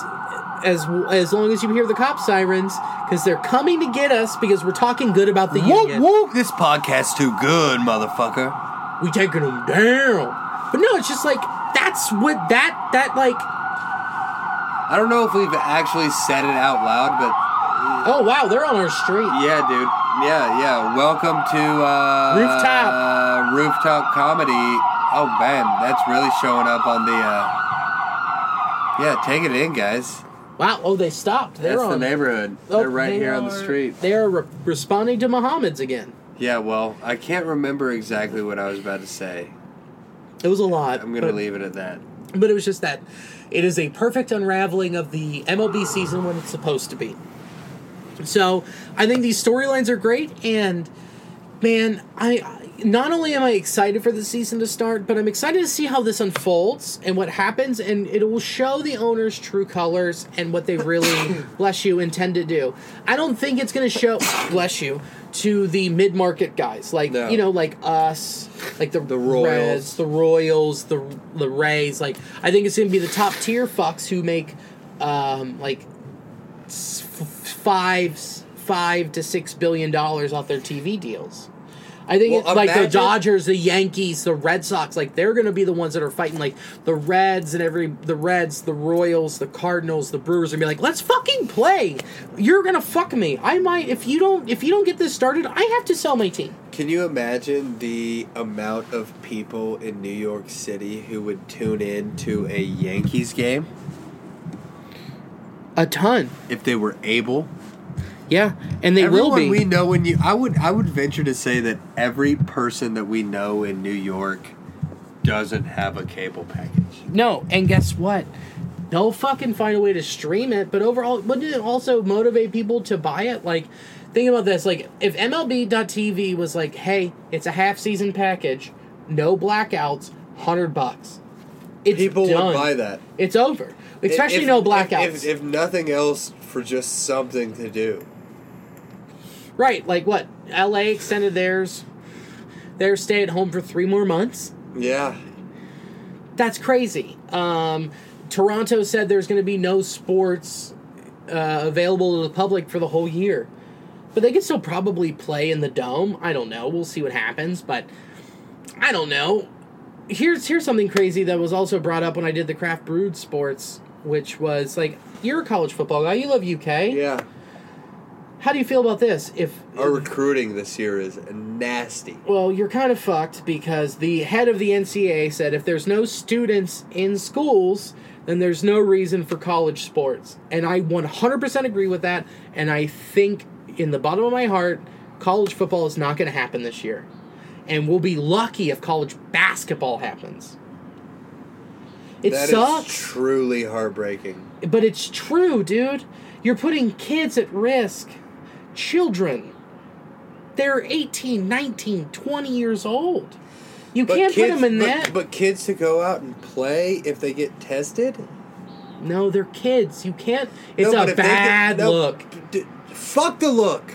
as as long as you hear the cop sirens because they're coming to get us because we're talking good about the union.
whoop. This podcast's too good, motherfucker.
We taking them down, but no, it's just like that's what that that like.
I don't know if we've actually said it out loud, but
Oh wow, they're on our street.
yeah, dude. Yeah, yeah. Welcome to uh,
Rooftop.
uh, rooftop comedy. Oh man, that's really showing up on the. Uh, yeah, take it in, guys.
Wow, oh they stopped. They're
That's the
on.
neighborhood.
Oh,
They're right
they
here on the
are-
street.
They are re- responding to Muhammad's again.
Yeah, well, I can't remember exactly what I was about to say.
It was a lot.
I'm gonna
but-
leave it at that.
But it was just that it is a perfect unraveling of the MLB season when it's supposed to be. So I think these storylines are great, and man, I I- not only am I excited for the season to start, but I'm excited to see how this unfolds and what happens, and it will show the owners' true colors and what they really, bless you, intend to do. I don't think it's going to show, bless you, to the mid-market guys like
No.
you know, like us, like the the
Royals.
Reds, the Royals, the the Rays. Like I think it's going to be the top tier fucks who make um, like s- f- five s- five to six billion dollars off their TV deals. I think
Well,
it's like the
imagine-
Dodgers, the Yankees, the Red Sox, like they're going to be the ones that are fighting. Like the Reds and every the Reds, the Royals, the Cardinals, the Brewers, and be like, let's fucking play. You're going to fuck me. I might if you don't if you don't get this started, I have to sell my team.
Can you imagine the amount of people in New York City who would tune in to a Yankees game?
A ton,
If they were able,
yeah, and they
everyone
will be.
we know in you, I would, I would venture to say that every person that we know in New York doesn't have a cable package.
No, and guess what? They'll fucking find a way to stream it. But overall, wouldn't it also motivate people to buy it? Like, think about this: like, if MLB.TV was like, "Hey, it's a half-season package, no blackouts, hundred bucks," it's
People would
done.
buy that.
It's over. Especially
If-
no
if-
blackouts.
If, if nothing else, for just something to do.
right? Like what? LA extended theirs. Their stay at home for three more months.
Yeah.
that's crazy. Um, Toronto said there's going to be no sports uh, available to the public for the whole year, but they can still probably play in the dome. I don't know. We'll see what happens, but I don't know. Here's here's something crazy that was also brought up when I did the craft brewed sports, which was like you're a college football guy. You love UK.
Yeah.
How do you feel about this? If
Our recruiting this year is nasty.
Well, you're kind of fucked because the head of the NCAA said if there's no students in schools, then there's no reason for college sports. And I 100% agree with that. And I think in the bottom of my heart, college football is not going to happen this year. And we'll be lucky if college basketball happens. It
That is
sucks
truly heartbreaking.
but it's true, dude. You're putting kids at risk. Children. They're 18, 19, 20 years old. You can't put them in
but,
that.
But kids to go out and play if they get tested?
no, they're kids. You can't. It's
No, but
a
if they get-
bad
no,
look.
d- fuck the look.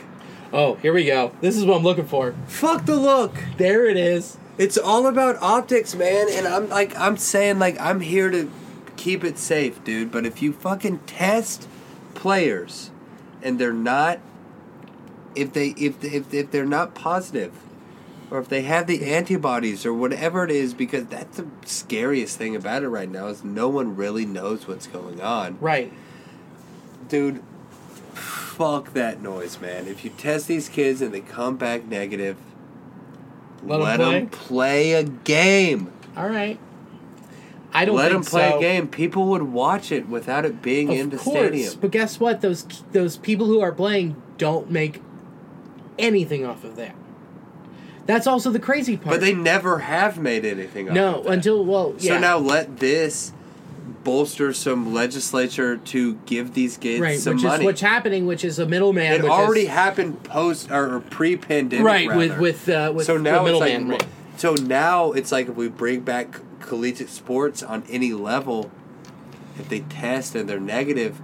Oh, here we go. This is what I'm looking for.
Fuck the look.
There it is.
It's all about optics, man.
And I'm like, I'm saying, like, I'm here to keep it safe, dude. But if you fucking test players and they're not, if they if if if they're not positive, or if they have the antibodies or whatever it is, because that's the scariest thing about it right now is no one really knows what's going on,
Right.
dude. Fuck that noise, man. If you test these kids and they come back negative,
Let 'em
let them play a game.
All right. I don't
Let
think
them play
so.
a game. People would watch it without it being in the
Of course,
stadium.
but guess what? Those those people who are playing don't make anything off of that. That's also the crazy part.
But they never have made anything. off
No, uh,
of that.
until well, yeah.
So now let this bolster some legislature to give these kids
right,
some
which
money.
is what's happening, which is a middleman.
it
which
already
is,
happened post or, or pre-pandemic,
right
rather.
with with uh, with
so now
the
it's like
middleman. right.
so now it's like if we bring back collegiate sports on any level if they test and they're negative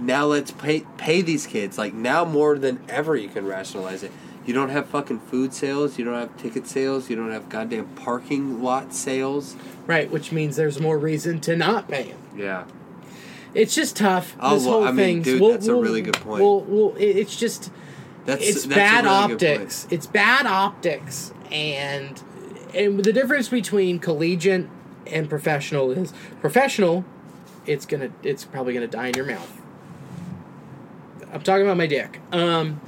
now let's pay pay these kids like now more than ever you can rationalize it you don't have fucking food sales you don't have ticket sales you don't have goddamn parking lot sales
Right, which means there's more reason to not pay him.
yeah
It's just tough.
Oh,
this
well,
whole
I mean,
thing.
dude,
we'll,
that's a
we'll-
really good point.
We'll, we'll, it- it's just
that's
it's
that's a
bad
really good point.
optics. It's bad optics, and and the difference between collegiate and professional is professional. It's gonna. It's probably gonna die in your mouth. I'm talking about my dick. Um,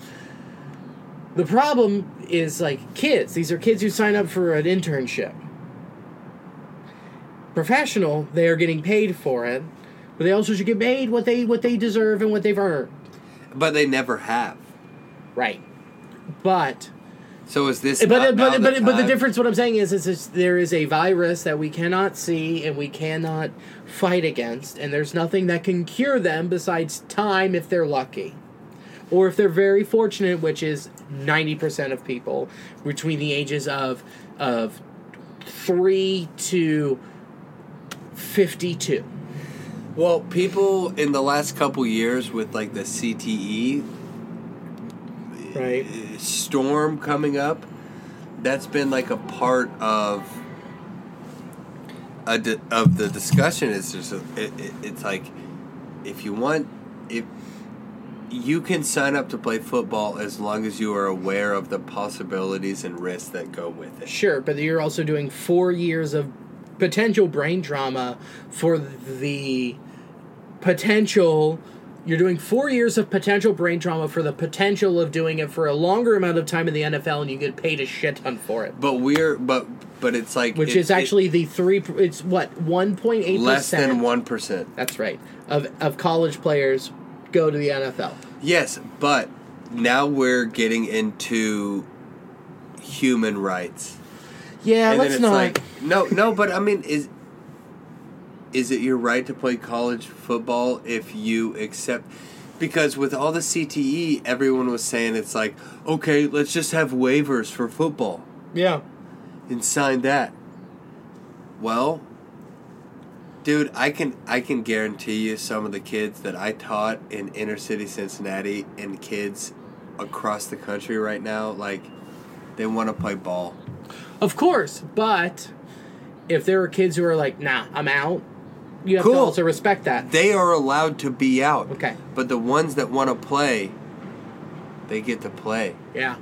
the problem is like kids. These are kids who sign up for an internship. Professional, they are getting paid for it, but they also should get paid what they what they deserve and what they've earned.
but they never have
Right. But
so is this
but
not now
but but, but the
time?
difference what i'm saying is is is there is a virus that we cannot see and we cannot fight against and there's nothing that can cure them besides time if they're lucky or if they're very fortunate which is 90% of people between the ages of of 3 to 52
Well, people in the last couple years with like the CTE
right
storm coming up, that's been like a part of a di- of the discussion. It's just a, it, it, it's like if you want if you can sign up to play football as long as you are aware of the possibilities and risks that go with it.
Sure, but you're also doing four years of potential brain trauma for the potential. You're doing four years of potential brain trauma for the potential of doing it for a longer amount of time in the NFL, and you get paid a shit ton for it.
But we're but but it's like
Which
it-
is
it-
actually the three. It's what one point eight
less than
percent.
one percent.
That's right. Of of college players go to the NFL.
Yes, but now we're getting into human rights.
Yeah,
and then
let's
it's
not.
like no, no, but I mean is is it your right to play college football if you accept because with all the CTE everyone was saying it's like, okay, let's just have waivers for football
yeah.
and sign that. Well, dude, I can I can guarantee you some of the kids that I taught in inner city Cincinnati and kids across the country right now, like they want to play ball.
Of course, but if there are kids who are like, "Nah, I'm out," you have
Cool.
to also respect that.
They are allowed to be out.
Okay.
But the ones that want to play, they get to play.
Yeah,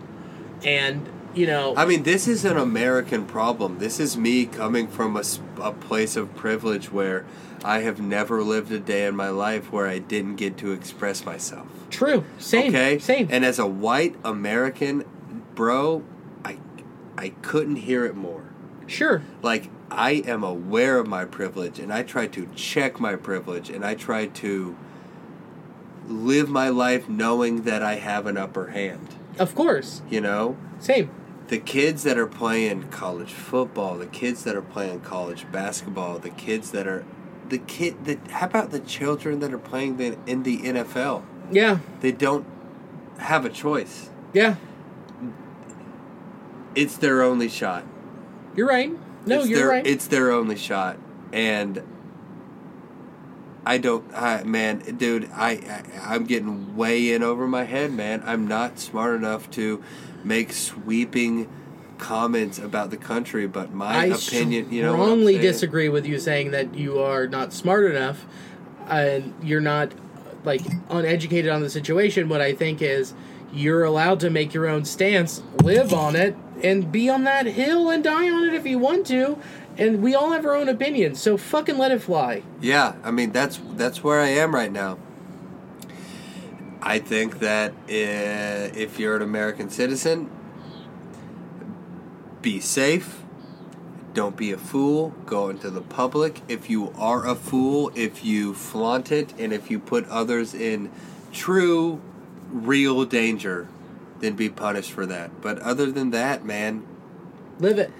and you know,
I mean, this is an American problem. This is me coming from a, s- a place of privilege where I have never lived a day in my life where I didn't get to express myself.
true. Same.
okay?
Same.
And as a white American, bro, I, I couldn't hear it more.
sure.
Like, I am aware of my privilege and I try to check my privilege and I try to live my life knowing that I have an upper hand,
Of course.
you know?
Same.
the kids that are playing college football, the kids that are playing college basketball, the kids that are the kid the how about the children that are playing the, in the NFL?
Yeah.
They don't have a choice.
Yeah.
It's their only shot.
You're right. No,
it's
you're
their,
right.
It's their only shot, and I don't. I, man, dude, I, I I'm getting way in over my head, man. I'm not smart enough to make sweeping comments about the country, but my
I
opinion, you know, what I'm
strongly
saying?
disagree with you saying that you are not smart enough and you're not like uneducated on the situation. What I think is you're allowed to make your own stance, live on it, and be on that hill and die on it if you want to. And we all have our own opinions, so fucking let it fly.
Yeah, I mean that's that's where I am right now. I think that eh, if you're an American citizen, be safe. Don't be a fool. Go into the public. If you are a fool, if you flaunt it, and if you put others in true, real danger, then be punished for that. But other than that, man,
Live it.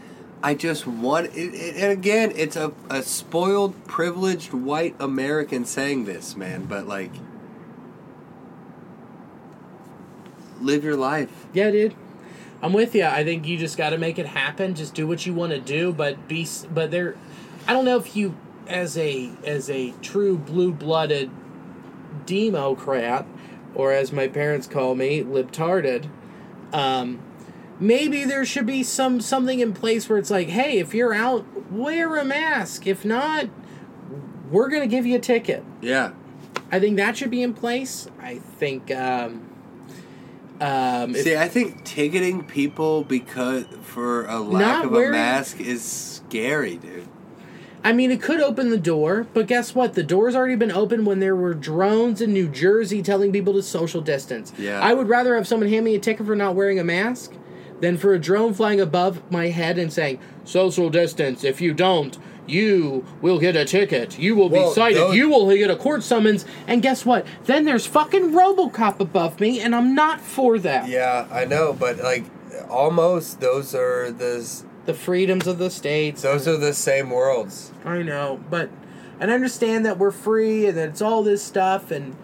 I just want it, it, and again, it's a, a spoiled, privileged white American saying this, man. But like, live your life.
Yeah, dude. I'm with you. I think you just got to make it happen. Just do what you want to do, but be s- but there I don't know if you as a as a true blue-blooded democrat or as my parents call me, libtarded, um maybe there should be some something in place where it's like, "Hey, if you're out, wear a mask. If not, we're going to give you a ticket."
Yeah,
I think that should be in place. I think um um, if
See, I think ticketing people because for a lack
Not
of
wearing-
a mask is scary, dude.
I mean, it could open the door, but guess what? The door's already been open when there were drones in New Jersey telling people to social distance.
Yeah.
I would rather have someone hand me a ticket for not wearing a mask than for a drone flying above my head and saying, social distance, if you don't, you will get a ticket. You will
Well,
be cited.
those-
You will get a court summons. And guess what? Then there's fucking Robocop above me, and I'm not for that.
Yeah, I know, but like almost those are the s-
The freedoms of the states.
those are the same worlds.
I know, but and I understand that we're free and that it's all this stuff and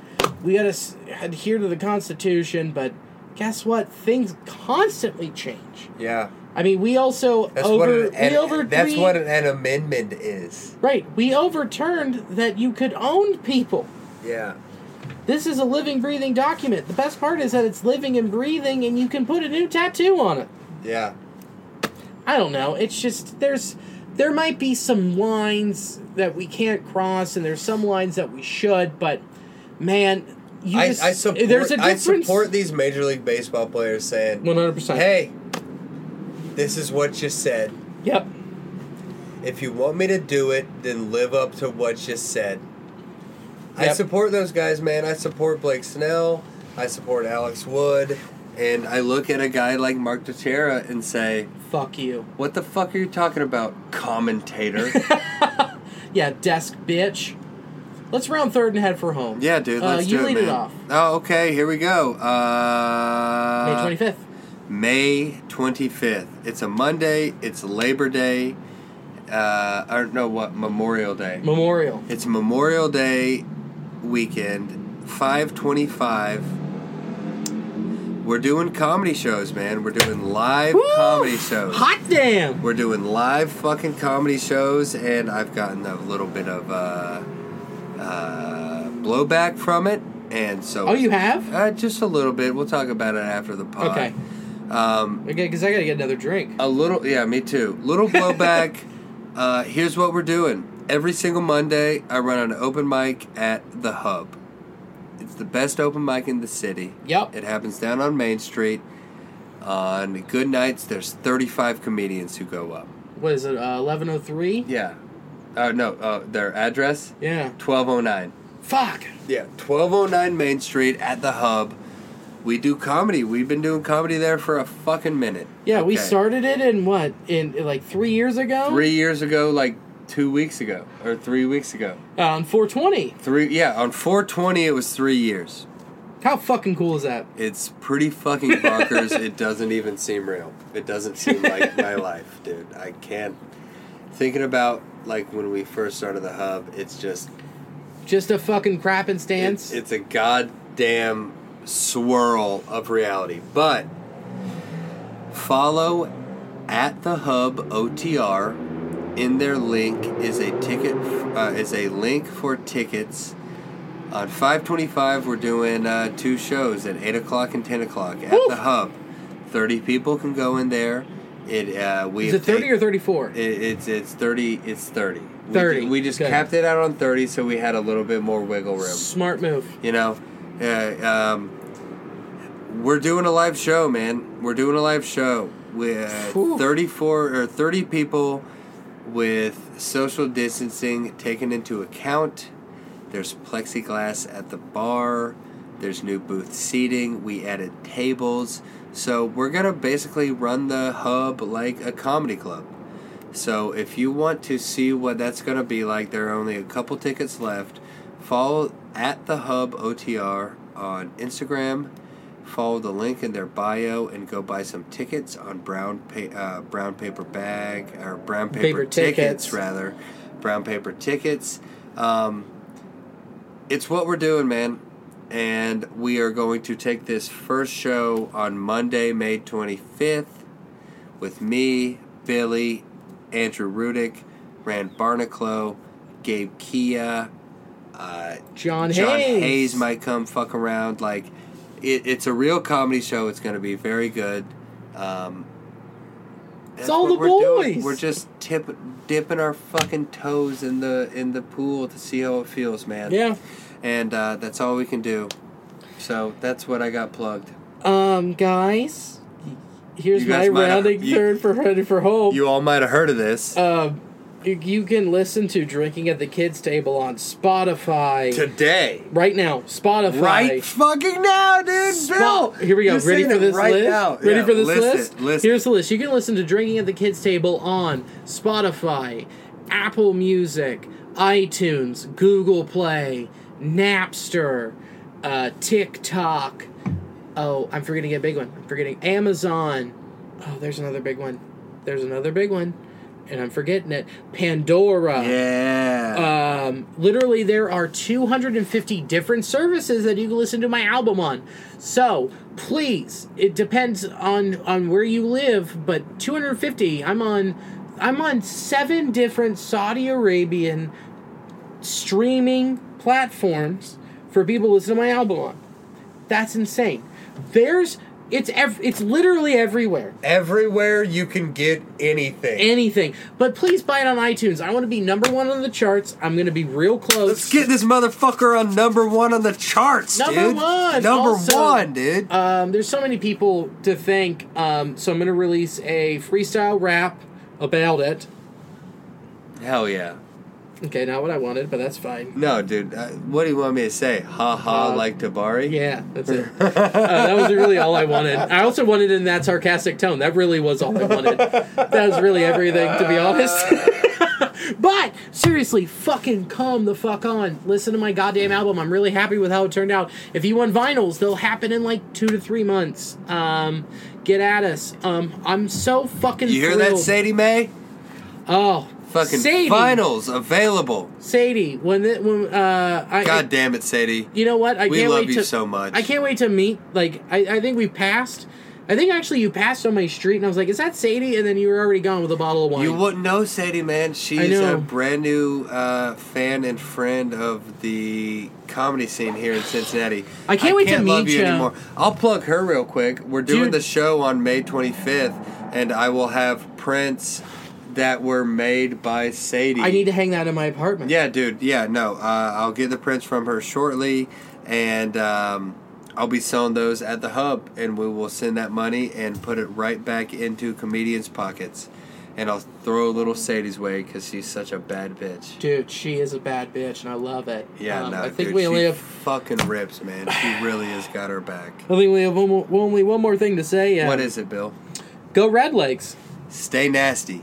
we gotta s- adhere to the Constitution. But guess what? Things constantly change.
Yeah.
I mean, we also
That's what
over
an, an-
we over
that's what an, an amendment is.
right. We overturned that you could own people.
Yeah.
This is a living, breathing document. The best part is that it's living and breathing, and you can put a new tattoo on it.
Yeah.
I don't know. It's just there's there might be some lines that we can't cross, and there's some lines that we should. But man, you
I,
just,
I support
there's a difference.
I support these major league baseball players saying
one hundred percent.
Hey, this is what you said.
Yep.
If you want me to do it, then live up to what you said. I
Yep.
support those guys, man. I support Blake Snell. I support Alex Wood.
And I look at a guy like Mark Teixeira and say,
Fuck you.
"What the fuck are you talking about,
(laughs)
commentator?"
Yeah, desk bitch. Let's round third and head for home.
yeah, dude.
Uh,
Let's
you
do
lead
it,
it
man.
off.
Oh, okay. Here we go. Uh,
May twenty fifth.
May 25th. It's a Monday. It's Labor Day. Uh, I don't know what Memorial Day.
Memorial.
It's Memorial Day weekend, 525. We're doing comedy shows, man. We're doing live comedy shows.
Hot damn.
We're doing live fucking comedy shows, and I've gotten a little bit of uh, uh, blowback from it. And so.
Oh, you have?
Uh, just a little bit. We'll talk about it after the pod.
Okay.
Um,
Okay, because I gotta get another drink.
a little, yeah, me too. Little blowback.
(laughs)
uh, here's what we're doing. Every single Monday, I run an open mic at the Hub. It's the best open mic in the city.
Yep.
It happens down on Main Street. On good nights, there's 35 comedians who go up.
What is it? Eleven oh three.
Yeah. Uh, no, uh, their address?
Yeah.
1209.
Fuck.
Yeah, 1209 Main Street at the Hub. We do comedy. We've been doing comedy there for a fucking minute.
Yeah, we
Okay.
started it in what in like three years ago.
three years ago, like two weeks ago or three weeks ago.
on 420.
Three, yeah, on 420, it was three years.
How fucking cool is that?
It's pretty fucking bonkers. it doesn't even seem real. It doesn't seem like my life, dude. I can't. Thinking about like when we first started the hub, it's just
Just a fucking crap and
it's,
stance.
it's a goddamn swirl of reality. But follow at the hub OTR. In their link is a ticket uh, is a link for tickets. On five twenty five, we're doing uh, two shows at eight o'clock and ten o'clock at the hub. Thirty people can go in there. It uh, we
is it
have
30
take-
or 34?
it, it's it's thirty. It's thirty. We
30,
ju- We, just
good.
capped it out on thirty, so we had a little bit more wiggle room
Smart move.
you know uh, um, we're doing a live show man we're doing a live show with
Phew.
34 or 30 people with social distancing taken into account there's plexiglass at the bar there's new booth seating we added tables so we're gonna basically run the hub like a comedy club so if you want to see what that's going to be like, there are only a couple tickets left. Follow at the Hub OTR on Instagram Follow the link in their bio and go buy some tickets on brown pa- uh, brown paper bag or brown paper,
Paper
tickets,
tickets.
rather brown paper tickets. Um, it's what we're doing, man. And we are going to take this first show on Monday, May 25th, with me, Billy, Andrew Rudick, Rand Barnaclo, Gabe Kia, uh,
John,
John
Hayes.
Hayes. might come fuck around. Like, it, it's a real comedy show. It's going to be very good. Um, that's
all
what
the
we're doing.
boys.
We're just tip, dipping our fucking toes in the in the pool to see how it feels, man.
Yeah.
And uh, that's all we can do. So that's what I got plugged.
Um, guys, here's
You
my
guys might have-
rounding
you-
third for Ready for Hope.
You all might have heard of this.
Um, you, you can listen to Drinking at the Kids Table on Spotify
Today.
right now. Spotify.
Right fucking now, dude. Bill.
Spot- Here we go. Ready
You're saying
for
it
this
right
list?
now.
Ready
Yeah,
for this
list
list?
It, list
Here's
it.
the list. You can listen to Drinking at the Kids Table on Spotify, Apple Music, iTunes, Google Play, Napster, uh, TikTok. Oh, I'm forgetting a big one. I'm forgetting Amazon. Oh, there's another big one. There's another big one. And I'm forgetting it. Pandora.
Yeah.
Um, literally, there are 250 different services that you can listen to my album on. So please, it depends on on where you live, but 250. I'm on, I'm on seven different Saudi Arabian streaming platforms for people to listen to my album on. That's insane. There's it's ev- it's literally everywhere
Everywhere you can get anything.
anything but please buy it on itunes i want to be number one on the charts i'm gonna be real close
Let's get this motherfucker on number one on the charts,
Number
dude.
one.
Number
Also,
one, dude.
Um, there's so many people to thank. Um, so I'm gonna release a freestyle rap about it.
Hell yeah.
Okay, not what I wanted, but that's fine.
No, dude. Uh, what do you want me to say? Ha ha, like Tabari.
Uh, Yeah, that's it. uh, that was really all I wanted. I also wanted it in that sarcastic tone. That really was all I wanted. That was really everything, to be honest. (laughs) but seriously, fucking come the fuck on. Listen to my goddamn album. I'm really happy with how it turned out. If you want vinyls, they'll happen in like two to three months. Um, get at us. Um, I'm so fucking.
You hear that,
thrilled.
Sadie Mae?
Oh,
Fucking
Sadie.
finals available.
Sadie, when the, when uh, I
God damn it, Sadie.
you know what? I
We
can't
love
wait
you
to,
so much.
I can't wait to meet. Like, I, I think we passed. I think actually you passed on my street, and I was like, "Is that Sadie?" And then you were already gone with a bottle of wine.
You wouldn't know Sadie, man. She's
know.
a brand new uh, fan and friend of the comedy scene here in Cincinnati.
I can't wait to
love
meet
you
ya.
anymore. I'll plug her real quick. We're doing
Dude.
the show on May 25th, and I will have prints that were made by Sadie.
I need to hang that in my apartment.
Yeah, dude. Yeah, no. Uh, I'll get the prints from her shortly, and um, I'll be selling those at the hub, and we will send that money and put it right back into comedians' pockets. And I'll throw a little Sadie's way because she's such a bad bitch.
dude, she is a bad bitch, and I love it.
Yeah,
Um,
no,
I think
dude,
we
she
only have.
fucking rips, man. She really has got her back.
I think we have one more, only one more thing to say. (laughs) Yeah.
What is it, Bill?
Go Red Legs.
Stay nasty.